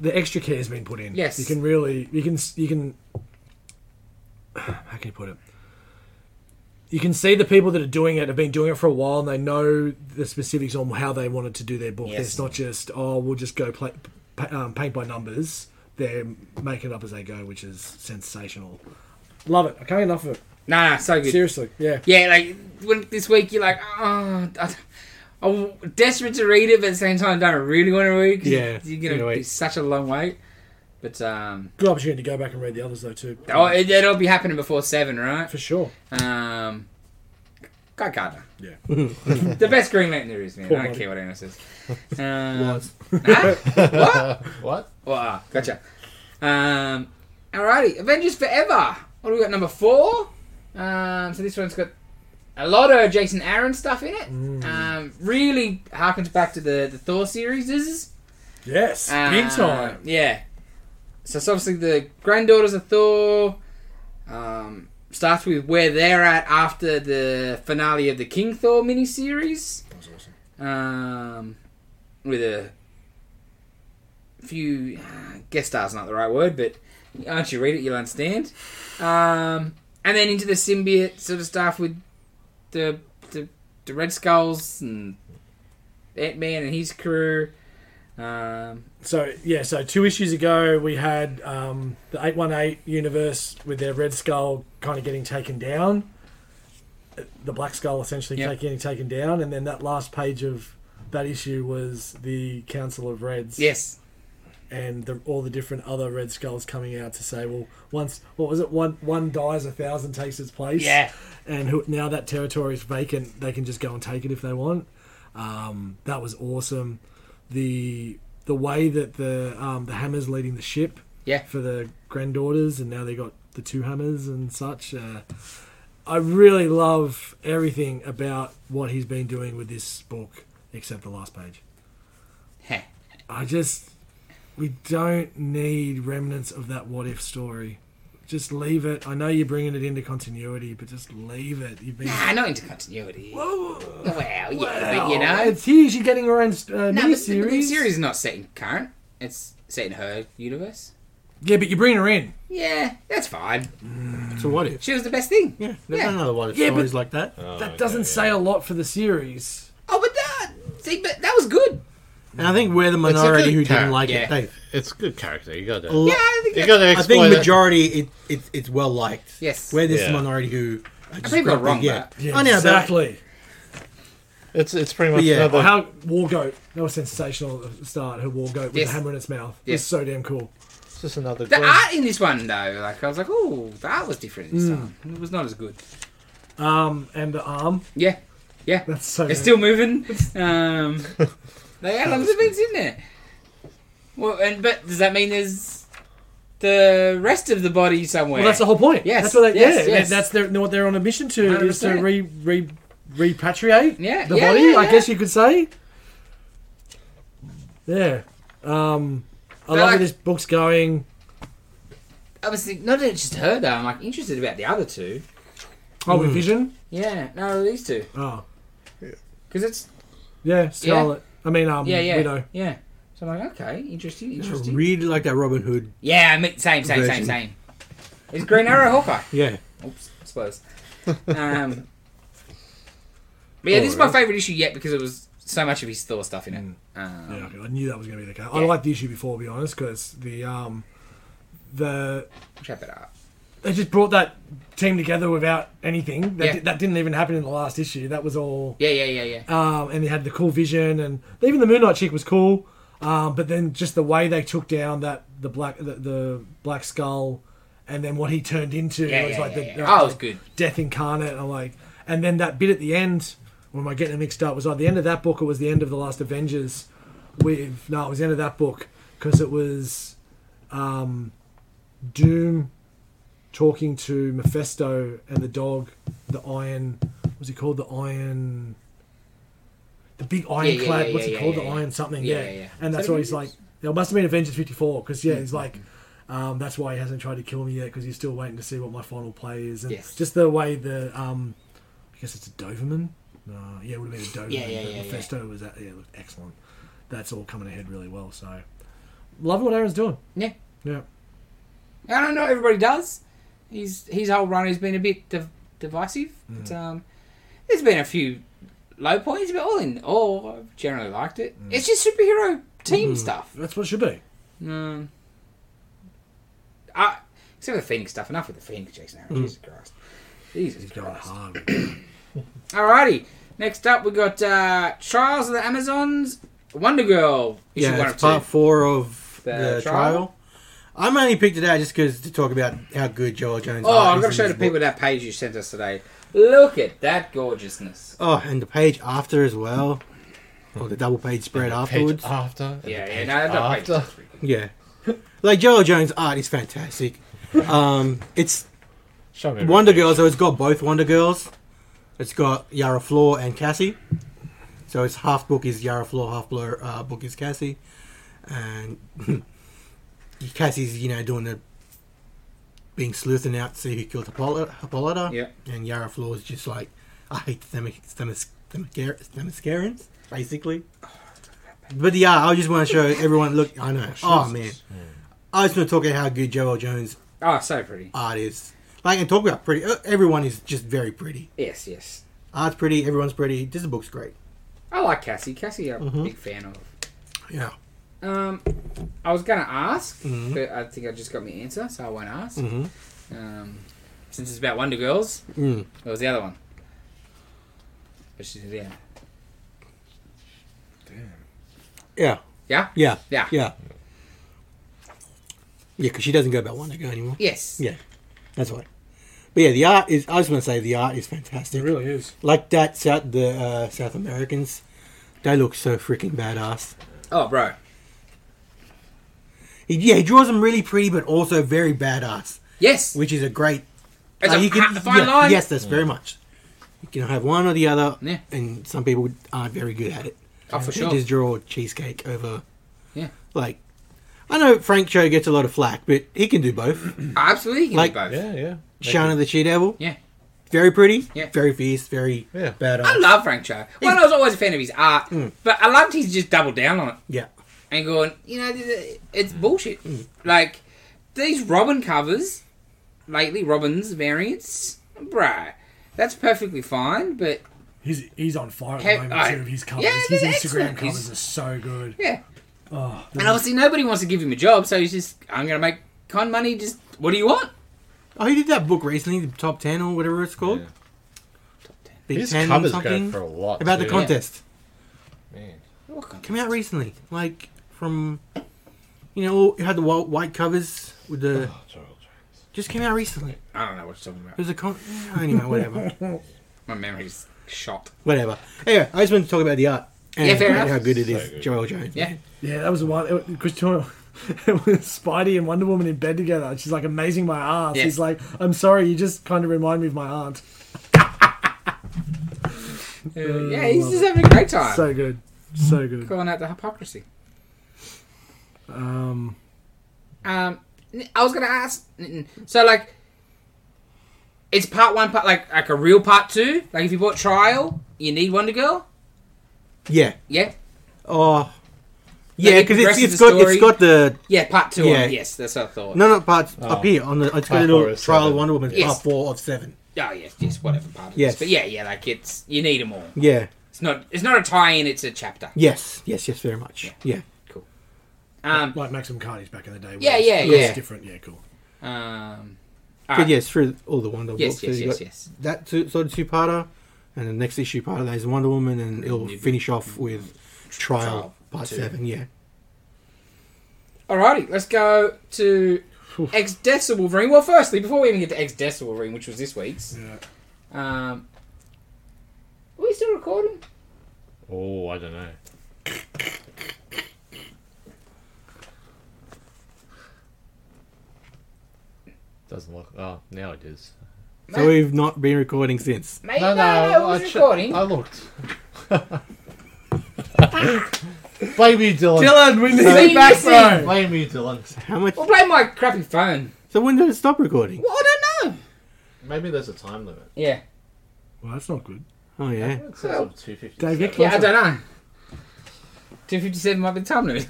[SPEAKER 3] the extra care has been put in.
[SPEAKER 1] Yes.
[SPEAKER 3] you can really, you can, you can. How can you put it? you can see the people that are doing it have been doing it for a while and they know the specifics on how they wanted to do their book.
[SPEAKER 1] Yes.
[SPEAKER 3] It's not just oh we'll just go play, pa- um, paint by numbers. They're making it up as they go, which is sensational. Love it. I can't get enough of it.
[SPEAKER 1] Nah, nah, so good.
[SPEAKER 3] Seriously, yeah.
[SPEAKER 1] Yeah, like when, this week you're like, oh, I, I'm desperate to read it, but at the same time, I don't really want to read. 'cause
[SPEAKER 3] Yeah,
[SPEAKER 1] you're gonna
[SPEAKER 3] anyway.
[SPEAKER 1] be such a long wait. But um,
[SPEAKER 3] Good opportunity to go back and read the others though too.
[SPEAKER 1] oh, it, it'll be happening before seven, right?
[SPEAKER 3] for sure.
[SPEAKER 1] Um, Guy
[SPEAKER 3] [laughs]
[SPEAKER 1] Gardner,
[SPEAKER 3] Yeah.
[SPEAKER 1] the best Green Lantern there is, man.
[SPEAKER 3] Poor
[SPEAKER 1] I don't
[SPEAKER 3] buddy.
[SPEAKER 1] care what anyone
[SPEAKER 3] [laughs]
[SPEAKER 1] says. Um,
[SPEAKER 4] Was.
[SPEAKER 1] huh? [laughs] What?
[SPEAKER 2] What?
[SPEAKER 1] Well, ah, gotcha. Um, alrighty, Avengers Forever. What do we got? Number four. Um, so this one's got a lot of Jason Aaron stuff in it.
[SPEAKER 3] Mm.
[SPEAKER 1] Um, really harkens back to the the Thor series.
[SPEAKER 3] Yes.
[SPEAKER 1] Uh,
[SPEAKER 3] Big time.
[SPEAKER 1] Yeah. So it's obviously the granddaughters of Thor. Um, starts with where they're at after the finale of the King Thor miniseries
[SPEAKER 3] That was awesome.
[SPEAKER 1] um, with a few uh, guest stars. Not the right word, but once you read it, you'll understand. Um, and then into the symbiote sort of stuff with the the, the Red Skulls and Ant Man and his crew. Um,
[SPEAKER 3] So yeah, so two issues ago we had um, the eight one eight universe with their Red Skull kind of getting taken down, the Black Skull essentially
[SPEAKER 1] Yep.
[SPEAKER 3] take- getting taken down, and then that last page of that issue was the Council of Reds.
[SPEAKER 1] yes,
[SPEAKER 3] and the, all the different other Red Skulls coming out to say, well, once what was it? One one dies, a thousand takes its place.
[SPEAKER 1] Yeah.
[SPEAKER 3] and who, now that territory is vacant, they can just go and take it if they want. Um, that was awesome. The the way that the um, the hammers leading the ship
[SPEAKER 1] Yeah.
[SPEAKER 3] for the granddaughters, and now they got the two hammers and such. Uh, I really love everything about what he's been doing with this book, except the last page.
[SPEAKER 1] Heh.
[SPEAKER 3] I just we don't need remnants of that what if story. Just leave it. I know you're bringing it into continuity, but just leave it.
[SPEAKER 1] [laughs]
[SPEAKER 3] You've been.
[SPEAKER 1] nah, not into continuity. Well,
[SPEAKER 3] Oh,
[SPEAKER 1] yeah,
[SPEAKER 3] well,
[SPEAKER 1] but you know,
[SPEAKER 3] it's huge. You're getting your own uh,
[SPEAKER 1] nah,
[SPEAKER 3] mini
[SPEAKER 1] but the, the
[SPEAKER 3] series.
[SPEAKER 1] series is not set in current. It's set in her universe.
[SPEAKER 3] Yeah, but you bring her in.
[SPEAKER 1] Yeah, that's fine.
[SPEAKER 4] So what if?
[SPEAKER 1] She was the best thing.
[SPEAKER 4] Yeah, there's
[SPEAKER 1] Yeah.
[SPEAKER 4] another what if
[SPEAKER 3] Yeah, but-
[SPEAKER 4] stories like that.
[SPEAKER 2] Oh,
[SPEAKER 3] that
[SPEAKER 2] okay,
[SPEAKER 3] doesn't
[SPEAKER 2] yeah.
[SPEAKER 3] say a lot for the series.
[SPEAKER 1] Oh, but that see, but that was good.
[SPEAKER 4] And I think we're the
[SPEAKER 2] a
[SPEAKER 4] minority
[SPEAKER 2] good
[SPEAKER 4] who
[SPEAKER 2] character,
[SPEAKER 4] didn't like
[SPEAKER 1] yeah.
[SPEAKER 4] it, Dave.
[SPEAKER 2] It's good character. You got to.
[SPEAKER 4] A lo-
[SPEAKER 1] Yeah, I think
[SPEAKER 2] You
[SPEAKER 1] that-
[SPEAKER 2] got to
[SPEAKER 4] I think
[SPEAKER 2] explain. it.
[SPEAKER 4] majority it, it it's well liked.
[SPEAKER 1] Yes.
[SPEAKER 4] Where there's
[SPEAKER 2] Yeah.
[SPEAKER 4] the minority who are just
[SPEAKER 1] people are
[SPEAKER 4] grumpy,
[SPEAKER 1] wrong,
[SPEAKER 4] Yeah.
[SPEAKER 1] but-
[SPEAKER 3] Yeah,
[SPEAKER 4] I know, but-
[SPEAKER 3] exactly.
[SPEAKER 2] It's it's pretty much
[SPEAKER 4] yeah,
[SPEAKER 2] another.
[SPEAKER 3] Or how War Goat. That was sensational at the start. Her War Goat with
[SPEAKER 1] Yes.
[SPEAKER 3] a hammer in its mouth.
[SPEAKER 1] Yes.
[SPEAKER 3] It's so damn cool.
[SPEAKER 2] it's just another.
[SPEAKER 1] The
[SPEAKER 2] Glenn.
[SPEAKER 1] art in this one though, like I was like, oh, the art was different this
[SPEAKER 3] Hmm.
[SPEAKER 1] time. It was not as good.
[SPEAKER 3] Um, and the arm.
[SPEAKER 1] Yeah, yeah.
[SPEAKER 3] That's so.
[SPEAKER 1] It's still moving. Um,
[SPEAKER 3] [laughs]
[SPEAKER 1] they had lots of bits in there. Well, and but does that mean there's the rest of the body somewhere?
[SPEAKER 3] Well, that's the whole point.
[SPEAKER 1] Yes,
[SPEAKER 3] That's what they,
[SPEAKER 1] yes,
[SPEAKER 3] yeah,
[SPEAKER 1] yes.
[SPEAKER 3] that's their, what they're on a mission to is to
[SPEAKER 1] 100%.
[SPEAKER 3] re, re, repatriate
[SPEAKER 1] Yeah,
[SPEAKER 3] the
[SPEAKER 1] yeah,
[SPEAKER 3] body,
[SPEAKER 1] yeah,
[SPEAKER 3] I
[SPEAKER 1] yeah.
[SPEAKER 3] guess you could say. Yeah. Um, I
[SPEAKER 1] But
[SPEAKER 3] love
[SPEAKER 1] like-
[SPEAKER 3] where this book's going.
[SPEAKER 1] I was thinking, not that it's just her though. I'm like interested about the other two.
[SPEAKER 3] Oh, with Vision?
[SPEAKER 1] Yeah, no, these two
[SPEAKER 3] Oh,
[SPEAKER 1] because it's
[SPEAKER 3] yeah, Scarlet. I mean, um,
[SPEAKER 1] yeah, yeah,
[SPEAKER 3] Widow.
[SPEAKER 1] yeah. So I'm like, okay, interesting,
[SPEAKER 4] I
[SPEAKER 1] interesting.
[SPEAKER 4] really like that Robin Hood.
[SPEAKER 1] yeah, I mean, same, same, same,
[SPEAKER 4] Version.
[SPEAKER 1] same. Is Green Arrow Hawkeye?
[SPEAKER 4] Yeah.
[SPEAKER 1] Oops, I suppose. Um, but yeah, this is my favourite issue yet because it was so much of his Thor stuff in it.
[SPEAKER 3] Mm.
[SPEAKER 1] Um,
[SPEAKER 3] Yeah, okay, I knew that was going to be the case. I
[SPEAKER 1] Yeah.
[SPEAKER 3] liked the issue before, to be honest, because the um, the
[SPEAKER 1] Check that out.
[SPEAKER 3] they just brought that team together without anything. That,
[SPEAKER 1] Yeah.
[SPEAKER 3] di- that didn't even happen in the last issue. That was all.
[SPEAKER 1] Yeah, yeah, yeah, yeah.
[SPEAKER 3] um, and they had the cool vision, and even the Moon Knight chick was cool. Um, but then just the way they took down that the black the, the Black Skull, and then what he turned into
[SPEAKER 1] Yeah,
[SPEAKER 3] was
[SPEAKER 1] yeah,
[SPEAKER 3] like
[SPEAKER 1] yeah,
[SPEAKER 3] the
[SPEAKER 1] yeah. Oh, it was good.
[SPEAKER 3] Death Incarnate. and I'm like, and then that bit at the end, or am I getting it mixed up? Was like the end of that book, or was the end of the Last Avengers? With no, it was the end of that book because it was um, Doom talking to Mephisto and the dog, the Iron. Was he called the Iron? The big ironclad.
[SPEAKER 1] yeah,
[SPEAKER 3] what's
[SPEAKER 1] yeah,
[SPEAKER 3] he called?
[SPEAKER 1] yeah,
[SPEAKER 3] the
[SPEAKER 1] yeah.
[SPEAKER 3] Iron something.
[SPEAKER 1] Yeah,
[SPEAKER 3] Yeah,
[SPEAKER 1] yeah, yeah. Hmm.
[SPEAKER 3] And that's
[SPEAKER 1] So
[SPEAKER 3] why he's
[SPEAKER 1] he-
[SPEAKER 3] like. It must have been Avengers fifty four because yeah, he's like. Um, that's why he hasn't tried to kill me yet because he's still waiting to see what my final play is. And
[SPEAKER 1] Yes.
[SPEAKER 3] Just the way the um, I guess it's a Doberman. Uh, yeah, it would have been a Doberman.
[SPEAKER 1] Yeah, yeah,
[SPEAKER 3] but
[SPEAKER 1] yeah, yeah.
[SPEAKER 3] Mephisto was that. Yeah, it looked excellent. That's all coming ahead really well. So, love what Aaron's doing.
[SPEAKER 1] Yeah.
[SPEAKER 3] Yeah.
[SPEAKER 1] I don't know. Everybody does. He's his whole run has been a bit de- divisive. But, um, there's been a few low points, but all in all, I've generally liked it. It's just superhero team stuff.
[SPEAKER 3] That's what it should be.
[SPEAKER 1] Um, I, except for the Phoenix stuff. Enough with the Phoenix, Jason Aaron. Jesus Christ. Jesus
[SPEAKER 3] He's going
[SPEAKER 1] Christ.
[SPEAKER 3] [clears throat] hard.
[SPEAKER 1] Alrighty. Next up, we got uh, Trials of the Amazons, Wonder Girl. Issue
[SPEAKER 4] yeah,
[SPEAKER 1] one
[SPEAKER 4] it's
[SPEAKER 1] of
[SPEAKER 4] part
[SPEAKER 1] two.
[SPEAKER 4] four of
[SPEAKER 1] The
[SPEAKER 4] the,
[SPEAKER 1] trial?
[SPEAKER 4] trial. I mainly picked it out just because to talk about how good Joel Jones.
[SPEAKER 1] Oh, I'm
[SPEAKER 4] art
[SPEAKER 1] going
[SPEAKER 4] is
[SPEAKER 1] to
[SPEAKER 4] in
[SPEAKER 1] show
[SPEAKER 4] this
[SPEAKER 1] the
[SPEAKER 4] book.
[SPEAKER 1] people that page you sent us today. Look at that gorgeousness.
[SPEAKER 4] Oh, and the page after as well, or the double page
[SPEAKER 2] Page
[SPEAKER 4] spread afterwards.
[SPEAKER 2] after. and the
[SPEAKER 1] Yeah, yeah,
[SPEAKER 2] page
[SPEAKER 1] no, that page
[SPEAKER 2] after.
[SPEAKER 1] looks pretty good.
[SPEAKER 4] Yeah, like Joel Jones' art is fantastic. um, it's
[SPEAKER 2] Show me. every
[SPEAKER 4] Wonder
[SPEAKER 2] page.
[SPEAKER 4] Girl, so it's got both Wonder Girls. It's got Yara Floor and Cassie. So it's half book is Yara Floor, half blur, uh, book is Cassie, and [laughs] Cassie's you know doing the being sleuthing out to see who killed Hippolyta, Hippolyta.
[SPEAKER 1] Yeah.
[SPEAKER 4] and Yara Floor is just like I hate Themiscarans, basically. But yeah, I just want to show everyone. Look, I know. Oh man, I just want to talk about how good Joel Jones'
[SPEAKER 1] Oh, so pretty.
[SPEAKER 4] art is. Like and talk about pretty. uh, Everyone is just very pretty.
[SPEAKER 1] Yes, yes.
[SPEAKER 4] Art's pretty. Everyone's pretty. This book's great.
[SPEAKER 1] I like Cassie. Cassie, I'm a big fan of.
[SPEAKER 4] Yeah.
[SPEAKER 1] Um, I was gonna ask, but I think I just got my answer, so I won't ask. Um, since it's about Wonder Girls,
[SPEAKER 4] Mm.
[SPEAKER 1] what was the other one? But she's yeah,
[SPEAKER 4] Yeah.
[SPEAKER 1] yeah,
[SPEAKER 4] Yeah.
[SPEAKER 1] Yeah.
[SPEAKER 4] Yeah. Yeah, because she doesn't go about Wonder Girl anymore.
[SPEAKER 1] yes,
[SPEAKER 4] Yeah. That's why. But yeah, the art is. I just want to say the art is fantastic.
[SPEAKER 3] It really is.
[SPEAKER 4] Like that, South, the uh, South Americans, they look so freaking badass.
[SPEAKER 1] Oh, bro,
[SPEAKER 4] He, yeah, he draws them really pretty, but also very badass,
[SPEAKER 1] yes.
[SPEAKER 4] which is a great.
[SPEAKER 1] It's
[SPEAKER 4] like,
[SPEAKER 1] a
[SPEAKER 4] Ah, Uh, you
[SPEAKER 1] pa- fine
[SPEAKER 4] yeah,
[SPEAKER 1] line.
[SPEAKER 4] Yes, that's
[SPEAKER 2] Mm.
[SPEAKER 4] very much. You can have one or the other,
[SPEAKER 1] Yeah.
[SPEAKER 4] and some people aren't very good at it.
[SPEAKER 1] Oh, for
[SPEAKER 4] They
[SPEAKER 1] sure.
[SPEAKER 4] just draw cheesecake over.
[SPEAKER 1] Yeah.
[SPEAKER 4] Like, I know Frank Cho gets a lot of flack, but he can do both.
[SPEAKER 1] Absolutely, you can do
[SPEAKER 4] Like-
[SPEAKER 1] both.
[SPEAKER 2] Yeah, yeah.
[SPEAKER 4] Shana the She Devil,
[SPEAKER 1] Yeah.
[SPEAKER 4] very pretty,
[SPEAKER 1] Yeah.
[SPEAKER 4] very fierce, very
[SPEAKER 2] Yeah.
[SPEAKER 4] badass.
[SPEAKER 1] I love Frank Cho. Well, I was always a fan of his art,
[SPEAKER 4] Mm.
[SPEAKER 1] but I loved he's just doubled down on it.
[SPEAKER 4] yeah.
[SPEAKER 1] and going, you know, th- th- it's
[SPEAKER 4] Mm.
[SPEAKER 1] bullshit. Like these Robin covers lately, Robin's variants, bruh, that's perfectly fine. But
[SPEAKER 3] He's he's on fire at
[SPEAKER 1] Hey,
[SPEAKER 3] the moment
[SPEAKER 1] I-
[SPEAKER 3] too with his covers.
[SPEAKER 1] Yeah,
[SPEAKER 3] his
[SPEAKER 1] they're
[SPEAKER 3] Instagram
[SPEAKER 1] excellent.
[SPEAKER 3] covers
[SPEAKER 1] He's-
[SPEAKER 3] are so good.
[SPEAKER 1] yeah,
[SPEAKER 3] Oh,
[SPEAKER 4] Mm.
[SPEAKER 1] and obviously nobody wants to give him a job, so he's just, I'm gonna make con money. Just what do you want?
[SPEAKER 4] Oh, he did that book recently, the Top Ten or whatever it's called.
[SPEAKER 2] Yeah.
[SPEAKER 4] Big
[SPEAKER 2] His
[SPEAKER 4] 10
[SPEAKER 2] covers
[SPEAKER 4] something.
[SPEAKER 2] go for a lot.
[SPEAKER 4] about the
[SPEAKER 2] too.
[SPEAKER 4] contest.
[SPEAKER 2] Man.
[SPEAKER 1] What con-
[SPEAKER 4] Came out recently, like from, you know, it had the white, white covers with the.
[SPEAKER 2] Oh, Joel Jones.
[SPEAKER 4] Just came out recently. It
[SPEAKER 1] I don't know what you're talking about.
[SPEAKER 4] was a con. [laughs] Anyway, whatever,
[SPEAKER 1] My memory's shot.
[SPEAKER 4] whatever. Anyway, I just wanted to talk about the art and
[SPEAKER 1] Yeah, fair enough.
[SPEAKER 4] how good it
[SPEAKER 2] So
[SPEAKER 4] is,
[SPEAKER 2] good.
[SPEAKER 4] Joel Jones.
[SPEAKER 1] Yeah,
[SPEAKER 3] yeah, that was the one. It, Christina, [laughs] it was Spidey and Wonder Woman in bed together. and She's like, amazing my ass.
[SPEAKER 1] Yes.
[SPEAKER 3] He's like, I'm sorry, you just kind of remind me of my aunt.
[SPEAKER 1] Uh, [laughs] yeah, he's just having a great time.
[SPEAKER 3] So good, so good.
[SPEAKER 1] calling out the hypocrisy.
[SPEAKER 3] Um,
[SPEAKER 1] Um, n- I was gonna ask. n- n- So like, it's part one, part like like a real part two. Like if you bought Trial, you need Wonder Girl.
[SPEAKER 4] Yeah.
[SPEAKER 1] Yeah,
[SPEAKER 4] Oh. Yeah,
[SPEAKER 1] it
[SPEAKER 4] because it's,
[SPEAKER 1] progresses
[SPEAKER 4] it's
[SPEAKER 1] the
[SPEAKER 4] got
[SPEAKER 1] story.
[SPEAKER 4] it's got the
[SPEAKER 1] yeah, part two.
[SPEAKER 4] Yeah.
[SPEAKER 1] On, yes, that's what I thought.
[SPEAKER 4] no no parts
[SPEAKER 2] Oh.
[SPEAKER 4] up here on the it's got
[SPEAKER 2] Part
[SPEAKER 4] a
[SPEAKER 2] four
[SPEAKER 4] little
[SPEAKER 2] of
[SPEAKER 4] trial
[SPEAKER 2] seven.
[SPEAKER 4] Wonder Woman
[SPEAKER 1] Yes.
[SPEAKER 4] part four of seven.
[SPEAKER 1] Oh yes, yes, whatever part. Of
[SPEAKER 4] Yes.
[SPEAKER 1] this. but yeah, yeah, like it's you need them all.
[SPEAKER 4] Yeah.
[SPEAKER 1] It's not it's not a tie-in. It's a chapter.
[SPEAKER 4] Yes. Yes. Yes. Very much. Yeah.
[SPEAKER 1] Um,
[SPEAKER 3] like Maxim Carney's back in the day.
[SPEAKER 1] Yeah,
[SPEAKER 3] where
[SPEAKER 1] yeah,
[SPEAKER 3] it was
[SPEAKER 1] yeah.
[SPEAKER 3] Different, yeah, cool.
[SPEAKER 1] um,
[SPEAKER 4] But yes, through all the Wonder
[SPEAKER 1] yes,
[SPEAKER 4] books,
[SPEAKER 1] yes,
[SPEAKER 4] so you
[SPEAKER 1] yes,
[SPEAKER 4] got
[SPEAKER 1] yes.
[SPEAKER 4] that two, sort of two-parter, and the next issue part of that is Wonder Woman, and it'll finish off with Trial,
[SPEAKER 1] Trial
[SPEAKER 4] Part
[SPEAKER 1] two.
[SPEAKER 4] Seven. Yeah.
[SPEAKER 1] Alrighty, let's go to Ex Decibel Wolverine. Well, firstly, before we even get to Ex Decibel Wolverine, which was this week's,
[SPEAKER 3] Yeah.
[SPEAKER 1] um, are we still recording?
[SPEAKER 2] Oh, I don't know. Doesn't look. Oh, now it is.
[SPEAKER 4] So we've not been recording since.
[SPEAKER 1] Mate, no, no, it was
[SPEAKER 2] I che-
[SPEAKER 1] recording.
[SPEAKER 2] I looked. Blame me, Dylan.
[SPEAKER 3] Dylan, we need
[SPEAKER 1] See,
[SPEAKER 3] it back,
[SPEAKER 1] see.
[SPEAKER 3] bro.
[SPEAKER 2] Blame me, Dylan.
[SPEAKER 4] How much?
[SPEAKER 1] Well, blame my crappy phone.
[SPEAKER 4] So when did it stop recording?
[SPEAKER 1] Well, I don't know.
[SPEAKER 2] Maybe there's a time limit.
[SPEAKER 1] Yeah.
[SPEAKER 3] Well, that's not good.
[SPEAKER 4] Oh yeah.
[SPEAKER 2] It says
[SPEAKER 1] Well,
[SPEAKER 2] up to 250.
[SPEAKER 3] Dave, get
[SPEAKER 1] Yeah, I
[SPEAKER 3] Awesome.
[SPEAKER 1] don't know. [laughs] 257 might be the time limit.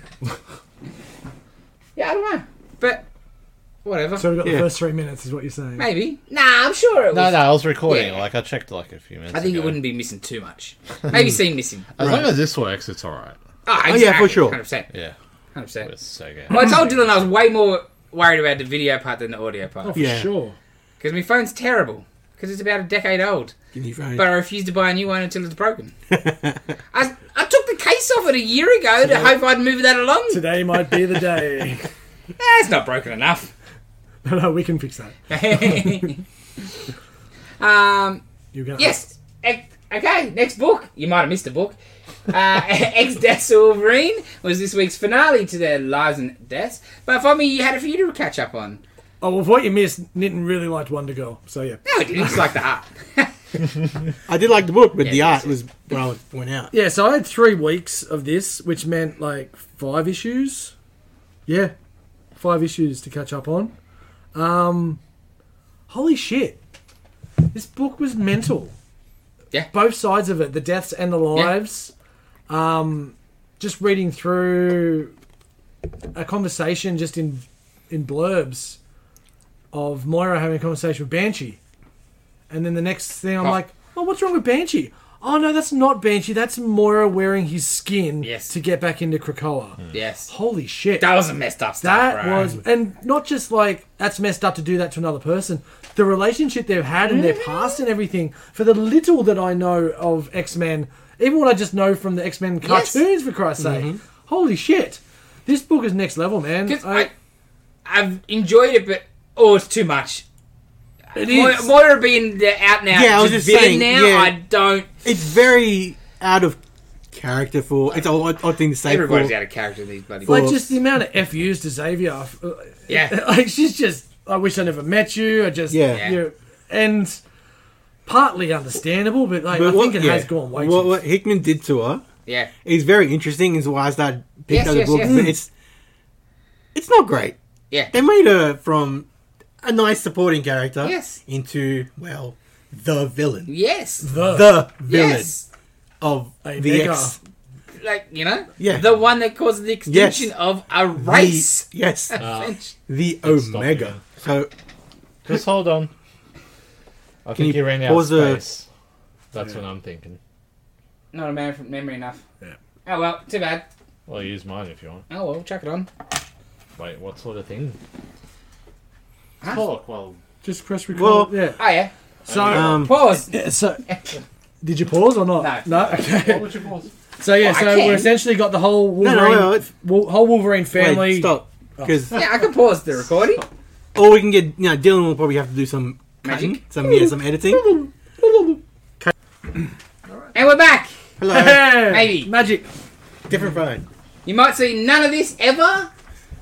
[SPEAKER 1] yeah, I don't know. But Whatever.
[SPEAKER 3] So we got
[SPEAKER 4] Yeah.
[SPEAKER 3] the first three minutes, is what you're saying.
[SPEAKER 1] Maybe. Nah, I'm sure it
[SPEAKER 2] No,
[SPEAKER 1] was.
[SPEAKER 2] no, I was recording.
[SPEAKER 1] Yeah.
[SPEAKER 2] Like I checked like a few minutes.
[SPEAKER 1] I think
[SPEAKER 2] ago.
[SPEAKER 1] you wouldn't be missing too [laughs] much. Maybe seen missing.
[SPEAKER 2] As
[SPEAKER 4] Right.
[SPEAKER 2] long as this works, it's all right.
[SPEAKER 1] Oh,
[SPEAKER 4] yeah,
[SPEAKER 1] exactly.
[SPEAKER 4] for sure.
[SPEAKER 1] 100%.
[SPEAKER 2] Yeah,
[SPEAKER 1] 100%.
[SPEAKER 2] it's so good.
[SPEAKER 1] Well, I told Dylan I was way more worried about the video part than the audio part.
[SPEAKER 3] For
[SPEAKER 4] Yeah.
[SPEAKER 3] sure.
[SPEAKER 1] Because my phone's terrible. Because it's about a decade old.
[SPEAKER 4] Give me your phone.
[SPEAKER 1] But I refused to buy a new one until it's broken. I, I took the case off it a year ago to hope I'd move that along.
[SPEAKER 3] Today might be the day. [laughs]
[SPEAKER 1] Eh, it's not broken enough. [laughs]
[SPEAKER 3] no, no, we can fix that.
[SPEAKER 1] um,
[SPEAKER 3] You're gonna
[SPEAKER 1] yes. Ec- Okay, next book. You might have missed a book. Uh, [laughs] Ex Death Silverine was this week's finale to their lives and deaths. But for me, you had a few to catch up on.
[SPEAKER 3] Oh, well, what you missed, Nitin really liked Wonder Girl. So, yeah.
[SPEAKER 1] No, it didn't. It's like the art.
[SPEAKER 4] I did like the book, but the
[SPEAKER 1] yeah,
[SPEAKER 4] art
[SPEAKER 1] yeah.
[SPEAKER 4] was what I would point out.
[SPEAKER 3] Yeah, so I had three weeks of this, which meant like five issues. Yeah, five issues to catch up on. Um, holy shit. This book was mental.
[SPEAKER 1] Yeah.
[SPEAKER 3] Both sides of it, the deaths and the lives. Um, just reading through a conversation just in in blurbs of Moira having a conversation with Banshee. And then the next thing I'm
[SPEAKER 1] Oh.
[SPEAKER 3] like, oh, what's wrong with Banshee? Oh, no, that's not Banshee. That's Moira wearing his skin
[SPEAKER 1] Yes. Hmm.
[SPEAKER 3] to get back into Krakoa.
[SPEAKER 1] Yes.
[SPEAKER 3] Holy shit.
[SPEAKER 1] That was a messed up stuff,
[SPEAKER 3] That
[SPEAKER 1] bro.
[SPEAKER 3] was, and not just like that's messed up to do that to another person. The relationship they've had and their past and everything. For the little that I know of X Men, even what I just know from the X Men
[SPEAKER 1] Yes.
[SPEAKER 3] cartoons, for Christ's
[SPEAKER 4] Mm-hmm.
[SPEAKER 3] sake, holy shit! This book is next level, man.
[SPEAKER 1] 'Cause
[SPEAKER 3] I-
[SPEAKER 1] I, I've enjoyed it, but oh, it's too much.
[SPEAKER 3] it
[SPEAKER 1] Moira,
[SPEAKER 3] is.
[SPEAKER 1] Moira being the out now,
[SPEAKER 4] Yeah, I was just saying,
[SPEAKER 1] now.
[SPEAKER 4] yeah.
[SPEAKER 1] I don't.
[SPEAKER 4] It's very out of character for. It's an odd, odd thing to say.
[SPEAKER 1] Everybody's
[SPEAKER 4] for,
[SPEAKER 1] out of character in these bloody.
[SPEAKER 3] like
[SPEAKER 4] Well-
[SPEAKER 3] just the amount of FUs to Xavier.
[SPEAKER 1] Yeah.
[SPEAKER 3] [laughs] like she's just. I wish I never met you. I just.
[SPEAKER 4] Yeah. Yeah.
[SPEAKER 3] you- and partly understandable, but like I
[SPEAKER 4] But what-
[SPEAKER 3] think it
[SPEAKER 4] yeah.
[SPEAKER 3] has gone way
[SPEAKER 4] What,
[SPEAKER 3] too
[SPEAKER 4] what Hickman did to her
[SPEAKER 1] yeah,
[SPEAKER 4] is very interesting. Is why I started picking
[SPEAKER 1] Yes,
[SPEAKER 4] up the
[SPEAKER 1] yes,
[SPEAKER 4] book.
[SPEAKER 1] yes.
[SPEAKER 4] But it's it's not great.
[SPEAKER 1] yeah.
[SPEAKER 4] They made her from a nice supporting character
[SPEAKER 1] Yes.
[SPEAKER 4] into well the villain,
[SPEAKER 1] Yes.
[SPEAKER 3] The,
[SPEAKER 4] the villain
[SPEAKER 1] Yes.
[SPEAKER 4] of
[SPEAKER 3] A
[SPEAKER 4] the
[SPEAKER 3] mega
[SPEAKER 4] X
[SPEAKER 1] Like, you know?
[SPEAKER 4] Yeah.
[SPEAKER 1] The one that caused the extinction of a
[SPEAKER 4] the-
[SPEAKER 1] race.
[SPEAKER 4] yes,
[SPEAKER 2] Uh,
[SPEAKER 1] Essentially.
[SPEAKER 4] the
[SPEAKER 2] Let's stop
[SPEAKER 4] Omega. So
[SPEAKER 2] Just hold on. I think
[SPEAKER 4] you
[SPEAKER 2] he ran out of
[SPEAKER 4] pause the-
[SPEAKER 2] space. That's what I'm thinking.
[SPEAKER 1] Not a man from memory enough.
[SPEAKER 3] Yeah.
[SPEAKER 1] Oh, well, too bad.
[SPEAKER 2] Well, use mine if you want.
[SPEAKER 1] Oh, well, chuck it on.
[SPEAKER 2] Wait, what sort of thing?
[SPEAKER 1] Huh?
[SPEAKER 2] Talk. Well,
[SPEAKER 3] just press record.
[SPEAKER 4] Well-
[SPEAKER 3] yeah.
[SPEAKER 1] Oh, yeah.
[SPEAKER 3] So
[SPEAKER 4] um, [laughs]
[SPEAKER 1] Pause.
[SPEAKER 3] Yeah, so [laughs] did you pause or not?
[SPEAKER 1] No.
[SPEAKER 3] Okay.
[SPEAKER 2] would you pause?
[SPEAKER 3] So yeah,
[SPEAKER 1] Well, I
[SPEAKER 3] so
[SPEAKER 1] can.
[SPEAKER 3] we're essentially got the whole
[SPEAKER 4] no,
[SPEAKER 3] Wolverine,
[SPEAKER 4] no, it's-
[SPEAKER 3] Wol- whole Wolverine family.
[SPEAKER 4] wait,
[SPEAKER 3] [laughs]
[SPEAKER 4] stop because
[SPEAKER 1] yeah, I can pause the recording.
[SPEAKER 4] or we can get you know Dylan will probably have to do some cutting,
[SPEAKER 1] Magic?
[SPEAKER 4] some yeah, some editing.
[SPEAKER 1] And we're back.
[SPEAKER 4] [laughs] Hello,
[SPEAKER 3] Hey,
[SPEAKER 1] Maybe.
[SPEAKER 3] magic.
[SPEAKER 4] different phone.
[SPEAKER 1] You might see none of this ever.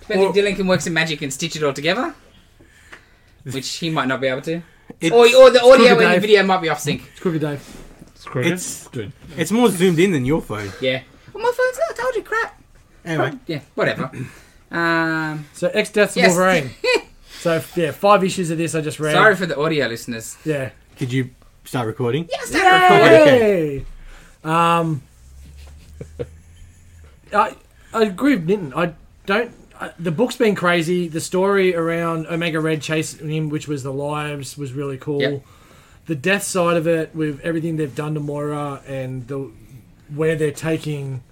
[SPEAKER 1] Depends
[SPEAKER 3] Or-
[SPEAKER 1] if Dylan can work some magic and stitch it all together. Which he might not be able to.
[SPEAKER 4] It's,
[SPEAKER 1] Or, or the audio
[SPEAKER 3] Screw the
[SPEAKER 1] and the
[SPEAKER 3] Dave.
[SPEAKER 1] video might be off sync.
[SPEAKER 3] It's crooked, Dave.
[SPEAKER 2] Screw
[SPEAKER 4] It's-
[SPEAKER 2] it. Good.
[SPEAKER 4] it's more zoomed in than your phone.
[SPEAKER 1] Yeah. Well, my phone's not. I told you crap.
[SPEAKER 4] Anyway,
[SPEAKER 1] Yeah, whatever. um,
[SPEAKER 3] So X Death's
[SPEAKER 1] Yes. [laughs]
[SPEAKER 3] Wolverine. so yeah, five issues of this I just read.
[SPEAKER 1] sorry for the audio listeners.
[SPEAKER 3] Yeah.
[SPEAKER 4] could you start recording?
[SPEAKER 1] Yeah, start recording.
[SPEAKER 3] Yay! Um, I I agree with Nitin. I don't. I, the book's been crazy. The story around Omega Red chasing him, which was the lives, was really cool.
[SPEAKER 1] Yep.
[SPEAKER 3] The death side of it, with everything they've done to Moira and the where they're taking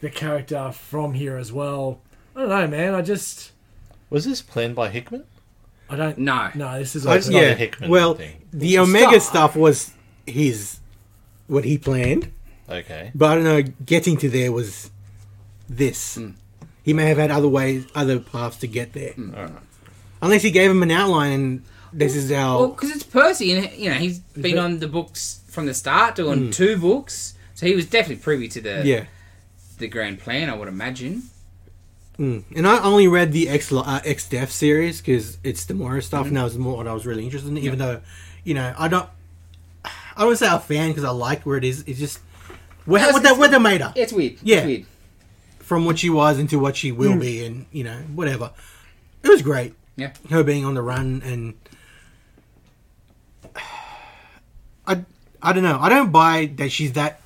[SPEAKER 3] the character from here as well. I don't know, man. I just
[SPEAKER 2] Was this planned by Hickman?
[SPEAKER 3] I don't.
[SPEAKER 1] No.
[SPEAKER 3] no. This is
[SPEAKER 4] I-
[SPEAKER 3] all-
[SPEAKER 2] not a Hickman
[SPEAKER 4] well,
[SPEAKER 2] thing.
[SPEAKER 4] the
[SPEAKER 3] Star.
[SPEAKER 4] Omega stuff was his what he planned,
[SPEAKER 2] Okay.
[SPEAKER 4] but I don't know. Getting to there was this. He may have had other ways, other paths to get there,
[SPEAKER 2] Alright.
[SPEAKER 4] unless he gave him an outline and this is how.
[SPEAKER 1] Well, because it's Percy, and you know he's been
[SPEAKER 3] it?
[SPEAKER 1] on the books from the start, doing two books, so he was definitely privy to the
[SPEAKER 4] Hmm. yeah,
[SPEAKER 1] the grand plan. I would imagine.
[SPEAKER 4] Mm. and I only read the X uh, X Def series because it's the Moira stuff, and that was more what I was really interested in. Even though, you know, I don't, I don't wanna say I'm a fan because I like where it is. It's just where,
[SPEAKER 1] That's-
[SPEAKER 4] what, they, what they made her.
[SPEAKER 1] It's weird.
[SPEAKER 4] Yeah.
[SPEAKER 1] it's weird.
[SPEAKER 4] from what she was into what she
[SPEAKER 1] Mm.
[SPEAKER 4] will be, and you know, whatever. It was great.
[SPEAKER 1] Yeah.
[SPEAKER 4] her being on the run, and [sighs] I, I don't know. I don't buy that she's that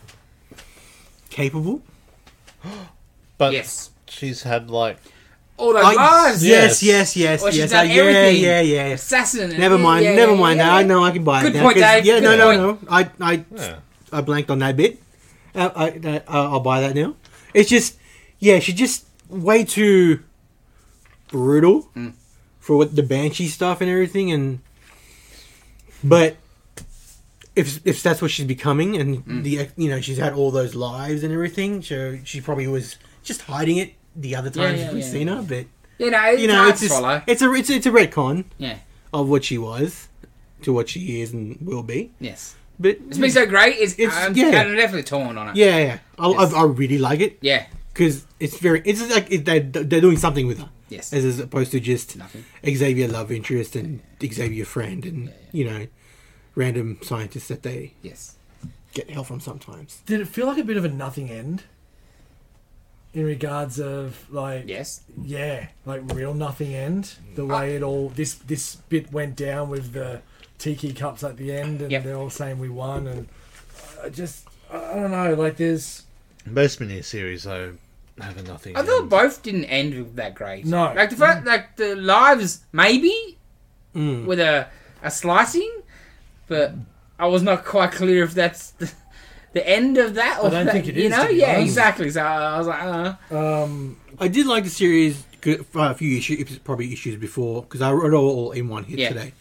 [SPEAKER 4] capable.
[SPEAKER 2] But
[SPEAKER 1] Yes.
[SPEAKER 2] she's had like
[SPEAKER 1] all those
[SPEAKER 4] I-
[SPEAKER 1] lives.
[SPEAKER 4] yes,
[SPEAKER 2] Yes.
[SPEAKER 4] yes, yes,
[SPEAKER 1] Or she's
[SPEAKER 4] yes.
[SPEAKER 1] done
[SPEAKER 4] yeah,
[SPEAKER 1] everything.
[SPEAKER 4] yeah, yeah.
[SPEAKER 1] Assassin. and-
[SPEAKER 4] Never mind,
[SPEAKER 1] yeah,
[SPEAKER 4] never
[SPEAKER 1] yeah,
[SPEAKER 4] mind.
[SPEAKER 1] yeah,
[SPEAKER 4] I
[SPEAKER 1] yeah.
[SPEAKER 4] know I can buy it.
[SPEAKER 1] Good
[SPEAKER 4] now,
[SPEAKER 1] point,
[SPEAKER 4] 'cause-
[SPEAKER 1] Dave.
[SPEAKER 4] Yeah,
[SPEAKER 1] Good
[SPEAKER 4] no,
[SPEAKER 1] point.
[SPEAKER 4] no, no. I, I,
[SPEAKER 2] Yeah.
[SPEAKER 4] I blanked on that bit. Uh, I, I, I'll buy that now. It's just, yeah, she's just way too brutal
[SPEAKER 1] Hmm.
[SPEAKER 4] for what the banshee stuff and everything. And but if if that's what she's becoming, and
[SPEAKER 1] Hmm.
[SPEAKER 4] the you know she's had all those lives and everything, so she probably was just hiding it the other
[SPEAKER 1] Yeah,
[SPEAKER 4] times
[SPEAKER 1] yeah,
[SPEAKER 4] we've
[SPEAKER 1] yeah,
[SPEAKER 4] seen
[SPEAKER 1] yeah.
[SPEAKER 4] her. But
[SPEAKER 1] You know, it's
[SPEAKER 4] you know,
[SPEAKER 1] hard
[SPEAKER 4] it's
[SPEAKER 1] to
[SPEAKER 4] just,
[SPEAKER 1] follow.
[SPEAKER 4] it's a it's it's a retcon
[SPEAKER 1] Yeah.
[SPEAKER 4] of what she was to what she is and will be.
[SPEAKER 1] Yes.
[SPEAKER 4] But
[SPEAKER 1] It's been so great. It's,
[SPEAKER 4] It's-
[SPEAKER 1] I'm,
[SPEAKER 4] yeah.
[SPEAKER 1] I'm definitely torn on it.
[SPEAKER 4] yeah, yeah. I,
[SPEAKER 1] Yes.
[SPEAKER 4] I, I really like it
[SPEAKER 1] Yeah.
[SPEAKER 4] because it's very it's just like it, they they're doing something with her
[SPEAKER 1] Yes.
[SPEAKER 4] as, as opposed to just
[SPEAKER 1] Nothing.
[SPEAKER 4] Xavier love interest and Xavier friend and you know random scientists that they
[SPEAKER 1] Yes.
[SPEAKER 4] get help from sometimes.
[SPEAKER 3] Did it feel like a bit of a nothing end? In regards of like
[SPEAKER 1] Yes.
[SPEAKER 3] yeah, like real nothing end. The
[SPEAKER 1] Mm.
[SPEAKER 3] way it all this this bit went down with the tiki cups at the end, and
[SPEAKER 1] Yep.
[SPEAKER 3] they're all saying we won, and I just I I don't know. Like there's
[SPEAKER 2] Most mini series though have a nothing.
[SPEAKER 1] I thought
[SPEAKER 2] end.
[SPEAKER 1] both didn't end with that great.
[SPEAKER 3] No.
[SPEAKER 1] Like the first, like the lives maybe with a a slicing, but I was not quite clear if that's the, the end of that. Or
[SPEAKER 3] don't
[SPEAKER 1] that-
[SPEAKER 3] think it
[SPEAKER 1] You
[SPEAKER 3] is,
[SPEAKER 1] know?
[SPEAKER 3] to be
[SPEAKER 1] Yeah.
[SPEAKER 3] honest.
[SPEAKER 1] Exactly. So I was like, uh,
[SPEAKER 3] um
[SPEAKER 4] I did like the series good- for a few issues, probably issues before, because I wrote it all in one hit
[SPEAKER 1] Yeah.
[SPEAKER 4] today.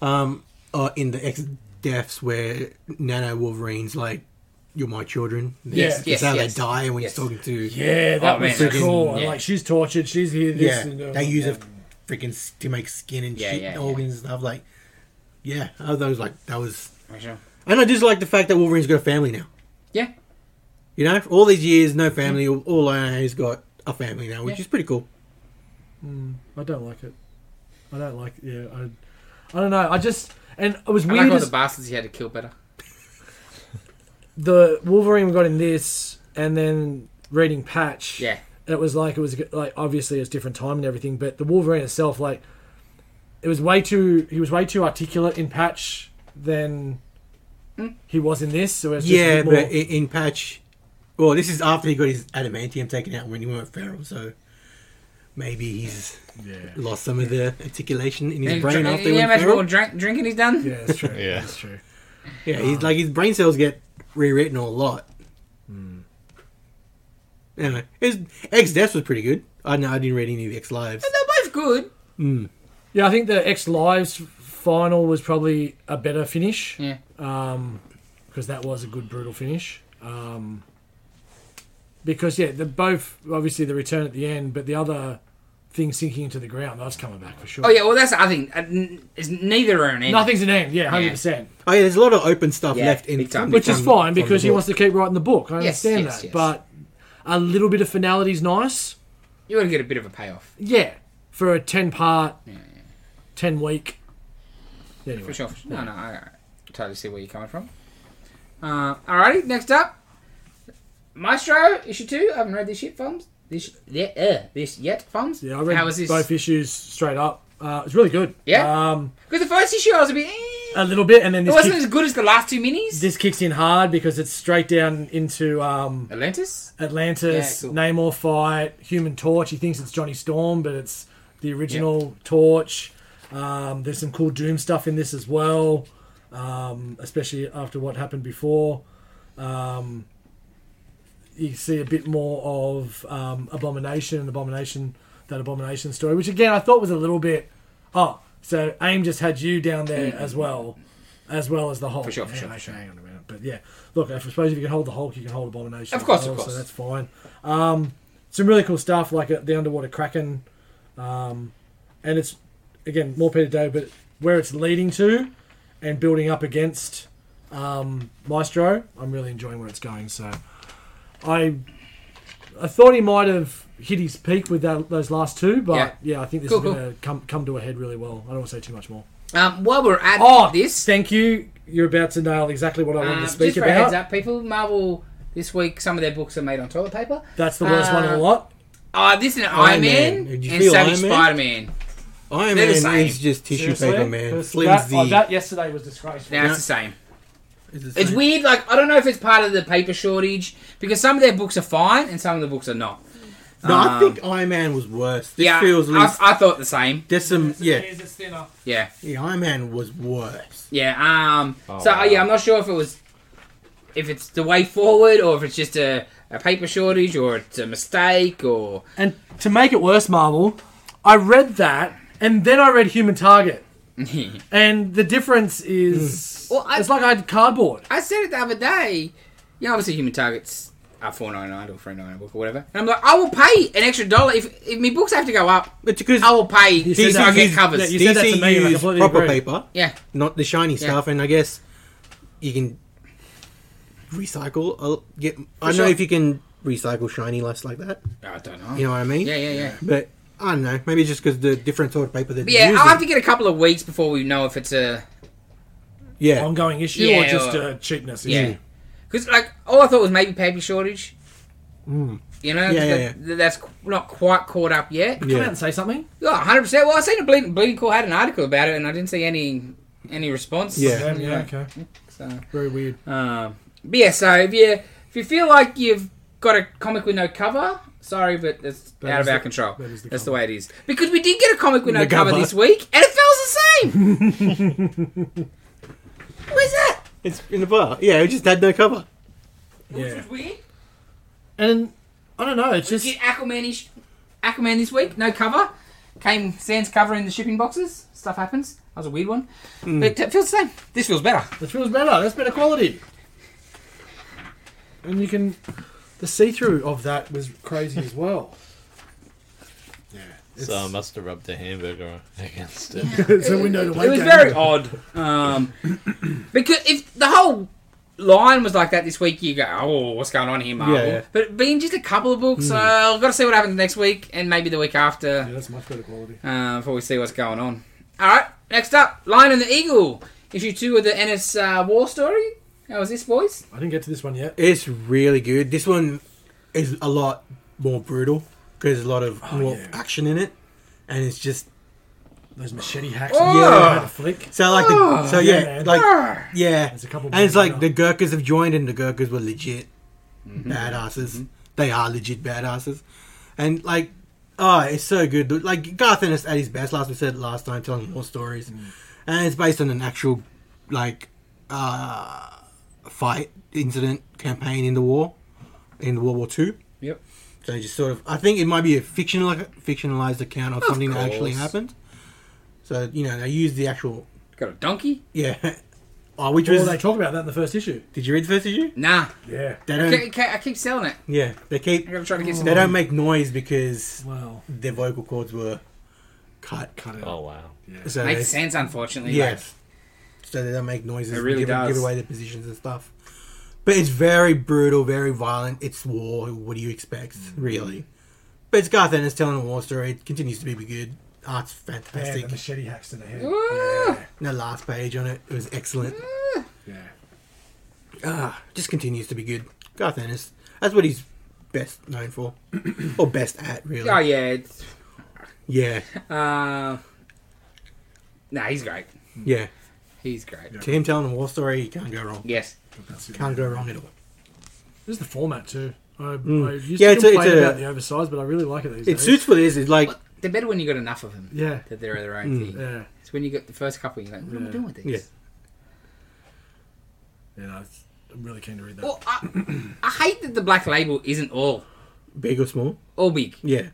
[SPEAKER 4] Um, uh, in the X deaths where Nano Wolverine's like, "You're my children."
[SPEAKER 3] Yes,
[SPEAKER 4] That's
[SPEAKER 1] yes,
[SPEAKER 4] how
[SPEAKER 1] yes.
[SPEAKER 4] they die when
[SPEAKER 1] Yes.
[SPEAKER 4] he's talking to.
[SPEAKER 3] yeah, that
[SPEAKER 1] Oh,
[SPEAKER 3] was
[SPEAKER 1] man,
[SPEAKER 4] that's-
[SPEAKER 3] cool. And
[SPEAKER 1] yeah.
[SPEAKER 3] like she's tortured, she's here.
[SPEAKER 4] yeah.
[SPEAKER 3] This and, uh,
[SPEAKER 4] they use it freaking s- to make skin and
[SPEAKER 1] Yeah,
[SPEAKER 4] shit,
[SPEAKER 1] yeah,
[SPEAKER 4] and
[SPEAKER 1] yeah.
[SPEAKER 4] organs and stuff. Like, yeah, I was like, that was.
[SPEAKER 1] sure.
[SPEAKER 4] And I just like the fact that Wolverine's got a family now.
[SPEAKER 1] yeah. Mm-hmm.
[SPEAKER 4] You know, all these years, no family. all- All I know, he's got a family now, which
[SPEAKER 1] Yeah.
[SPEAKER 4] is pretty cool.
[SPEAKER 3] I don't like it. I don't like. Yeah, I I don't know. I just and it was
[SPEAKER 1] I
[SPEAKER 3] weird.
[SPEAKER 1] like all
[SPEAKER 3] as-
[SPEAKER 1] the bastards he had to kill better.
[SPEAKER 3] the Wolverine got in this, and then reading Patch.
[SPEAKER 1] Yeah.
[SPEAKER 3] it was like it was like obviously it's different time and everything, but the Wolverine itself, like, it was way too he was way too articulate in Patch than he was in this. So it's just
[SPEAKER 4] Yeah,
[SPEAKER 3] a bit more,
[SPEAKER 4] but in, in Patch, well, this is after he got his adamantium taken out when he went feral, so maybe he's
[SPEAKER 3] yeah,
[SPEAKER 4] lost some of the articulation in his
[SPEAKER 1] And
[SPEAKER 4] brain
[SPEAKER 1] dr-
[SPEAKER 4] after he
[SPEAKER 1] yeah,
[SPEAKER 4] went
[SPEAKER 1] imagine all
[SPEAKER 4] feral.
[SPEAKER 1] drink, drinking he's done.
[SPEAKER 3] yeah, that's true.
[SPEAKER 2] Yeah.
[SPEAKER 3] that's true.
[SPEAKER 4] Yeah, he's like his brain cells get rewritten a lot.
[SPEAKER 3] Hmm.
[SPEAKER 4] Anyway, his X Death was pretty good. I know I didn't read any of X Lives.
[SPEAKER 1] They're both good.
[SPEAKER 3] Yeah, I think the X Lives final was probably a better finish.
[SPEAKER 1] Yeah.
[SPEAKER 3] because that was a good brutal finish. Um, because yeah, the both obviously the return at the end, but the other thing sinking into the ground that's coming back for sure.
[SPEAKER 1] Oh yeah. Well, that's the other thing. Uh, n- It's neither are an end.
[SPEAKER 3] nothing's an end. Yeah, hundred
[SPEAKER 1] Yeah.
[SPEAKER 3] percent.
[SPEAKER 4] Oh yeah, there's a lot of open stuff
[SPEAKER 1] Yeah,
[SPEAKER 4] left in,
[SPEAKER 1] big time.
[SPEAKER 3] Which is
[SPEAKER 4] from-
[SPEAKER 3] fine
[SPEAKER 4] from the
[SPEAKER 3] because he
[SPEAKER 4] book.
[SPEAKER 3] wants to keep writing the book. I
[SPEAKER 1] Yes,
[SPEAKER 3] understand
[SPEAKER 1] yes,
[SPEAKER 3] that,
[SPEAKER 1] yes.
[SPEAKER 3] but a little bit of finality is nice.
[SPEAKER 1] You want to get a bit of a payoff.
[SPEAKER 3] Yeah, for a ten part, ten week. Anyway,
[SPEAKER 1] For sure. for sure. No, no, I I totally see where you're coming from. Uh, alrighty, next up, Maestro issue two. I haven't read this yet, films. This yeah, uh, this yet, films.
[SPEAKER 3] yeah, I read
[SPEAKER 1] How was this?
[SPEAKER 3] both issues straight up. Uh, it's really good.
[SPEAKER 1] Yeah?
[SPEAKER 3] um,
[SPEAKER 1] Because the first issue I was a bit. Eh,
[SPEAKER 3] a little bit, and then
[SPEAKER 1] it
[SPEAKER 3] Uh, this
[SPEAKER 1] wasn't
[SPEAKER 3] kick-
[SPEAKER 1] as good as the last two minis.
[SPEAKER 3] this kicks in hard because it's straight down into um,
[SPEAKER 1] Atlantis.
[SPEAKER 3] Atlantis,
[SPEAKER 1] Yeah, cool.
[SPEAKER 3] Namor fight, Human Torch. He thinks it's Johnny Storm, but it's the original Torch. Um, there's some cool Doom stuff in this as well, um, especially after what happened before. Um, you see a bit more of um, Abomination and Abomination, that Abomination story, which again I thought was a little bit. Oh, so AIM just had you down there as well, as well as the Hulk.
[SPEAKER 1] Mm. For sure, for
[SPEAKER 3] Yeah,
[SPEAKER 1] sure, for
[SPEAKER 3] okay,
[SPEAKER 1] sure.
[SPEAKER 3] Hang on a minute, but yeah, look, I suppose if you can hold the Hulk, you can hold Abomination.
[SPEAKER 1] Of course,
[SPEAKER 3] as
[SPEAKER 1] of
[SPEAKER 3] well,
[SPEAKER 1] course.
[SPEAKER 3] Oh, So that's fine. Um, some really cool stuff like uh, the underwater kraken, um, and it's again more Peter Day, but where it's leading to and building up against um, Maestro, I'm really enjoying where it's going. So I I thought he might have hit his peak with that, those last two, but
[SPEAKER 1] Yeah.
[SPEAKER 3] yeah, I think this
[SPEAKER 1] Cool,
[SPEAKER 3] is
[SPEAKER 1] cool.
[SPEAKER 3] going to come come to a head really well. I don't want to say too much more.
[SPEAKER 1] Um, while we're at
[SPEAKER 3] Oh,
[SPEAKER 1] this,
[SPEAKER 3] Thank you. You're about to nail exactly what I
[SPEAKER 1] um,
[SPEAKER 3] wanted to
[SPEAKER 1] just
[SPEAKER 3] speak
[SPEAKER 1] for a heads
[SPEAKER 3] about.
[SPEAKER 1] up, people, Marvel this week some of their books are made on toilet paper.
[SPEAKER 3] That's the worst one of
[SPEAKER 1] Uh,
[SPEAKER 3] the lot.
[SPEAKER 1] Ah, this is an Iron Man,
[SPEAKER 4] Man. Did you
[SPEAKER 1] and
[SPEAKER 4] feel
[SPEAKER 1] Savage
[SPEAKER 4] Iron Man?
[SPEAKER 1] Spider Man.
[SPEAKER 4] Iron
[SPEAKER 1] They're the
[SPEAKER 4] Man
[SPEAKER 1] same.
[SPEAKER 4] is just tissue paper, man. Slims
[SPEAKER 3] That,
[SPEAKER 4] the.
[SPEAKER 3] oh, that yesterday was disgraceful.
[SPEAKER 1] Now
[SPEAKER 4] Yeah.
[SPEAKER 1] it's the same.
[SPEAKER 4] is the
[SPEAKER 1] It's
[SPEAKER 4] same.
[SPEAKER 1] weird, like I don't know if it's part of the paper shortage because some of their books are fine and some of the books are not.
[SPEAKER 4] No, I think Iron Man was worse. This
[SPEAKER 1] Um, yeah,
[SPEAKER 4] feels
[SPEAKER 1] I,
[SPEAKER 4] least.
[SPEAKER 1] I thought the same.
[SPEAKER 4] there's some Mm, yeah,
[SPEAKER 5] It is, it's thinner.
[SPEAKER 1] Yeah,
[SPEAKER 4] yeah. Iron Man was worse.
[SPEAKER 1] yeah. Um,
[SPEAKER 2] Oh,
[SPEAKER 1] so uh, yeah,
[SPEAKER 2] wow.
[SPEAKER 1] I'm not sure if it was if it's the way forward or if it's just a, a paper shortage or it's a mistake or [laughs]
[SPEAKER 3] And to make it worse, Marvel, I read that and then I read Human Target. and the difference is
[SPEAKER 1] Mm. Well, I-
[SPEAKER 3] it's like I had cardboard.
[SPEAKER 1] I said it the other day. You know, obviously human targets are four nine nine or three nine nine book or whatever. And I'm like, I will pay an extra dollar if if my books have to go up.
[SPEAKER 4] But because
[SPEAKER 1] I will pay
[SPEAKER 3] Oh, said
[SPEAKER 1] so
[SPEAKER 3] that-
[SPEAKER 1] I get
[SPEAKER 4] you-
[SPEAKER 1] covers.
[SPEAKER 3] that you- said
[SPEAKER 4] DC
[SPEAKER 3] to me, and I
[SPEAKER 4] used
[SPEAKER 3] completely
[SPEAKER 4] proper
[SPEAKER 3] agree.
[SPEAKER 4] paper,
[SPEAKER 1] yeah,
[SPEAKER 4] not the shiny
[SPEAKER 1] Yeah.
[SPEAKER 4] stuff, and I guess you can recycle. A, get, I don't
[SPEAKER 1] sure.
[SPEAKER 4] know if you can recycle shiny less like that.
[SPEAKER 1] I don't know.
[SPEAKER 4] You know what I mean?
[SPEAKER 1] Yeah, yeah, yeah.
[SPEAKER 4] But I don't know. Maybe just because the different sort of paper that
[SPEAKER 1] But yeah,
[SPEAKER 4] you
[SPEAKER 1] I'll have to get a couple of weeks before we know if it's a
[SPEAKER 4] yeah.
[SPEAKER 3] Ongoing issue or
[SPEAKER 1] Yeah,
[SPEAKER 3] just
[SPEAKER 1] or-
[SPEAKER 3] uh, cheapness issue?
[SPEAKER 1] yeah. Because like all I thought was maybe paper shortage. You know,
[SPEAKER 4] Yeah, yeah,
[SPEAKER 1] that- that's not quite caught up yet.
[SPEAKER 3] Come out
[SPEAKER 4] yeah.
[SPEAKER 3] and say something.
[SPEAKER 1] Yeah, hundred percent. Well, I seen a bleeding, bleeding cool had an article about it, and I didn't see any any response.
[SPEAKER 4] Yeah.
[SPEAKER 3] Yeah, Um, yeah, okay.
[SPEAKER 1] So.
[SPEAKER 3] Very weird.
[SPEAKER 1] Um, but yeah, so if you if you feel like you've got a comic with no cover, sorry, but it's
[SPEAKER 3] That
[SPEAKER 1] out
[SPEAKER 3] is
[SPEAKER 1] of our
[SPEAKER 3] the-
[SPEAKER 1] control.
[SPEAKER 3] that is the
[SPEAKER 1] That's the
[SPEAKER 3] cover.
[SPEAKER 1] way it is. Because we did get a comic with no
[SPEAKER 4] The
[SPEAKER 1] cover
[SPEAKER 4] cover.
[SPEAKER 1] this week, and it feels the same. Where's that?
[SPEAKER 4] It's in the bar. Yeah, it just had no cover.
[SPEAKER 1] Which
[SPEAKER 3] Yeah.
[SPEAKER 1] was weird.
[SPEAKER 3] And I don't know, it's just
[SPEAKER 1] Did Aquamanish Aquaman this week? No cover. Came sans cover in the shipping boxes. Stuff happens. That was a weird one. But it feels the same. This feels better.
[SPEAKER 3] it feels better. That's better quality. And you can the see through of that was crazy as well. [laughs] Yeah. It's,
[SPEAKER 2] So I must have rubbed a hamburger [laughs] against it.
[SPEAKER 3] [laughs] it's a window to
[SPEAKER 1] It was
[SPEAKER 3] game.
[SPEAKER 1] very odd. Um, [coughs] because if the whole line was like that this week, you go, oh, what's going on here, Marvel?
[SPEAKER 4] Yeah, yeah.
[SPEAKER 1] But being just a couple of books, uh, I've got to see what happens next week and maybe the week
[SPEAKER 3] Yeah,
[SPEAKER 1] after
[SPEAKER 3] that's much better quality.
[SPEAKER 1] uh, before we see what's going on. All right, next up Lion and the Eagle, issue two of the Ennis uh, War story. How was this, boys?
[SPEAKER 3] I didn't get to this one yet.
[SPEAKER 4] It's really good. This one is a lot more brutal because there's a lot of more
[SPEAKER 3] yeah.
[SPEAKER 4] action in it, and it's just
[SPEAKER 3] Those machete hacks.
[SPEAKER 1] Yeah.
[SPEAKER 3] Yeah. Flick.
[SPEAKER 4] so like the so
[SPEAKER 3] Ah, Yeah,
[SPEAKER 4] yeah,
[SPEAKER 3] man. Ah.
[SPEAKER 4] like
[SPEAKER 1] Arr.
[SPEAKER 4] yeah,
[SPEAKER 3] There's a couple
[SPEAKER 4] and it's
[SPEAKER 3] more
[SPEAKER 4] like
[SPEAKER 3] now.
[SPEAKER 4] the Gurkhas have joined, and the Gurkhas were legit
[SPEAKER 1] Mm-hmm.
[SPEAKER 4] badasses. They are legit badasses, and like oh, it's so good. Like Garth Ennis at his best, last we said last time, telling war stories,
[SPEAKER 3] Mm.
[SPEAKER 4] and it's based on an actual like uh fight incident campaign in the war in World War Two.
[SPEAKER 1] Yep.
[SPEAKER 4] So just sort of, I think it might be a fictional fictionalized account of, something that actually
[SPEAKER 1] course.
[SPEAKER 4] happened. So you know they use the actual
[SPEAKER 1] Got a donkey?
[SPEAKER 4] yeah. [laughs] Oh, which
[SPEAKER 3] Well,
[SPEAKER 4] was
[SPEAKER 3] they talk about that in the first issue.
[SPEAKER 4] did you read the first issue?
[SPEAKER 1] Nah.
[SPEAKER 3] Yeah.
[SPEAKER 4] They
[SPEAKER 1] I
[SPEAKER 4] don't.
[SPEAKER 1] ke- ke- I keep selling it.
[SPEAKER 4] Yeah, they keep.
[SPEAKER 1] I'm trying to get some.
[SPEAKER 4] They don't make noise because
[SPEAKER 3] Wow.
[SPEAKER 4] their vocal cords were cut.
[SPEAKER 3] Cut it.
[SPEAKER 2] Oh wow.
[SPEAKER 4] So
[SPEAKER 1] Makes
[SPEAKER 4] it's-
[SPEAKER 1] sense, unfortunately. like-
[SPEAKER 4] Yes. So they don't make noises.
[SPEAKER 1] It really
[SPEAKER 4] give,
[SPEAKER 1] does.
[SPEAKER 4] give away their positions and stuff. But it's very brutal, very violent. It's war. What do you expect,
[SPEAKER 1] Mm.
[SPEAKER 4] really? But it's Garth Ennis telling a war story. It continues to be good. Art's
[SPEAKER 3] Man,
[SPEAKER 4] fantastic.
[SPEAKER 3] the machete hacks to the head.
[SPEAKER 1] Ooh.
[SPEAKER 4] the last page on it, it was excellent.
[SPEAKER 3] Yeah.
[SPEAKER 4] Ah, just continues to be good. Garth Ennis. That's what he's best known
[SPEAKER 1] [clears throat]
[SPEAKER 4] for, or best at, really.
[SPEAKER 1] Oh, yeah. It's,
[SPEAKER 4] Yeah,
[SPEAKER 1] uh, nah, he's great.
[SPEAKER 4] yeah.
[SPEAKER 1] He's great.
[SPEAKER 4] To him telling a war story, you can't go wrong.
[SPEAKER 1] Yes.
[SPEAKER 3] That's it.
[SPEAKER 4] Can't go wrong at all.
[SPEAKER 3] This is the format too. I, I used
[SPEAKER 4] Mm. Yeah,
[SPEAKER 3] to
[SPEAKER 4] it's a- it's
[SPEAKER 3] complain
[SPEAKER 4] a-
[SPEAKER 3] about the oversized, but I really like it these
[SPEAKER 4] It
[SPEAKER 3] days.
[SPEAKER 4] suits for this. It's like
[SPEAKER 1] They're better when you got enough of them
[SPEAKER 3] Yeah.
[SPEAKER 1] that they're their own thing.
[SPEAKER 3] Yeah.
[SPEAKER 1] It's when you got the first couple, you're like, what am I
[SPEAKER 3] Mm. Yeah.
[SPEAKER 1] doing with these?
[SPEAKER 4] Yeah.
[SPEAKER 3] Yeah. No, it's- I'm really keen to read that.
[SPEAKER 1] Well, I, I hate that the black label isn't all
[SPEAKER 4] big or small.
[SPEAKER 1] all big.
[SPEAKER 4] Yeah.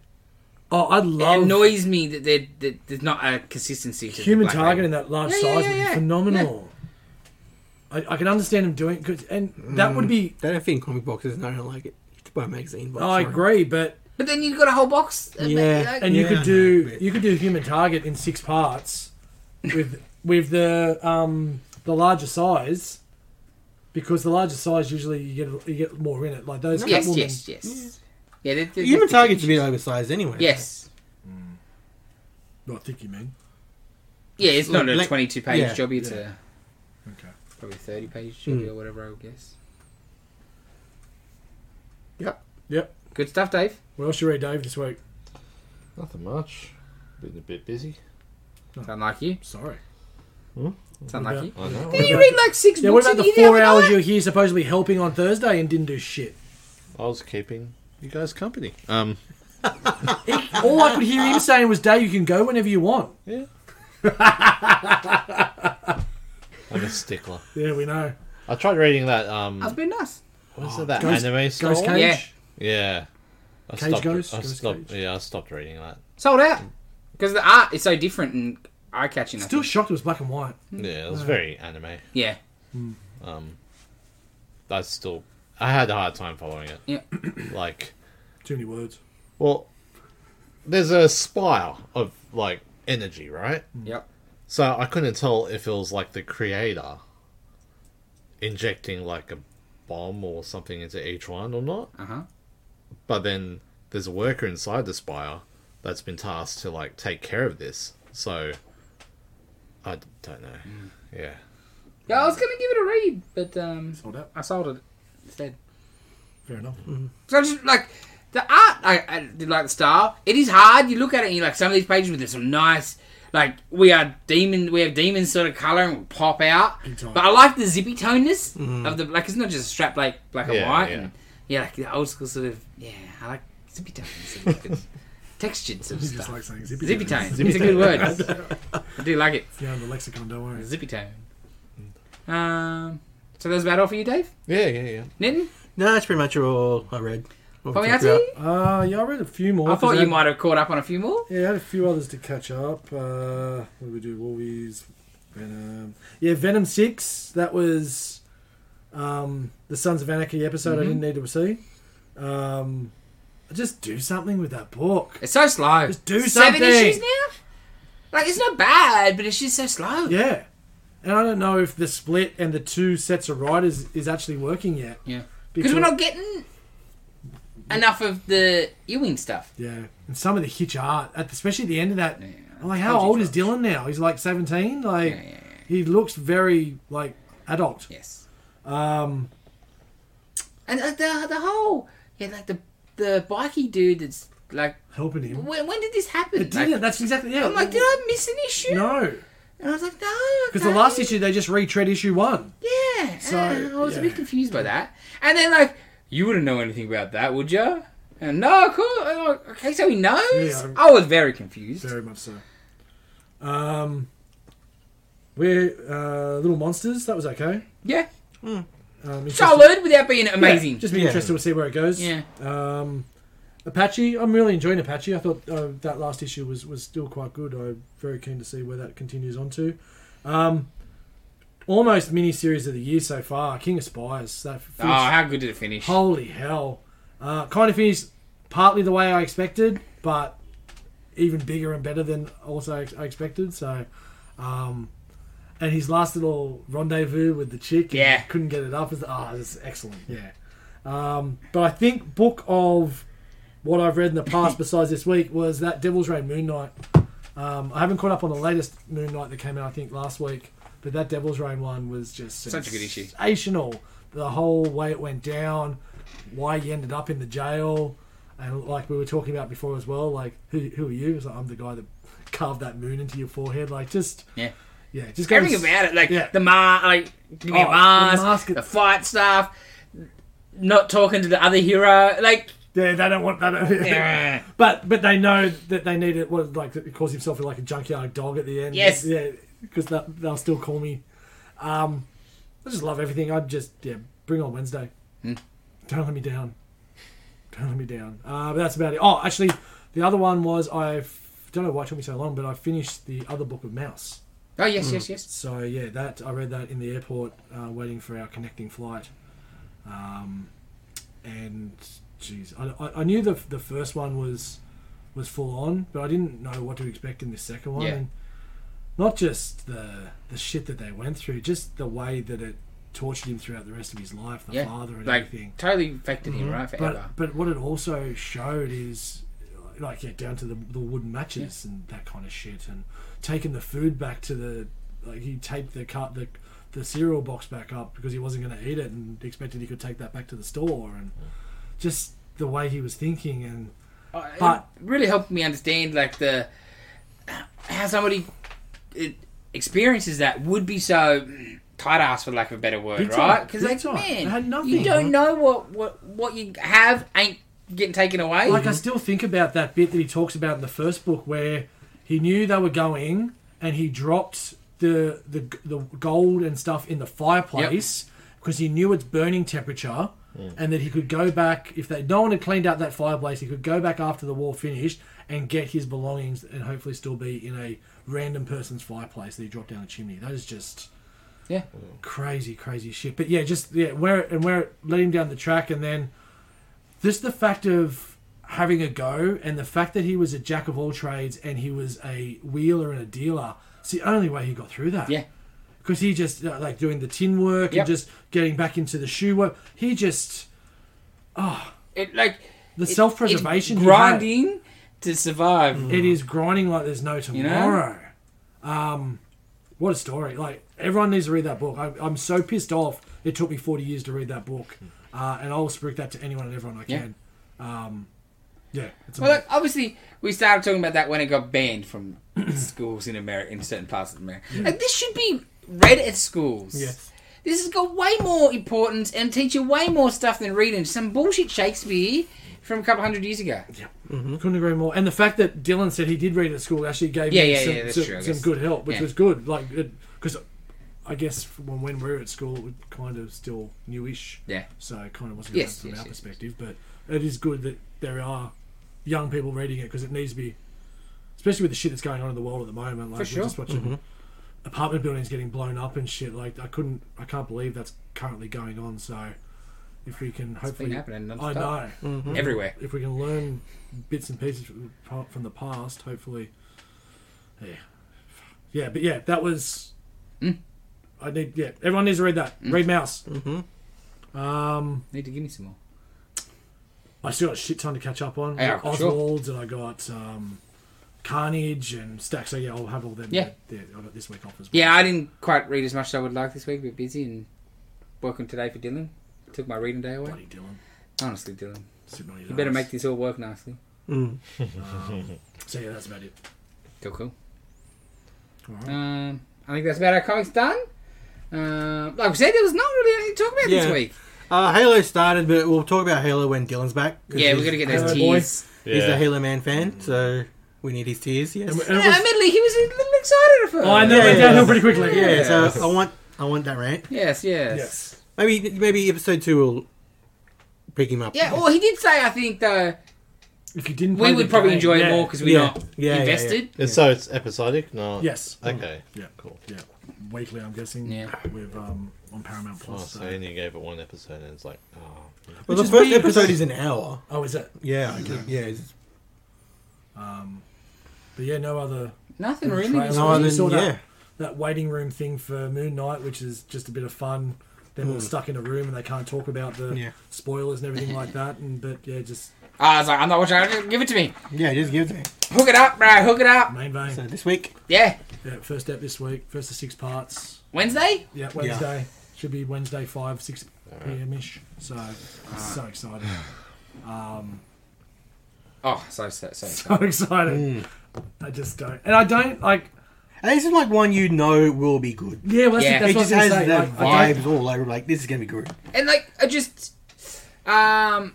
[SPEAKER 3] Oh, I
[SPEAKER 1] It
[SPEAKER 3] love
[SPEAKER 1] annoys me that, there- that there's not a consistency. To the
[SPEAKER 3] human
[SPEAKER 1] black
[SPEAKER 3] target in
[SPEAKER 1] label.
[SPEAKER 3] that large
[SPEAKER 1] Yeah, yeah,
[SPEAKER 3] size
[SPEAKER 1] yeah,
[SPEAKER 3] would be
[SPEAKER 1] yeah.
[SPEAKER 3] phenomenal. I, I can understand him doing good, and that would be.
[SPEAKER 4] They don't fit in comic boxes, and I don't like it. You have to buy a magazine
[SPEAKER 1] Oh,
[SPEAKER 4] box.
[SPEAKER 3] I
[SPEAKER 4] for it.
[SPEAKER 3] agree, but
[SPEAKER 1] But then you've got a whole box. of-
[SPEAKER 4] Yeah.
[SPEAKER 1] like-
[SPEAKER 3] and you
[SPEAKER 4] Yeah,
[SPEAKER 3] could
[SPEAKER 4] no,
[SPEAKER 3] do
[SPEAKER 4] but-
[SPEAKER 3] you could do human target in six parts with with the um the larger size because the larger size usually you get you get more in it like those
[SPEAKER 1] yes,
[SPEAKER 3] Catwoman-
[SPEAKER 1] yes, yes. Yeah, they they-
[SPEAKER 4] Human
[SPEAKER 1] they-
[SPEAKER 4] target's a bit oversized anyway.
[SPEAKER 1] Yes.
[SPEAKER 3] not thick you mean
[SPEAKER 1] Yeah, it's not a
[SPEAKER 4] Like-
[SPEAKER 1] 22 page
[SPEAKER 4] yeah,
[SPEAKER 1] job. It's
[SPEAKER 3] yeah. okay
[SPEAKER 1] a probably 30 page job
[SPEAKER 4] Mm.
[SPEAKER 1] or whatever, I would guess.
[SPEAKER 4] Yep.
[SPEAKER 3] Yep.
[SPEAKER 1] Good stuff, Dave.
[SPEAKER 3] what else you read Dave this week
[SPEAKER 2] Nothing much. Been a bit busy.
[SPEAKER 3] Oh.
[SPEAKER 1] Sound like you.
[SPEAKER 3] sorry
[SPEAKER 1] Sound like you.
[SPEAKER 2] I know.
[SPEAKER 1] Did you read like six
[SPEAKER 3] yeah what
[SPEAKER 1] books
[SPEAKER 3] about the
[SPEAKER 1] in here
[SPEAKER 3] four
[SPEAKER 1] other
[SPEAKER 3] hours
[SPEAKER 1] night?
[SPEAKER 3] you were here supposedly helping on Thursday and didn't do shit
[SPEAKER 2] [laughs] I was keeping you guys company. Um,
[SPEAKER 3] He- all I could hear him saying was, "Dave, you can go whenever you want."
[SPEAKER 2] Yeah. I'm a stickler.
[SPEAKER 3] Yeah, we know.
[SPEAKER 2] I tried reading that. Um,
[SPEAKER 1] I've been nice.
[SPEAKER 2] what is it, that
[SPEAKER 3] Oh. Ghost-
[SPEAKER 2] anime
[SPEAKER 3] Ghost
[SPEAKER 2] soul?
[SPEAKER 3] Cage.
[SPEAKER 1] Yeah.
[SPEAKER 2] Yeah. I
[SPEAKER 3] Cage
[SPEAKER 2] stopped,
[SPEAKER 3] Ghost?
[SPEAKER 2] I
[SPEAKER 3] Ghost
[SPEAKER 2] stopped,
[SPEAKER 3] Cage?
[SPEAKER 2] Yeah, I stopped reading that.
[SPEAKER 1] Sold out because the art is so different and eye catching.
[SPEAKER 3] Still shocked it was black and white.
[SPEAKER 2] Yeah, it was very anime.
[SPEAKER 1] yeah,
[SPEAKER 2] I still, I had a hard time following it.
[SPEAKER 1] yeah.
[SPEAKER 2] Like,
[SPEAKER 3] Too many words.
[SPEAKER 2] well, there's a spire of like energy, right?
[SPEAKER 3] Hmm.
[SPEAKER 1] Yep.
[SPEAKER 2] So I couldn't tell if it was like the creator injecting like a bomb or something into each one or not.
[SPEAKER 1] Uh huh.
[SPEAKER 2] But then there's a worker inside the spire that's been tasked to like take care of this. So I d- don't know. Yeah.
[SPEAKER 1] Yeah, I was gonna give it a read, but um,
[SPEAKER 3] Sold out.
[SPEAKER 1] I sold it instead.
[SPEAKER 3] Fair enough.
[SPEAKER 1] So I just like the art, I, I did like the style. It is hard. You look at it, and you're like, some of these pages with some nice, like we are demon, we have demons sort of color and will pop out.
[SPEAKER 3] time. Mm-hmm.
[SPEAKER 1] But I like the zippy toneness of the like. It's not just a strap like black and
[SPEAKER 2] Yeah,
[SPEAKER 1] white,
[SPEAKER 2] yeah.
[SPEAKER 1] and yeah, like the old school sort of yeah. I like zippy tones, and, like,
[SPEAKER 3] [laughs]
[SPEAKER 1] it's textured sort of
[SPEAKER 3] He just
[SPEAKER 1] stuff.
[SPEAKER 3] like saying zippy.
[SPEAKER 1] Zippy
[SPEAKER 3] tones.
[SPEAKER 1] tone. It's a good word. I do like it.
[SPEAKER 3] Yeah, on the lexicon. Don't worry.
[SPEAKER 1] Zippy tone.
[SPEAKER 3] Mm.
[SPEAKER 1] Um. So that's about all for you, Dave.
[SPEAKER 2] Yeah, yeah, yeah.
[SPEAKER 1] Ninton,
[SPEAKER 4] No, that's pretty much all I read. What we talked
[SPEAKER 1] Pomiati.
[SPEAKER 3] Uh, yeah, I read a few more.
[SPEAKER 1] I
[SPEAKER 3] 'cause
[SPEAKER 1] thought you
[SPEAKER 3] had-
[SPEAKER 1] might have caught up on a few more.
[SPEAKER 3] Yeah, I had a few others to catch up. Uh, what did we do? Wolvies, Venom. Yeah, Venom Six. That was um, the Sons of Anarchy episode. I
[SPEAKER 1] Mm-hmm.
[SPEAKER 3] didn't need to see. Um, just do something with that book.
[SPEAKER 1] It's so slow.
[SPEAKER 3] Just do something.
[SPEAKER 1] Seven issues now? Like, it's not bad, but it's just so slow.
[SPEAKER 3] Yeah, and I don't know if the split and the two sets of writers is actually working yet.
[SPEAKER 1] Yeah. Because we're not getting enough of the Ewing stuff.
[SPEAKER 3] Yeah, and some of the Hitch art, at- especially at the end of that.
[SPEAKER 1] Yeah.
[SPEAKER 3] I'm like, how
[SPEAKER 1] Told you
[SPEAKER 3] old is
[SPEAKER 1] so.
[SPEAKER 3] Dylan now? He's like 17. Like,
[SPEAKER 1] Yeah, yeah, yeah.
[SPEAKER 3] he looks very like adult.
[SPEAKER 1] Yes.
[SPEAKER 3] Um,
[SPEAKER 1] And uh, the, the whole, yeah, like the, the bikey dude that's like,
[SPEAKER 3] helping him.
[SPEAKER 1] when, when did this happen?
[SPEAKER 3] It didn't.
[SPEAKER 1] Like,
[SPEAKER 3] That's exactly yeah.
[SPEAKER 1] I'm like, did I miss an issue?
[SPEAKER 3] no,
[SPEAKER 1] And I was like, no.
[SPEAKER 3] because
[SPEAKER 1] okay.
[SPEAKER 3] the last issue they just retread issue one.
[SPEAKER 1] Yeah.
[SPEAKER 3] So,
[SPEAKER 1] uh, I was a
[SPEAKER 3] yeah.
[SPEAKER 1] bit confused by that. And then, like, you wouldn't know anything about that, would you? And no, cool. And I'm like, okay, so he knows?
[SPEAKER 3] Yeah, I'm-
[SPEAKER 1] I was very confused.
[SPEAKER 3] Very much so. Um, we're uh, little monsters. That was okay.
[SPEAKER 1] Yeah.
[SPEAKER 3] Um, interested-
[SPEAKER 1] Solid without being amazing.
[SPEAKER 3] Yeah, just be
[SPEAKER 4] Yeah.
[SPEAKER 3] interested to see where it goes.
[SPEAKER 1] Yeah.
[SPEAKER 3] Um, Apache. I'm really enjoying Apache. I thought uh, that last issue was was still quite good. I'm very keen to see where that continues on to. Um, almost mini series of the year so far. King of Spies. That
[SPEAKER 1] Oh,
[SPEAKER 3] finished-
[SPEAKER 1] how good did it finish?
[SPEAKER 3] Holy hell. Uh, kind of finished partly the way I expected, but even bigger and better than also ex- I expected. So, um, and his last little rendezvous with the chick, and
[SPEAKER 1] Yeah.
[SPEAKER 3] couldn't get it up. Is ah, it's excellent, yeah. Um, but I think book of what I've read in
[SPEAKER 1] [laughs]
[SPEAKER 3] the past, besides this week, was that Devil's Reign Moon Knight. Um, I haven't caught up on the latest Moon Knight that came out, I think, last week. But that Devil's Reign one was just
[SPEAKER 1] Such a good issue.
[SPEAKER 3] sensational. The whole way it went down, why he ended up in the jail, and like we were talking about before as well, like who who are you? It's like, I'm the guy that [laughs] carved that moon into your forehead. Like just
[SPEAKER 1] Yeah.
[SPEAKER 3] yeah, just go
[SPEAKER 1] Everything about it, like
[SPEAKER 3] Yeah.
[SPEAKER 1] the ma, like giving me a
[SPEAKER 3] Oh, the
[SPEAKER 1] mask, the,
[SPEAKER 3] mask-
[SPEAKER 1] fight stuff, not talking to the other hero, like
[SPEAKER 3] Yeah, they don't want that. [laughs]
[SPEAKER 1] Yeah.
[SPEAKER 3] But but they know that they need it. What like it calls himself like a junkyard dog at the end.
[SPEAKER 1] Yes.
[SPEAKER 3] Yeah, because they'll still call me. Um, I just love everything. I just yeah, bring on Wednesday. Don't let me down. Don't let me down. Uh, but that's about it. Oh, actually, the other one was I don't know why it took me so long, but I finished the other book of Mouse.
[SPEAKER 1] oh
[SPEAKER 3] Mm.
[SPEAKER 1] yes, yes, yes.
[SPEAKER 3] So yeah, that I read that in the airport, uh, waiting for our connecting flight. Um, and jeez, I, I, I knew the the first one was was full on, but I didn't know what to expect in the second one.
[SPEAKER 1] Yeah.
[SPEAKER 3] And not just the the shit that they went through, just the way that it tortured him throughout the rest of his life, the
[SPEAKER 1] Yeah,
[SPEAKER 3] father and
[SPEAKER 1] like
[SPEAKER 3] everything. Mm-hmm.
[SPEAKER 1] totally affected him, right? Forever.
[SPEAKER 3] But but what it also showed is like yeah, down to the, the wooden matches and that kind of shit, and taking the food back to the like he taped the cut the the cereal box back up because he wasn't going to eat it and expected he could take that back to the store and just the way he was thinking and
[SPEAKER 1] Uh,
[SPEAKER 3] but-
[SPEAKER 1] it really helped me understand like the how somebody it experiences that would be so mm, tight ass for lack of a better word,
[SPEAKER 3] Big time,
[SPEAKER 1] right? Because
[SPEAKER 3] big
[SPEAKER 1] like
[SPEAKER 3] time.
[SPEAKER 1] man,
[SPEAKER 3] They had nothing.
[SPEAKER 1] you don't know what what what you have ain't getting taken away.
[SPEAKER 3] Like I still think about that bit that he talks about in the first book where he knew they were going and he dropped the the, the gold and stuff in the fireplace because he knew its burning temperature and that he could go back if they no one had cleaned out that fireplace he could go back after the war finished and get his belongings and hopefully still be in a random person's fireplace that he dropped down a chimney. That is just
[SPEAKER 1] yeah.
[SPEAKER 3] crazy, crazy shit. But yeah, just yeah, where and where it led him down the track, and then just the fact of having a go, and the fact that he was a jack of all trades, and he was a wheeler and a dealer. It's the only way he got through that.
[SPEAKER 1] Yeah.
[SPEAKER 3] because he just uh, like doing the tin work
[SPEAKER 1] Yep.
[SPEAKER 3] and just getting back into the shoe work. He just
[SPEAKER 1] It like
[SPEAKER 3] the
[SPEAKER 1] it-
[SPEAKER 3] self preservation
[SPEAKER 1] it's grinding to survive.
[SPEAKER 3] It is grinding like there's no
[SPEAKER 1] Mm. know?
[SPEAKER 3] tomorrow. Um, what a story! Like everyone needs to read that book. I, I'm so pissed off. It took me 40 years to read that book, uh, and I'll spruik that to anyone and everyone I
[SPEAKER 1] Hmm. Yeah.
[SPEAKER 3] can. Yeah, um, yeah it's
[SPEAKER 1] Well,
[SPEAKER 3] amazing.
[SPEAKER 1] look, obviously, we started talking about that when it got banned from schools in America, in certain parts of America. And this should be read at schools.
[SPEAKER 4] Yes.
[SPEAKER 1] This has got way more importance and teach you way more stuff than reading some bullshit Shakespeare from a couple hundred years ago.
[SPEAKER 3] Mm-hmm. couldn't agree more. And the fact that Dylan said he did read at school actually gave
[SPEAKER 1] Yeah,
[SPEAKER 3] me
[SPEAKER 1] yeah,
[SPEAKER 3] some,
[SPEAKER 1] yeah, that's
[SPEAKER 3] some,
[SPEAKER 1] true, I
[SPEAKER 3] some
[SPEAKER 1] guess.
[SPEAKER 3] good help, which
[SPEAKER 1] Yeah.
[SPEAKER 3] was good. Like because I guess when, when we were at school, it was kind of still newish.
[SPEAKER 1] Yeah.
[SPEAKER 3] So it kind of wasn't
[SPEAKER 1] Yes,
[SPEAKER 3] around from
[SPEAKER 1] yes,
[SPEAKER 3] our
[SPEAKER 1] yes,
[SPEAKER 3] perspective, but it is good that there are young people reading it because it needs to be, especially with the shit that's going on in the world at the moment. Like
[SPEAKER 1] sure. Mm-hmm.
[SPEAKER 3] we're just watching apartment buildings getting blown up and shit. Like I couldn't, I can't believe that's currently going on. So if we
[SPEAKER 1] Been
[SPEAKER 3] can hopefully,
[SPEAKER 1] happening
[SPEAKER 3] I
[SPEAKER 1] non-stop. Mm.
[SPEAKER 3] know
[SPEAKER 1] everywhere.
[SPEAKER 3] if we can learn bits and pieces from the pa- from the past, hopefully. Yeah, yeah, but yeah, that was.
[SPEAKER 1] Mm.
[SPEAKER 3] I need. Yeah, everyone needs to read that. Read Mouse.
[SPEAKER 1] Need to give me some more.
[SPEAKER 3] I still got a shit ton to catch up on.
[SPEAKER 1] Yeah, sure.
[SPEAKER 3] Oswald's and I got um, Carnage and Stack. So yeah, I'll have all them.
[SPEAKER 1] Yeah.
[SPEAKER 3] yeah, I got this week off as well.
[SPEAKER 1] Yeah, I didn't quite read as much as I would like this week. A bit busy and working today for Dylan. Took my reading day away.
[SPEAKER 3] Bloody Dylan.
[SPEAKER 1] Honestly, Dylan,
[SPEAKER 3] Sitting on his
[SPEAKER 1] you better
[SPEAKER 3] ass.
[SPEAKER 1] make this all work nicely.
[SPEAKER 4] Mm.
[SPEAKER 3] Um, So yeah, that's about it.
[SPEAKER 1] Cool, cool.
[SPEAKER 3] Alright.
[SPEAKER 1] Um, I think that's about our comics done. Um, like we said, there was not really anything to talk about
[SPEAKER 4] Yeah.
[SPEAKER 1] this week.
[SPEAKER 4] Uh, Halo started, but we'll talk about Halo when Dylan's back. 'cause
[SPEAKER 1] Yeah,
[SPEAKER 4] he's-
[SPEAKER 1] we're gonna get those
[SPEAKER 3] Hello, boy.
[SPEAKER 1] tears.
[SPEAKER 4] He's
[SPEAKER 2] Yeah.
[SPEAKER 4] a Halo Man fan, so we need his tears.
[SPEAKER 3] Mm.
[SPEAKER 4] Yes.
[SPEAKER 3] And we- and
[SPEAKER 1] Yeah,
[SPEAKER 3] it was-
[SPEAKER 1] admittedly, he was a little excited at first.
[SPEAKER 3] oh, and then it went
[SPEAKER 4] Yeah.
[SPEAKER 3] downhill pretty quickly.
[SPEAKER 4] yeah,
[SPEAKER 2] Yes.
[SPEAKER 4] So I want, I want that rant.
[SPEAKER 1] Yes, yes,
[SPEAKER 3] Yes.
[SPEAKER 4] Maybe, maybe episode two will pick him up.
[SPEAKER 1] Yeah, well, he did say, I think though,
[SPEAKER 3] If you didn't,
[SPEAKER 1] we
[SPEAKER 3] play the
[SPEAKER 1] would probably
[SPEAKER 3] game,
[SPEAKER 1] enjoy
[SPEAKER 3] yeah.
[SPEAKER 1] it more because we're
[SPEAKER 4] Yeah.
[SPEAKER 1] not
[SPEAKER 4] Yeah, yeah,
[SPEAKER 1] invested.
[SPEAKER 2] It's, so it's episodic, no?
[SPEAKER 3] Yes.
[SPEAKER 2] Okay.
[SPEAKER 3] Yeah.
[SPEAKER 2] Cool.
[SPEAKER 3] Yeah, weekly. I'm guessing.
[SPEAKER 1] Yeah.
[SPEAKER 3] With um on Paramount
[SPEAKER 2] Oh,
[SPEAKER 3] Plus.
[SPEAKER 2] so
[SPEAKER 3] so-
[SPEAKER 2] then you gave it one episode and it's like, oh.
[SPEAKER 4] Well,
[SPEAKER 3] Which
[SPEAKER 4] the
[SPEAKER 3] is
[SPEAKER 4] first
[SPEAKER 3] weird, 'cause-
[SPEAKER 4] episode is an hour.
[SPEAKER 3] Oh, is it?
[SPEAKER 4] Yeah, yeah. It's,
[SPEAKER 3] But yeah, no other
[SPEAKER 1] Nothing really.
[SPEAKER 3] Trailer.
[SPEAKER 1] this
[SPEAKER 4] no,
[SPEAKER 1] week.
[SPEAKER 4] then,
[SPEAKER 3] saw that.
[SPEAKER 4] yeah.
[SPEAKER 3] that waiting room thing for Moon Knight, which is just a bit of fun. Them all stuck in a room and they can't talk about the
[SPEAKER 4] Hmm. Yeah.
[SPEAKER 3] spoilers and everything like that. And but yeah, just
[SPEAKER 1] Ah, I was like, I'm not watching. it, Just give it to me.
[SPEAKER 4] Yeah, just give it to me.
[SPEAKER 1] Hook it up, bro. Hook it up.
[SPEAKER 3] main
[SPEAKER 4] So
[SPEAKER 3] vein.
[SPEAKER 4] this week,
[SPEAKER 1] Yeah.
[SPEAKER 3] Yeah, first step this week, first of six parts.
[SPEAKER 1] Wednesday.
[SPEAKER 3] Yeah, Wednesday should be Wednesday five six p.m. ish. So
[SPEAKER 4] Ah.
[SPEAKER 3] so excited, [laughs]
[SPEAKER 1] Oh, so so so. so.
[SPEAKER 3] so excited.
[SPEAKER 4] Hmm.
[SPEAKER 3] I just don't, and I don't like.
[SPEAKER 4] and this is like one you know will be good.
[SPEAKER 3] Yeah, well, that's,
[SPEAKER 1] Yeah.
[SPEAKER 3] that's
[SPEAKER 4] it
[SPEAKER 3] what
[SPEAKER 4] just
[SPEAKER 3] I was
[SPEAKER 4] has
[SPEAKER 3] gonna say.
[SPEAKER 4] that
[SPEAKER 3] Like, I don't-
[SPEAKER 4] vibes all over. Like this is gonna be good.
[SPEAKER 1] and like I just um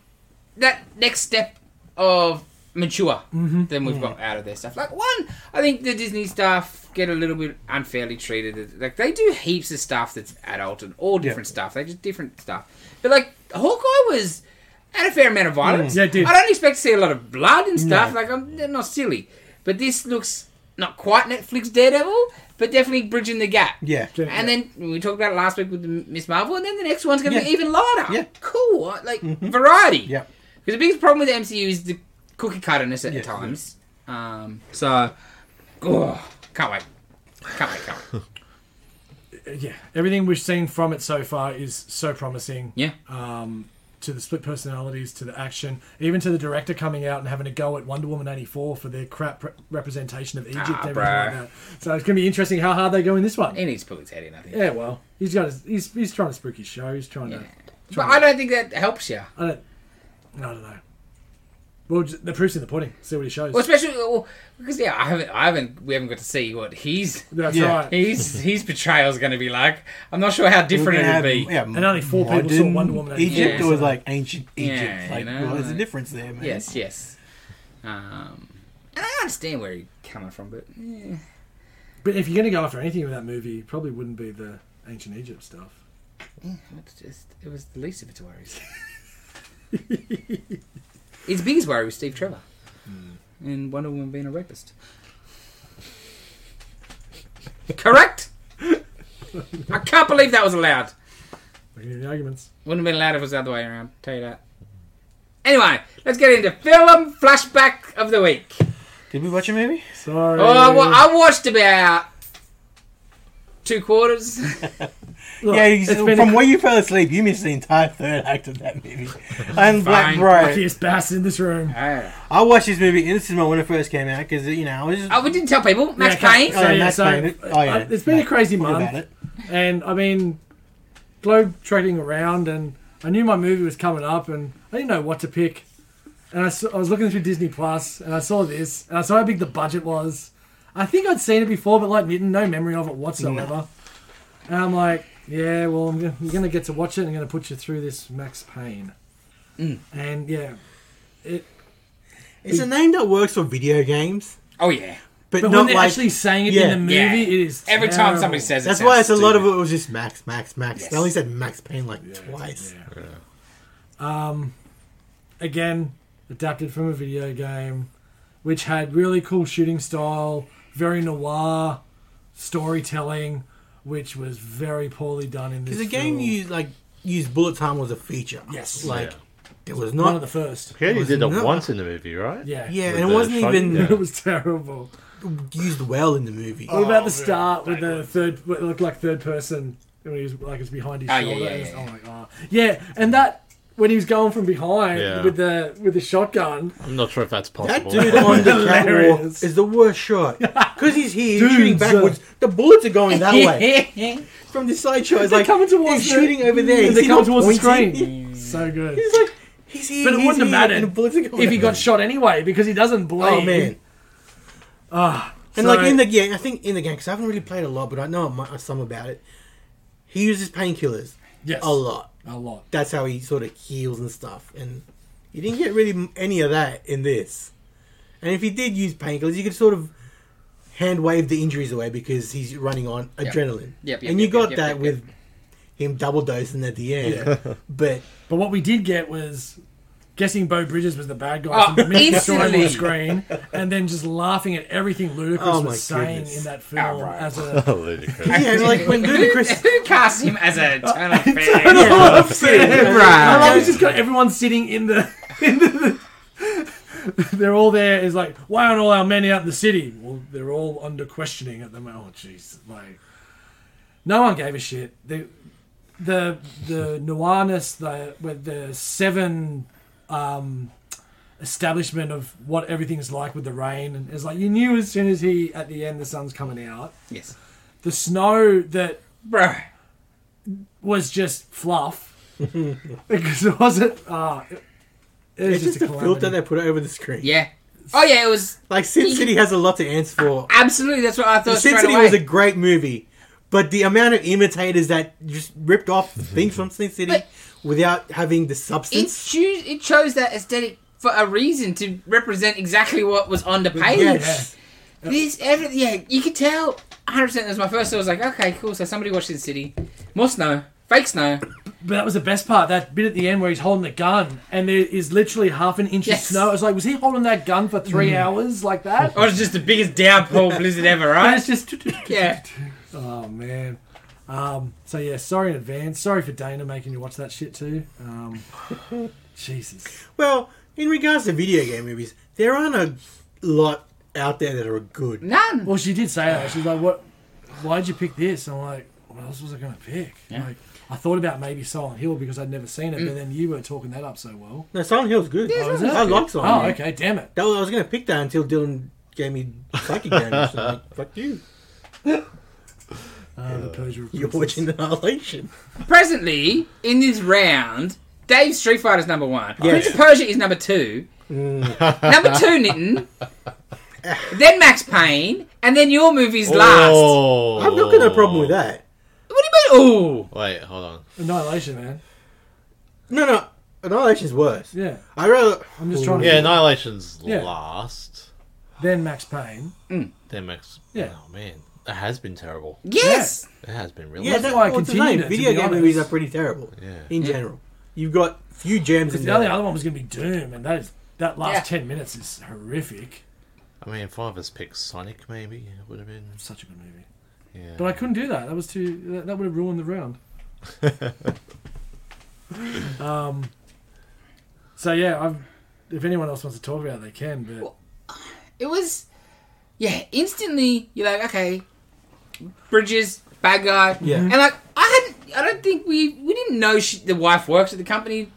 [SPEAKER 1] that next step of mature
[SPEAKER 3] Mm-hmm.
[SPEAKER 1] than we've got out of their stuff. Like one, I think the Disney stuff get a little bit unfairly treated. Like they do heaps of stuff that's adult and all different stuff. They just different stuff. But like Hawkeye was had a fair amount of violence.
[SPEAKER 3] Mm. Yeah, it did.
[SPEAKER 1] I don't expect to see a lot of blood and stuff. Like I'm they're not silly. But this looks not quite Netflix Daredevil, but definitely bridging the gap.
[SPEAKER 4] Yeah.
[SPEAKER 3] Yeah.
[SPEAKER 1] And then we talked about it last week with the Miss Marvel, and then the next one's going to
[SPEAKER 4] Yeah.
[SPEAKER 1] be even lighter.
[SPEAKER 4] Yeah. Mm-hmm.
[SPEAKER 1] Cool. I- Like, variety.
[SPEAKER 4] Yeah.
[SPEAKER 1] Because the biggest problem with the MCU is the cookie cutterness at
[SPEAKER 4] Yeah,
[SPEAKER 1] times. Um, so, oh, can't wait. Can't wait, can't wait.
[SPEAKER 3] yeah, everything we've seen from it so far is so promising.
[SPEAKER 4] [laughs]
[SPEAKER 1] Yeah.
[SPEAKER 4] Uh.
[SPEAKER 3] to the split personalities, to the action, even to the director coming out and having a go at Wonder Woman 84 for their crap re- representation of Egypt
[SPEAKER 1] Ah,
[SPEAKER 3] and everything
[SPEAKER 1] bruh.
[SPEAKER 3] like that. So it's going to be interesting how hard they go in this one.
[SPEAKER 1] he needs to pull his head in, I think.
[SPEAKER 3] Yeah, well, he's got his, he's, he's trying to spook his show. He's trying
[SPEAKER 1] Yeah.
[SPEAKER 3] to.
[SPEAKER 1] But I don't think that helps you.
[SPEAKER 3] I don't, I don't know. Well, j- the proof's in the pudding. See what he shows.
[SPEAKER 1] Well, especially well, because yeah, I haven't, I haven't, we haven't got to see what he's.
[SPEAKER 3] That's
[SPEAKER 4] Yeah.
[SPEAKER 3] right.
[SPEAKER 1] His, his portrayal is going to be like. I'm not sure how different it would be.
[SPEAKER 4] Yeah,
[SPEAKER 3] And only four people saw Wonder Woman at the
[SPEAKER 4] Egypt
[SPEAKER 1] time,
[SPEAKER 4] or was
[SPEAKER 3] so-
[SPEAKER 4] like ancient Egypt.
[SPEAKER 1] Yeah,
[SPEAKER 4] like,
[SPEAKER 1] you know,
[SPEAKER 4] well, there's a
[SPEAKER 1] like-
[SPEAKER 4] difference there, man.
[SPEAKER 1] Yes, yes. Um, and I understand where he's coming from, but eh.
[SPEAKER 3] But if you're going to go after anything with that movie, it probably wouldn't be the ancient Egypt stuff.
[SPEAKER 1] It's just, it was the least of its worries. its biggest worry was Steve Trevor and Wonder Woman being a rapist. Correct? I can't believe that was allowed.
[SPEAKER 3] We can do the arguments.
[SPEAKER 1] Wouldn't have been allowed if it was the other way around. Tell you that. Anyway, let's get into film flashback of the week.
[SPEAKER 4] Did we watch a movie?
[SPEAKER 3] Sorry.
[SPEAKER 1] Oh, I wa- I watched about two
[SPEAKER 4] [laughs]
[SPEAKER 1] quarters.
[SPEAKER 3] Look,
[SPEAKER 4] yeah, you,
[SPEAKER 3] it's been
[SPEAKER 4] from
[SPEAKER 3] a-
[SPEAKER 4] where you fell asleep, you missed the entire third act of that
[SPEAKER 3] [laughs]
[SPEAKER 4] movie. I'm Black
[SPEAKER 1] Fine.
[SPEAKER 4] Bro.
[SPEAKER 3] Luckiest bastard in this room.
[SPEAKER 1] oh,
[SPEAKER 4] I watched this movie innocent when it first came out because you know I was just.
[SPEAKER 1] we didn't tell people. Max
[SPEAKER 3] Yeah, okay.
[SPEAKER 1] Payne.
[SPEAKER 4] Oh, yeah, Max
[SPEAKER 3] so,
[SPEAKER 4] Payne. Oh, yeah.
[SPEAKER 3] uh, it's been a
[SPEAKER 4] Max,
[SPEAKER 3] crazy
[SPEAKER 4] talk
[SPEAKER 3] month.
[SPEAKER 4] about it.
[SPEAKER 3] and I mean, globe trading around, and I knew my movie was coming up, and I didn't know what to pick. And I, saw, I was looking through Disney Plus, and I saw this, and I saw how big the budget was. I think I'd seen it before, but like, didn't no memory of it whatsoever. And I'm like, yeah, well, I'm gonna, you're gonna get to watch it. and I'm gonna put you through this Max Payne,
[SPEAKER 4] Mm.
[SPEAKER 3] and yeah, it.
[SPEAKER 4] It's a name that works for video games,
[SPEAKER 1] Oh yeah.
[SPEAKER 4] but,
[SPEAKER 3] But when
[SPEAKER 4] not
[SPEAKER 3] they're
[SPEAKER 4] like.
[SPEAKER 3] actually saying it
[SPEAKER 4] yeah.
[SPEAKER 3] in the movie,
[SPEAKER 1] Yeah.
[SPEAKER 3] it is
[SPEAKER 1] Every time somebody
[SPEAKER 3] terrible.
[SPEAKER 1] says it,
[SPEAKER 4] that's
[SPEAKER 1] sounds
[SPEAKER 4] why it's a lot of it
[SPEAKER 1] stupid.
[SPEAKER 4] was just Max, Max, Max.
[SPEAKER 1] Yes.
[SPEAKER 4] They only said Max Payne like twice.
[SPEAKER 3] again adapted from a video game which had really cool shooting style very noir storytelling which was very poorly done in this
[SPEAKER 4] Because the game
[SPEAKER 3] film.
[SPEAKER 4] used like used bullet time was a feature.
[SPEAKER 3] Yes.
[SPEAKER 4] like
[SPEAKER 2] Yeah.
[SPEAKER 4] there was
[SPEAKER 3] one of
[SPEAKER 4] not.
[SPEAKER 3] the first [laughs]
[SPEAKER 2] He only
[SPEAKER 4] Was
[SPEAKER 2] did it
[SPEAKER 4] not-
[SPEAKER 2] once in the movie, right?
[SPEAKER 3] yeah
[SPEAKER 4] yeah,
[SPEAKER 2] With
[SPEAKER 4] and it
[SPEAKER 2] the
[SPEAKER 4] wasn't
[SPEAKER 2] shot-
[SPEAKER 4] even
[SPEAKER 2] yeah.
[SPEAKER 3] it was terrible
[SPEAKER 4] [laughs] used well in the movie.
[SPEAKER 3] what about the start with the third what looked like third person when he was like it's behind his
[SPEAKER 4] Ah,
[SPEAKER 1] Oh, yeah,
[SPEAKER 3] shoulder
[SPEAKER 1] yeah,
[SPEAKER 3] and it's-
[SPEAKER 1] yeah,
[SPEAKER 3] oh my god yeah and that when he was going from behind
[SPEAKER 2] Yeah.
[SPEAKER 3] with the with the shotgun
[SPEAKER 2] I'm not sure if that's
[SPEAKER 4] That
[SPEAKER 2] possible. [laughs]
[SPEAKER 4] dude on the catwalk
[SPEAKER 3] [laughs] Hilarious. uh,
[SPEAKER 4] is the
[SPEAKER 3] [laughs]
[SPEAKER 4] worst shot because he's here
[SPEAKER 3] Dude,
[SPEAKER 4] he's shooting
[SPEAKER 3] sir.
[SPEAKER 4] backwards. The bullets are
[SPEAKER 3] [laughs]
[SPEAKER 4] going that way
[SPEAKER 1] yeah.
[SPEAKER 4] from the side shot. It's
[SPEAKER 3] they're
[SPEAKER 4] like
[SPEAKER 3] coming towards
[SPEAKER 4] he's
[SPEAKER 3] the-
[SPEAKER 4] shooting
[SPEAKER 3] [laughs]
[SPEAKER 4] over there. Is
[SPEAKER 3] they
[SPEAKER 4] he
[SPEAKER 3] come
[SPEAKER 4] not
[SPEAKER 3] towards the
[SPEAKER 4] pointing?
[SPEAKER 3] screen so good
[SPEAKER 4] [laughs] He's like he's here,
[SPEAKER 3] But it
[SPEAKER 4] he's
[SPEAKER 3] wouldn't have
[SPEAKER 4] here,
[SPEAKER 3] mattered
[SPEAKER 4] and the bullets are going
[SPEAKER 3] if he got shot anyway because he doesn't blame
[SPEAKER 4] Oh man.
[SPEAKER 3] Ah,
[SPEAKER 4] And
[SPEAKER 3] so-
[SPEAKER 4] like in the yeah, I think in the game because I haven't really played a lot, but I know mu- some about it. He uses painkillers
[SPEAKER 3] yes,
[SPEAKER 4] a lot.
[SPEAKER 3] a lot.
[SPEAKER 4] That's how he sort of heals and stuff. And you didn't get really m- any of that in this. And if he did use painkillers, you could sort of hand wave the injuries away because he's running on adrenaline.
[SPEAKER 1] Yep, yep,
[SPEAKER 4] and you
[SPEAKER 1] yep,
[SPEAKER 4] got
[SPEAKER 1] yep,
[SPEAKER 4] that
[SPEAKER 1] yep,
[SPEAKER 4] with him double dosing at the end. but
[SPEAKER 3] But what we did get was guessing Bo Bridges was the bad guy from the
[SPEAKER 1] Oh,
[SPEAKER 3] minute you saw him on
[SPEAKER 1] instantly.
[SPEAKER 3] the screen, and then just laughing at everything Ludacris
[SPEAKER 4] Oh, my
[SPEAKER 3] was saying
[SPEAKER 4] goodness.
[SPEAKER 3] in that film
[SPEAKER 1] Outright.
[SPEAKER 3] as a
[SPEAKER 2] Ludicrous.
[SPEAKER 4] yeah, like
[SPEAKER 1] [laughs]
[SPEAKER 4] when
[SPEAKER 1] Who,
[SPEAKER 4] Ludacris.
[SPEAKER 1] [laughs] who cast him as
[SPEAKER 4] [laughs]
[SPEAKER 1] a turn of
[SPEAKER 3] Yeah.
[SPEAKER 1] fan?
[SPEAKER 3] I love
[SPEAKER 1] Right.
[SPEAKER 3] he's just got everyone sitting in the. [laughs] In the they're all there. Is like, why aren't all our men out in the city? Well, they're all under questioning at the moment. Oh, jeez, like, no one gave a shit. The the the noirness, the with the seven um, establishment of what everything's like with the rain, and it's like you knew as soon as he at the end the sun's coming out.
[SPEAKER 1] Yes.
[SPEAKER 3] The snow that
[SPEAKER 1] Bro.
[SPEAKER 3] was just fluff [laughs] because it wasn't. Uh, it, it was
[SPEAKER 4] It's just a filter they put over the screen.
[SPEAKER 1] Yeah. Oh yeah, it was
[SPEAKER 4] Like Sin City has a lot to answer for.
[SPEAKER 1] absolutely. That's what I thought
[SPEAKER 4] Sin
[SPEAKER 1] straight
[SPEAKER 4] City
[SPEAKER 1] away.
[SPEAKER 4] was a great movie, but the amount of imitators that just ripped off things from Sin City
[SPEAKER 1] But-
[SPEAKER 4] without having the
[SPEAKER 1] it,
[SPEAKER 4] substance.
[SPEAKER 1] choose, it chose that aesthetic for a reason to represent exactly what was on the page.
[SPEAKER 4] Yes.
[SPEAKER 1] This every yeah, you could tell 100. percent That was my first. thought. I was like, okay, cool. So somebody watched the city. More snow, fake snow.
[SPEAKER 3] But that was the best part. That bit at the end where he's holding the gun and there is literally half an inch
[SPEAKER 1] Yes.
[SPEAKER 3] of snow. It's like, was he holding that gun for
[SPEAKER 4] Mm.
[SPEAKER 3] three hours like
[SPEAKER 4] [laughs]
[SPEAKER 3] that?
[SPEAKER 1] Or it's just the biggest downpour blizzard ever,
[SPEAKER 3] And
[SPEAKER 1] right?
[SPEAKER 3] it's just. [laughs]
[SPEAKER 1] Yeah.
[SPEAKER 3] Oh man. Um, so yeah, sorry in advance. Sorry for Dana making you watch that shit too. Um, [laughs] Jesus.
[SPEAKER 4] Well, in regards to video game movies, there aren't a lot out there that are good.
[SPEAKER 1] None.
[SPEAKER 3] Well, she did say that. She's like, "What? Why'd you pick this?" I'm like, "What else was I going to pick?"
[SPEAKER 1] Yeah.
[SPEAKER 3] Like, I thought about maybe Silent Hill because I'd never seen it, but then you were talking that up so well.
[SPEAKER 4] No, Silent Hill's good.
[SPEAKER 3] Silent Hill's
[SPEAKER 4] I
[SPEAKER 3] good.
[SPEAKER 4] like Silent
[SPEAKER 3] Oh,
[SPEAKER 4] Hill.
[SPEAKER 3] okay. Damn it.
[SPEAKER 4] That was, I was going to pick that until Dylan gave me psychic damage. So I'm like, fuck you.
[SPEAKER 3] Uh, the Persia of
[SPEAKER 4] You're
[SPEAKER 3] Princess.
[SPEAKER 4] watching Annihilation.
[SPEAKER 1] Presently, in this round, Dave's Street Fighter's number one.
[SPEAKER 4] Yes.
[SPEAKER 1] Prince of Persia is number two. Number two, Nitten. then Max Payne, and then your movie's last. What
[SPEAKER 2] Oh.
[SPEAKER 4] I've not got no problem with that.
[SPEAKER 1] do you mean? Ooh,
[SPEAKER 2] Wait, hold on.
[SPEAKER 3] Annihilation, man.
[SPEAKER 4] No, no. Annihilation's worse.
[SPEAKER 3] Yeah.
[SPEAKER 4] I rather.
[SPEAKER 3] I'm just trying to-
[SPEAKER 2] Yeah, Annihilation's
[SPEAKER 3] Yeah.
[SPEAKER 2] last.
[SPEAKER 3] Then Max Payne.
[SPEAKER 2] Then Max.
[SPEAKER 3] Yeah.
[SPEAKER 2] Oh man, that has been terrible.
[SPEAKER 1] yes.
[SPEAKER 2] It has been really.
[SPEAKER 4] Yeah,
[SPEAKER 2] bad.
[SPEAKER 4] that,
[SPEAKER 3] why I
[SPEAKER 4] what's the
[SPEAKER 3] continued
[SPEAKER 4] name?
[SPEAKER 3] it, to
[SPEAKER 4] Video
[SPEAKER 3] be
[SPEAKER 4] game
[SPEAKER 3] honest.
[SPEAKER 4] movies are pretty terrible.
[SPEAKER 2] Yeah.
[SPEAKER 4] In general, you've got few gems in
[SPEAKER 3] The only
[SPEAKER 4] there.
[SPEAKER 3] other one was going to be Doom, and that is that last
[SPEAKER 1] Yeah.
[SPEAKER 3] ten minutes is horrific.
[SPEAKER 2] I mean, if I was picked Sonic, maybe it would have been.
[SPEAKER 3] Such a good movie,
[SPEAKER 2] Yeah.
[SPEAKER 3] but I couldn't do that. That was too. That, that would have ruined the round. um. So yeah, I've, if anyone else wants to talk about, it, they can. But
[SPEAKER 1] It was. Yeah, instantly you're like, okay, Bridges, bad guy.
[SPEAKER 4] Yeah.
[SPEAKER 1] And like, I hadn't. I don't think we we didn't know she, the wife works at the company,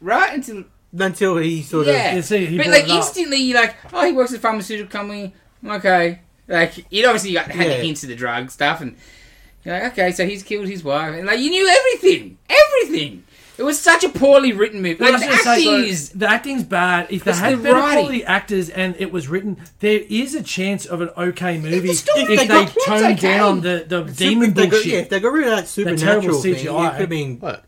[SPEAKER 1] right? Until
[SPEAKER 4] Until he sort
[SPEAKER 1] yeah.
[SPEAKER 3] You see, he
[SPEAKER 1] but
[SPEAKER 3] brought
[SPEAKER 1] like
[SPEAKER 3] it up.
[SPEAKER 1] instantly you're like, oh, he works at a pharmaceutical company. Okay. Like it obviously got had
[SPEAKER 4] Yeah.
[SPEAKER 1] hints of the drug stuff, and you're like, okay, so he's killed his wife, and like you knew everything, everything. It was such a poorly written movie.
[SPEAKER 3] Well,
[SPEAKER 1] Like the
[SPEAKER 3] I was gonna
[SPEAKER 1] acting
[SPEAKER 3] say,
[SPEAKER 1] is
[SPEAKER 3] the acting's bad. If they
[SPEAKER 1] It's
[SPEAKER 3] had
[SPEAKER 1] the
[SPEAKER 3] better
[SPEAKER 1] writing.
[SPEAKER 3] quality actors and it was written, there is a chance of an okay movie
[SPEAKER 1] the
[SPEAKER 3] if
[SPEAKER 1] story
[SPEAKER 3] they
[SPEAKER 1] they got was
[SPEAKER 3] tone
[SPEAKER 1] okay.
[SPEAKER 3] down the, the
[SPEAKER 4] of
[SPEAKER 3] demon
[SPEAKER 4] they
[SPEAKER 3] bullshit.
[SPEAKER 4] Got, yeah, if they got rid of that supernatural thing, it could
[SPEAKER 3] CGI.
[SPEAKER 4] have been
[SPEAKER 2] What?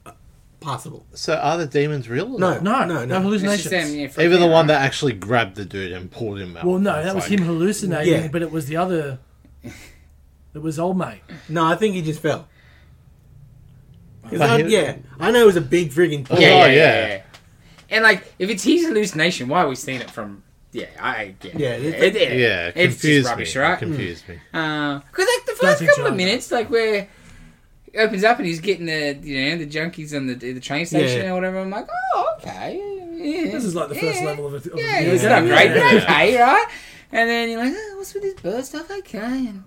[SPEAKER 4] possible.
[SPEAKER 2] So are the demons real? Or
[SPEAKER 4] No.
[SPEAKER 2] not?
[SPEAKER 3] No,
[SPEAKER 4] No,
[SPEAKER 3] no,
[SPEAKER 4] no.
[SPEAKER 3] no
[SPEAKER 1] It's just
[SPEAKER 3] hallucinations.
[SPEAKER 1] them, yeah, freaking
[SPEAKER 2] Even the
[SPEAKER 1] out.
[SPEAKER 2] one that actually grabbed the dude and pulled him out.
[SPEAKER 3] Well, no,
[SPEAKER 2] It's
[SPEAKER 3] that was
[SPEAKER 2] like-
[SPEAKER 3] him hallucinating,
[SPEAKER 4] Yeah.
[SPEAKER 3] but it was the other. It was old mate.
[SPEAKER 4] No, I think he just fell. 'Cause
[SPEAKER 2] But
[SPEAKER 4] I-
[SPEAKER 2] he-
[SPEAKER 4] yeah, I know it was a big friggin'
[SPEAKER 2] Oh,
[SPEAKER 1] yeah, yeah,
[SPEAKER 2] yeah.
[SPEAKER 1] yeah, yeah. And like, if it's his hallucination, why are we seeing it from? Yeah, I get.
[SPEAKER 4] Yeah,
[SPEAKER 1] it,
[SPEAKER 4] it-
[SPEAKER 1] it-
[SPEAKER 2] Yeah, it
[SPEAKER 1] it's
[SPEAKER 2] confused
[SPEAKER 1] just rubbish,
[SPEAKER 2] me. It
[SPEAKER 1] right? Mm.
[SPEAKER 2] confused me.
[SPEAKER 1] Because like the first
[SPEAKER 3] Doesn't
[SPEAKER 1] couple of
[SPEAKER 3] jive.
[SPEAKER 1] minutes, like where he opens up and he's getting the you know the junkies on the the train station
[SPEAKER 4] Yeah.
[SPEAKER 1] or whatever, I'm like, oh okay. yeah,
[SPEAKER 3] This is like the first
[SPEAKER 1] yeah,
[SPEAKER 3] level of a. Of a
[SPEAKER 1] Yeah,
[SPEAKER 3] video
[SPEAKER 1] it's
[SPEAKER 3] game.
[SPEAKER 1] not great, but [laughs]
[SPEAKER 2] Yeah.
[SPEAKER 1] okay, right? And then you're like, oh, what's with this bird stuff? Okay, and.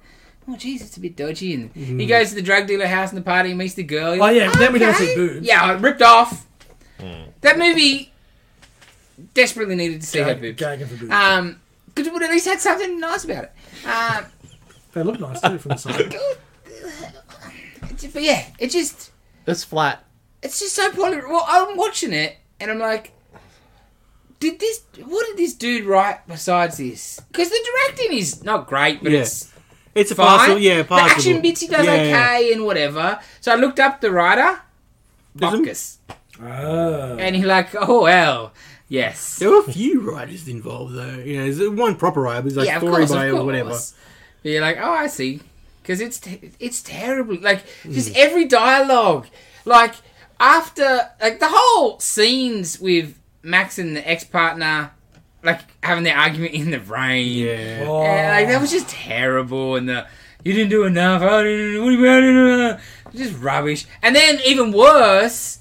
[SPEAKER 1] Oh jeez, it's a bit dodgy, and he goes to the drug dealer house in the party, meets the girl.
[SPEAKER 3] Mm-hmm. Oh, yeah, then we don't
[SPEAKER 1] okay.
[SPEAKER 3] see boobs.
[SPEAKER 1] Yeah, ripped off. That movie desperately needed to see her
[SPEAKER 3] Gag,
[SPEAKER 1] boobs.
[SPEAKER 3] gagging for boobs.
[SPEAKER 1] Um, because it would at least had something nice about it. Um, [laughs]
[SPEAKER 3] they look nice too from the side.
[SPEAKER 1] it's- but yeah, it just
[SPEAKER 2] It's flat.
[SPEAKER 1] it's just so poorly. Well, I'm watching it and I'm like, did this? What did this dude write besides this? Because the directing is not great, but
[SPEAKER 4] Yeah.
[SPEAKER 1] it's
[SPEAKER 4] It's a
[SPEAKER 1] fine.
[SPEAKER 4] possible, yeah, possible.
[SPEAKER 1] The action bits he does
[SPEAKER 4] Yeah, yeah.
[SPEAKER 1] okay and whatever. So I looked up the writer,
[SPEAKER 4] Doesn't-
[SPEAKER 1] Bopkis,
[SPEAKER 3] Oh.
[SPEAKER 1] and he like, oh well, yes,
[SPEAKER 4] There were a few writers involved, though. You know, there's one proper writer, but it's like
[SPEAKER 1] yeah, of
[SPEAKER 4] story
[SPEAKER 1] course,
[SPEAKER 4] by
[SPEAKER 1] of
[SPEAKER 4] or
[SPEAKER 1] course.
[SPEAKER 4] whatever.
[SPEAKER 1] But you're like, oh, I see, because it's te- it's terrible. Like just
[SPEAKER 4] Mm.
[SPEAKER 1] every dialogue, like after like the whole scenes with Max and the ex partner, like having their argument in the rain.
[SPEAKER 4] Yeah.
[SPEAKER 3] Oh.
[SPEAKER 1] And, like that was just terrible, and the you didn't do enough. Oh, I didn't do- what do you mean I didn't do enough?" Just rubbish. And then even worse,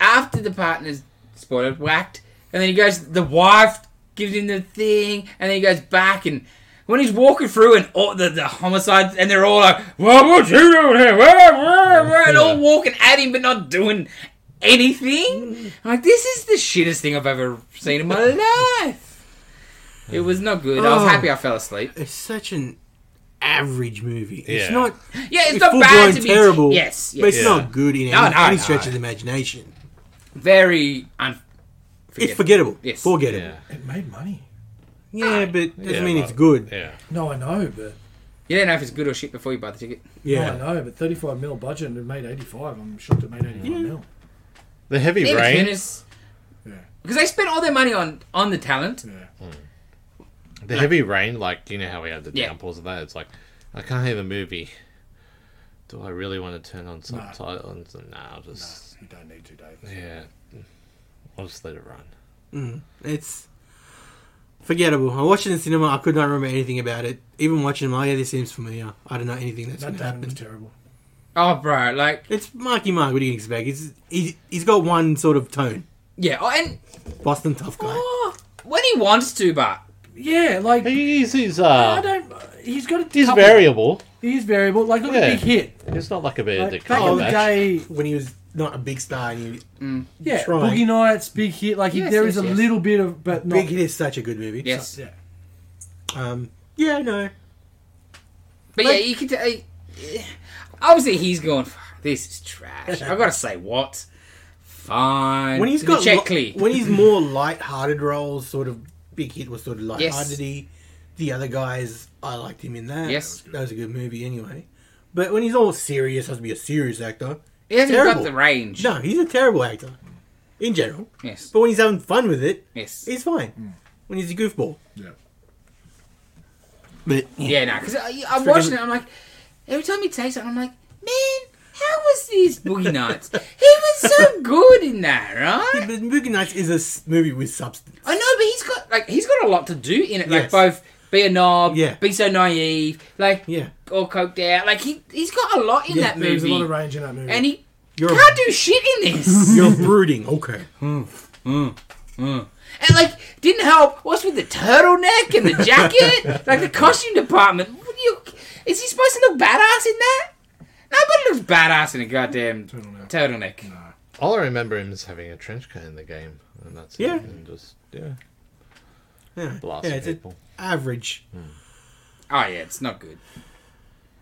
[SPEAKER 1] after the partner's spoiler whacked, and then he goes. The wife gives him the thing, and then he goes back and. When he's walking through and all the, the homicides, and they're all like, "What would you do here?" Wah, wah, wah," and all walking at him but not doing anything. I'm like, this is the shittest thing I've ever seen in [laughs] my life. It was not good. I was
[SPEAKER 4] Oh.
[SPEAKER 1] happy I fell asleep.
[SPEAKER 4] It's such an average movie. It's
[SPEAKER 2] Yeah.
[SPEAKER 4] not.
[SPEAKER 1] Yeah, it's,
[SPEAKER 4] It's,
[SPEAKER 1] not
[SPEAKER 4] full
[SPEAKER 1] bad
[SPEAKER 4] blown
[SPEAKER 1] to be
[SPEAKER 4] terrible.
[SPEAKER 1] Yes,
[SPEAKER 4] but
[SPEAKER 1] yes.
[SPEAKER 4] it's
[SPEAKER 2] Yeah.
[SPEAKER 4] not good in
[SPEAKER 1] No,
[SPEAKER 4] any,
[SPEAKER 1] no,
[SPEAKER 4] any
[SPEAKER 1] no.
[SPEAKER 4] stretch of the imagination.
[SPEAKER 1] very un.
[SPEAKER 4] It's forgettable.
[SPEAKER 1] Yes.
[SPEAKER 4] Forgettable.
[SPEAKER 2] Yeah.
[SPEAKER 3] It made money.
[SPEAKER 4] Yeah, but doesn't
[SPEAKER 2] Yeah,
[SPEAKER 4] mean
[SPEAKER 2] but-
[SPEAKER 4] it's good.
[SPEAKER 2] Yeah.
[SPEAKER 3] No, I know, but
[SPEAKER 1] You don't know if it's good or shit before you buy the ticket.
[SPEAKER 4] Yeah.
[SPEAKER 3] no, I know, but 35 mil budget and it made 85. I'm shocked it made 85 mil.
[SPEAKER 2] The heavy
[SPEAKER 1] Even
[SPEAKER 2] rain.
[SPEAKER 1] Venice-
[SPEAKER 3] Yeah.
[SPEAKER 1] Because they spent all their money on on the talent.
[SPEAKER 3] Yeah.
[SPEAKER 2] The heavy rain, like you know how we had the
[SPEAKER 1] Yeah.
[SPEAKER 2] downpours of that. It's like I can't hear the movie. Do I really want to turn on subtitles? No, nah, I'll just
[SPEAKER 3] You don't need to, Dave.
[SPEAKER 2] yeah, I'll just let it run.
[SPEAKER 4] It's forgettable. I watched it in the cinema. I could not remember anything about it. Even watching, it, I'm like, yeah, this seems familiar. I don't know anything that's going
[SPEAKER 3] That
[SPEAKER 4] to
[SPEAKER 3] Damon was
[SPEAKER 4] happen.
[SPEAKER 3] terrible.
[SPEAKER 1] Oh, bro, like
[SPEAKER 4] It's Marky Mark. What do you expect? It's, he, he's got one sort of tone.
[SPEAKER 1] yeah, oh, and
[SPEAKER 4] Boston tough guy.
[SPEAKER 1] oh, when he wants to, but
[SPEAKER 3] Yeah, like
[SPEAKER 2] He- He's he's
[SPEAKER 3] I
[SPEAKER 2] uh
[SPEAKER 3] don't. He's got a.
[SPEAKER 2] he's
[SPEAKER 3] couple-
[SPEAKER 2] variable.
[SPEAKER 3] He's variable. Like look at
[SPEAKER 2] Yeah.
[SPEAKER 3] big hit.
[SPEAKER 2] It's not like a bit of the
[SPEAKER 3] Like, back in the day,
[SPEAKER 4] When he was not a big star, and he,
[SPEAKER 3] yeah,
[SPEAKER 4] Try.
[SPEAKER 3] Boogie Nights, big hit. Like he-
[SPEAKER 1] Yes,
[SPEAKER 3] there
[SPEAKER 1] yes,
[SPEAKER 3] is a
[SPEAKER 1] yes.
[SPEAKER 3] little bit of, but not.
[SPEAKER 4] Big Hit is such a good movie.
[SPEAKER 1] yes,
[SPEAKER 3] Yeah.
[SPEAKER 4] Um, yeah, no.
[SPEAKER 1] but yeah, you could. Uh, obviously, he's going. "Fuck, This is trash. I've got to say what. fine.
[SPEAKER 4] when he's
[SPEAKER 1] The
[SPEAKER 4] got
[SPEAKER 1] Checkley.
[SPEAKER 4] li- when he's more light-hearted roles, sort of big hit was sort of
[SPEAKER 1] Yes.
[SPEAKER 4] light-hearted. The other guys, I liked him in that.
[SPEAKER 1] Yes.
[SPEAKER 4] that was a good movie anyway. But when he's all serious, has to be a serious actor.
[SPEAKER 1] he hasn't
[SPEAKER 4] terrible.
[SPEAKER 1] got the range.
[SPEAKER 4] No, he's a terrible actor in general.
[SPEAKER 1] Yes.
[SPEAKER 4] But when he's having fun with it,
[SPEAKER 1] Yes.
[SPEAKER 4] he's fine.
[SPEAKER 3] Hmm.
[SPEAKER 4] When he's a goofball,
[SPEAKER 5] Yeah.
[SPEAKER 4] but
[SPEAKER 1] Yeah, no, because I'm watching it, I'm like, every time he takes it, I'm like, man, how was these
[SPEAKER 4] [laughs]
[SPEAKER 1] Boogie Nights? he was so good in that,
[SPEAKER 4] Yeah,
[SPEAKER 1] right?
[SPEAKER 4] but Boogie Nights is a s- movie with substance.
[SPEAKER 1] I know, but he's got like he's got a lot to do in it, like
[SPEAKER 4] Yes.
[SPEAKER 1] both be a knob,
[SPEAKER 4] Yeah.
[SPEAKER 1] be so naive, like
[SPEAKER 4] Yeah.
[SPEAKER 1] all coked out. Like he he's got a lot in
[SPEAKER 4] Yeah,
[SPEAKER 1] that
[SPEAKER 3] There's
[SPEAKER 1] movie,
[SPEAKER 3] a lot of range in that movie.
[SPEAKER 1] and he
[SPEAKER 4] You're a-
[SPEAKER 1] can't do shit in this. [laughs]
[SPEAKER 4] You're brooding. Okay.
[SPEAKER 1] and like didn't help. What's with the turtleneck and the
[SPEAKER 3] [laughs]
[SPEAKER 1] jacket? like the costume department. What do you, is he supposed to look badass in that? Nobody looks badass in a goddamn
[SPEAKER 3] Turtleneck.
[SPEAKER 1] turtleneck.
[SPEAKER 2] All I remember him is having a trench coat in the game, and that's
[SPEAKER 4] Yeah.
[SPEAKER 2] it. And just yeah,
[SPEAKER 4] Yeah,
[SPEAKER 2] blasting
[SPEAKER 4] yeah it's a
[SPEAKER 2] people.
[SPEAKER 4] average.
[SPEAKER 1] Oh yeah, it's not good.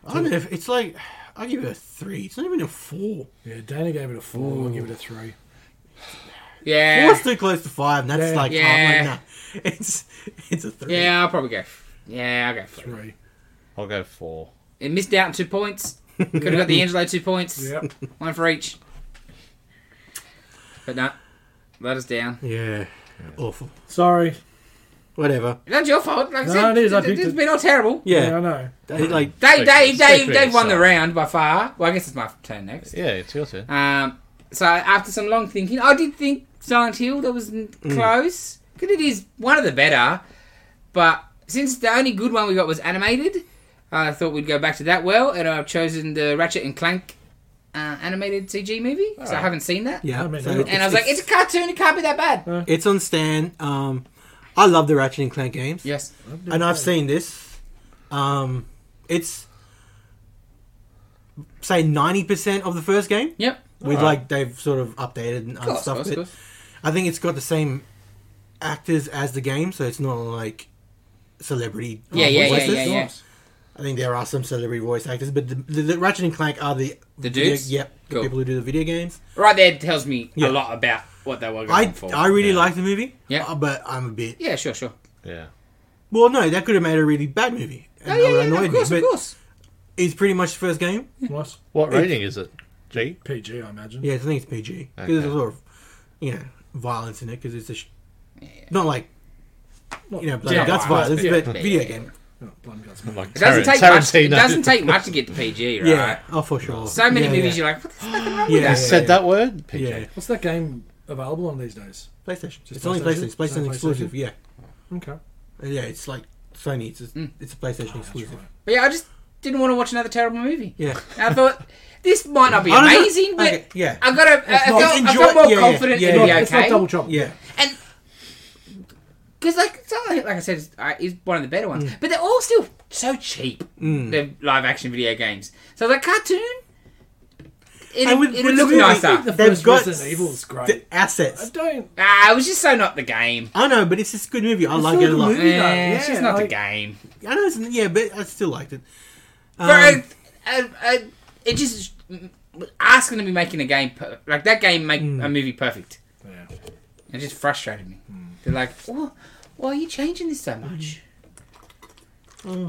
[SPEAKER 4] I don't know if it's like I give it a three. It's not even a four.
[SPEAKER 3] yeah, Dana gave it a four. I'll give it a three.
[SPEAKER 1] Yeah,
[SPEAKER 4] Four's too close to five, and that's
[SPEAKER 3] Yeah.
[SPEAKER 4] like, oh,
[SPEAKER 1] Yeah.
[SPEAKER 4] like, nah. [laughs] it's it's a three.
[SPEAKER 1] yeah, I'll probably go. f- Yeah, I'll go three.
[SPEAKER 3] Three.
[SPEAKER 2] I'll go four.
[SPEAKER 1] It missed out on two points. Could have got
[SPEAKER 3] [laughs]
[SPEAKER 1] the Angelo two points.
[SPEAKER 3] Yep.
[SPEAKER 1] One for each. But no, let us down.
[SPEAKER 4] Yeah. awful.
[SPEAKER 3] Sorry.
[SPEAKER 4] Whatever.
[SPEAKER 1] That's your fault. Like I
[SPEAKER 3] No,
[SPEAKER 1] said,
[SPEAKER 3] it is. I
[SPEAKER 1] it-
[SPEAKER 3] picked
[SPEAKER 1] it's
[SPEAKER 3] it.
[SPEAKER 1] been all terrible.
[SPEAKER 3] Yeah, I
[SPEAKER 4] Yeah,
[SPEAKER 3] know.
[SPEAKER 4] they, like
[SPEAKER 1] Dave, Dave,
[SPEAKER 2] Speak
[SPEAKER 1] Dave,
[SPEAKER 2] for
[SPEAKER 1] Dave won the
[SPEAKER 2] yourself.
[SPEAKER 1] round by far. Well, I guess it's my turn next.
[SPEAKER 2] Yeah, it's your turn.
[SPEAKER 1] Um, so after some long thinking, I did think Silent Hill that was n-
[SPEAKER 3] Mm.
[SPEAKER 1] close because it is one of the better. But since the only good one we got was animated, I thought we'd go back to that well, and I've chosen the Ratchet and Clank uh, animated CG movie because I
[SPEAKER 2] Alright.
[SPEAKER 1] haven't seen that.
[SPEAKER 4] yeah.
[SPEAKER 3] I mean,
[SPEAKER 4] so
[SPEAKER 3] and
[SPEAKER 1] And I was like, it's a cartoon; it can't be that bad.
[SPEAKER 4] it's on Stan. Um, I love the Ratchet and Clank games.
[SPEAKER 1] yes,
[SPEAKER 4] and I've seen this. Um, it's say ninety percent of the first game.
[SPEAKER 1] yep,
[SPEAKER 4] With
[SPEAKER 2] Alright.
[SPEAKER 4] like they've sort of updated and
[SPEAKER 1] of course, of
[SPEAKER 4] stuff
[SPEAKER 1] course,
[SPEAKER 4] it.
[SPEAKER 1] of course.
[SPEAKER 4] I think it's got the same actors as the game, so it's not like celebrity
[SPEAKER 1] Yeah, yeah, yeah,
[SPEAKER 4] voices.
[SPEAKER 1] yeah, yeah.
[SPEAKER 4] I think there are some celebrity voice actors, but the, the, the Ratchet and Clank are the
[SPEAKER 1] The
[SPEAKER 4] video-
[SPEAKER 1] dudes?
[SPEAKER 4] yep, the
[SPEAKER 1] Cool.
[SPEAKER 4] people who do the video games.
[SPEAKER 1] Right there tells me
[SPEAKER 4] Yeah.
[SPEAKER 1] a lot about what they were going
[SPEAKER 4] I
[SPEAKER 1] for.
[SPEAKER 4] I really
[SPEAKER 2] Yeah.
[SPEAKER 4] like the movie.
[SPEAKER 1] Yeah.
[SPEAKER 4] uh, but I'm a bit.
[SPEAKER 1] yeah, sure, sure.
[SPEAKER 2] Yeah,
[SPEAKER 4] Well, no, that could have made a really bad movie. and
[SPEAKER 1] Oh
[SPEAKER 4] that
[SPEAKER 1] yeah,
[SPEAKER 4] would
[SPEAKER 1] yeah,
[SPEAKER 4] annoy
[SPEAKER 1] no,
[SPEAKER 4] me,
[SPEAKER 1] of course,
[SPEAKER 4] but
[SPEAKER 1] of course.
[SPEAKER 4] It's pretty much the first game.
[SPEAKER 3] Nice.
[SPEAKER 2] what rating is it? G.
[SPEAKER 3] PG, I imagine.
[SPEAKER 4] Yeah, I think it's PG because
[SPEAKER 2] Okay.
[SPEAKER 4] there's sort of you know violence in it because it's a sh- not like you know bloody
[SPEAKER 1] Yeah,
[SPEAKER 4] guts
[SPEAKER 1] violence,
[SPEAKER 4] violence,
[SPEAKER 1] yeah.
[SPEAKER 4] but
[SPEAKER 1] Yeah.
[SPEAKER 4] video game.
[SPEAKER 3] Oh, blood and guts, man.
[SPEAKER 2] Like
[SPEAKER 1] It doesn't
[SPEAKER 2] Taran-
[SPEAKER 1] take much. It
[SPEAKER 2] Tarantino.
[SPEAKER 1] doesn't
[SPEAKER 2] [laughs]
[SPEAKER 1] take much to get to PG, right?
[SPEAKER 4] Yeah, oh for sure.
[SPEAKER 1] So many
[SPEAKER 4] Yeah,
[SPEAKER 1] movies
[SPEAKER 4] yeah.
[SPEAKER 1] you're like, what the fuck is wrong
[SPEAKER 4] Yeah,
[SPEAKER 1] with that?
[SPEAKER 4] yeah,
[SPEAKER 2] Said that word. PG.
[SPEAKER 4] Yeah,
[SPEAKER 3] What's that game available on these days?
[SPEAKER 4] PlayStation. It's,
[SPEAKER 3] Just
[SPEAKER 4] only
[SPEAKER 3] PlayStation?
[SPEAKER 4] PlayStation. It's
[SPEAKER 3] Is that
[SPEAKER 4] PlayStation
[SPEAKER 3] PlayStation?
[SPEAKER 4] exclusive. Yeah,
[SPEAKER 3] Okay.
[SPEAKER 4] Uh, yeah. It's like Sony. It's a,
[SPEAKER 1] Mm.
[SPEAKER 4] it's a PlayStation
[SPEAKER 3] Oh, That's
[SPEAKER 4] exclusive.
[SPEAKER 3] right.
[SPEAKER 1] But yeah, I just didn't want to watch another terrible movie.
[SPEAKER 4] Yeah.
[SPEAKER 1] And I thought this might not be
[SPEAKER 4] I don't know.
[SPEAKER 1] amazing, but
[SPEAKER 4] Okay, yeah.
[SPEAKER 1] I got to. I, I
[SPEAKER 4] not-
[SPEAKER 1] felt, I
[SPEAKER 4] enjoy-
[SPEAKER 1] felt more
[SPEAKER 4] yeah, yeah,
[SPEAKER 1] confident
[SPEAKER 4] yeah,
[SPEAKER 1] it'd
[SPEAKER 4] yeah.
[SPEAKER 1] be
[SPEAKER 3] It's not
[SPEAKER 1] okay.
[SPEAKER 3] double trouble.
[SPEAKER 4] Yeah,
[SPEAKER 1] and because like it's not like, like I said, it's, uh, it's one of the better
[SPEAKER 4] Mm.
[SPEAKER 1] ones. But they're all still so cheap.
[SPEAKER 3] Hmm.
[SPEAKER 1] The live action video games. So the cartoon, it
[SPEAKER 4] And with-
[SPEAKER 1] it
[SPEAKER 4] with
[SPEAKER 1] looked
[SPEAKER 4] the movie,
[SPEAKER 1] nicer.
[SPEAKER 3] The
[SPEAKER 4] They've
[SPEAKER 3] first
[SPEAKER 4] got
[SPEAKER 3] Resident Evil's great.
[SPEAKER 4] the
[SPEAKER 3] I
[SPEAKER 4] assets.
[SPEAKER 3] don't.
[SPEAKER 1] Ah, it was just so not the game.
[SPEAKER 4] I know, but it's just a good movie. I like
[SPEAKER 3] not
[SPEAKER 4] it
[SPEAKER 3] a
[SPEAKER 4] a lot.
[SPEAKER 3] movie.
[SPEAKER 1] Eh,
[SPEAKER 3] You know,
[SPEAKER 1] it's
[SPEAKER 3] yeah,
[SPEAKER 1] just not the
[SPEAKER 3] like-
[SPEAKER 1] game.
[SPEAKER 4] I know, it's, yeah, but I still liked it.
[SPEAKER 1] But uh,
[SPEAKER 4] Um,
[SPEAKER 1] I, I, I, it just asking to be making a game per, like that game make
[SPEAKER 3] Hmm.
[SPEAKER 1] a movie perfect.
[SPEAKER 3] Yeah.
[SPEAKER 1] It just frustrated me.
[SPEAKER 3] Hmm.
[SPEAKER 1] They're like, oh, why are you changing this so much?
[SPEAKER 3] Hmm.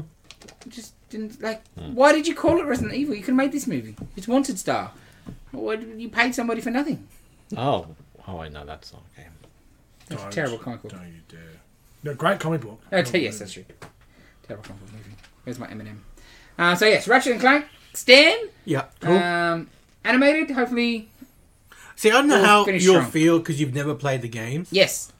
[SPEAKER 1] It Just didn't like. Why did you call it Resident Evil? You could have made this movie. It's Wanted Star. Why did you paid somebody for nothing?
[SPEAKER 2] Oh, oh, I know that's not a game.
[SPEAKER 1] That's a
[SPEAKER 3] Don't.
[SPEAKER 1] terrible comic book.
[SPEAKER 3] Don't you dare. No, great comic book.
[SPEAKER 1] Oh, t- [laughs] yes, that's true. Terrible comic book movie. Where's my Eminem? Uh, so yes, Ratchet and Clank, Stan,
[SPEAKER 4] yeah, cool.
[SPEAKER 1] um, animated. Hopefully,
[SPEAKER 4] See, I don't know
[SPEAKER 1] we'll
[SPEAKER 4] how
[SPEAKER 1] finish
[SPEAKER 4] you'll feel
[SPEAKER 1] strong.
[SPEAKER 4] feel because you've never played the games.
[SPEAKER 1] yes,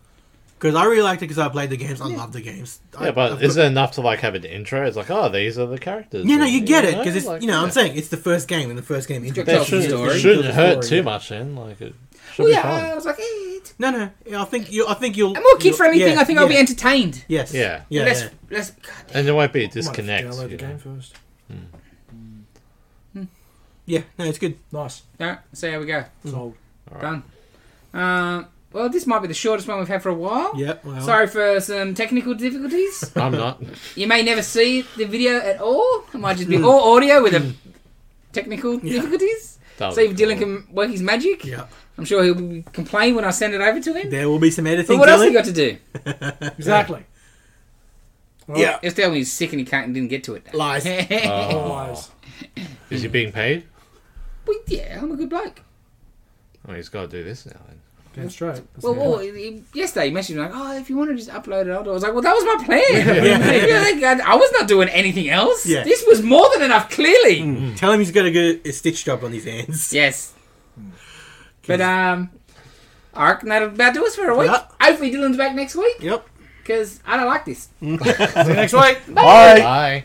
[SPEAKER 4] Because I really liked it because I played the games. I love the games. I,
[SPEAKER 2] Yeah, but
[SPEAKER 4] I've
[SPEAKER 2] is
[SPEAKER 4] got-
[SPEAKER 2] it enough to like have an intro? It's like, oh, these are the characters.
[SPEAKER 4] Yeah, no, you get it
[SPEAKER 2] know,
[SPEAKER 4] because it's
[SPEAKER 2] like,
[SPEAKER 4] you know I'm
[SPEAKER 2] yeah.
[SPEAKER 4] saying it's the first game and the first game
[SPEAKER 1] got
[SPEAKER 2] That
[SPEAKER 1] tells
[SPEAKER 4] introduces
[SPEAKER 1] the
[SPEAKER 2] shouldn't,
[SPEAKER 1] story.
[SPEAKER 2] it
[SPEAKER 4] you-
[SPEAKER 2] shouldn't
[SPEAKER 4] tells the
[SPEAKER 2] hurt
[SPEAKER 4] story,
[SPEAKER 2] too
[SPEAKER 4] yeah.
[SPEAKER 2] much. Then, like, it should
[SPEAKER 1] Well,
[SPEAKER 2] be
[SPEAKER 1] yeah, I
[SPEAKER 2] fun.
[SPEAKER 1] was like, eh, it's
[SPEAKER 4] No, no, yeah, I think you. I think you'll.
[SPEAKER 1] a more kid friendly
[SPEAKER 4] you'll-
[SPEAKER 1] thing. I think I'll be
[SPEAKER 4] yeah.
[SPEAKER 1] entertained.
[SPEAKER 4] Yes.
[SPEAKER 2] Yeah.
[SPEAKER 4] Yeah.
[SPEAKER 1] let's,
[SPEAKER 4] yeah.
[SPEAKER 1] let's, God,
[SPEAKER 2] And there won't be a
[SPEAKER 3] I might have to
[SPEAKER 2] disconnect.
[SPEAKER 3] Download
[SPEAKER 2] you
[SPEAKER 3] the game
[SPEAKER 2] know.
[SPEAKER 3] first.
[SPEAKER 4] Yeah, No, it's good.
[SPEAKER 3] Nice.
[SPEAKER 1] no, so here we go.
[SPEAKER 3] Sold.
[SPEAKER 1] Done.
[SPEAKER 2] Alright.
[SPEAKER 1] Um, well, this might be the shortest one we've had for a while.
[SPEAKER 4] Yeah. Well,
[SPEAKER 1] Sorry for some technical difficulties.
[SPEAKER 2] I'm
[SPEAKER 1] [laughs]
[SPEAKER 2] not.
[SPEAKER 1] you may never
[SPEAKER 4] Hmm.
[SPEAKER 1] see the video at all. It might just be all audio with a technical difficulties.
[SPEAKER 2] That was
[SPEAKER 1] See if
[SPEAKER 2] cool.
[SPEAKER 1] Dylan can work his magic.
[SPEAKER 4] Yeah.
[SPEAKER 1] I'm sure he'll complain when I send it over to him.
[SPEAKER 4] There will be some
[SPEAKER 1] But
[SPEAKER 4] editing.
[SPEAKER 1] what else
[SPEAKER 4] Dylan.
[SPEAKER 1] he got to do?
[SPEAKER 3] Exactly.
[SPEAKER 4] Yeah.
[SPEAKER 1] Just tell me he's sick and he can't and didn't get to it.
[SPEAKER 4] Lies.
[SPEAKER 1] [laughs]
[SPEAKER 2] Oh.
[SPEAKER 3] Otherwise,
[SPEAKER 2] [laughs] Is he being paid?
[SPEAKER 1] Well, yeah, I'm a good bloke.
[SPEAKER 2] Oh, he's got to do this now. Then.
[SPEAKER 3] damn straight.
[SPEAKER 1] Well, well he- he- yesterday he messaged me like, "Oh, if you want to just upload it," I was like, "Well, that was my plan. [laughs] Yeah, like, I, I was not doing anything else.
[SPEAKER 4] Yeah. Mm.
[SPEAKER 1] This was more than enough, clearly."
[SPEAKER 4] Tell him he's got to get a stitch job on his hands.
[SPEAKER 1] Yes. But um, I reckon that'll about do us for a week.
[SPEAKER 4] Yeah.
[SPEAKER 1] Hopefully, Dylan's back next week
[SPEAKER 4] Yep.
[SPEAKER 1] [laughs] because I don't like this.
[SPEAKER 3] See you next week.
[SPEAKER 2] Bye.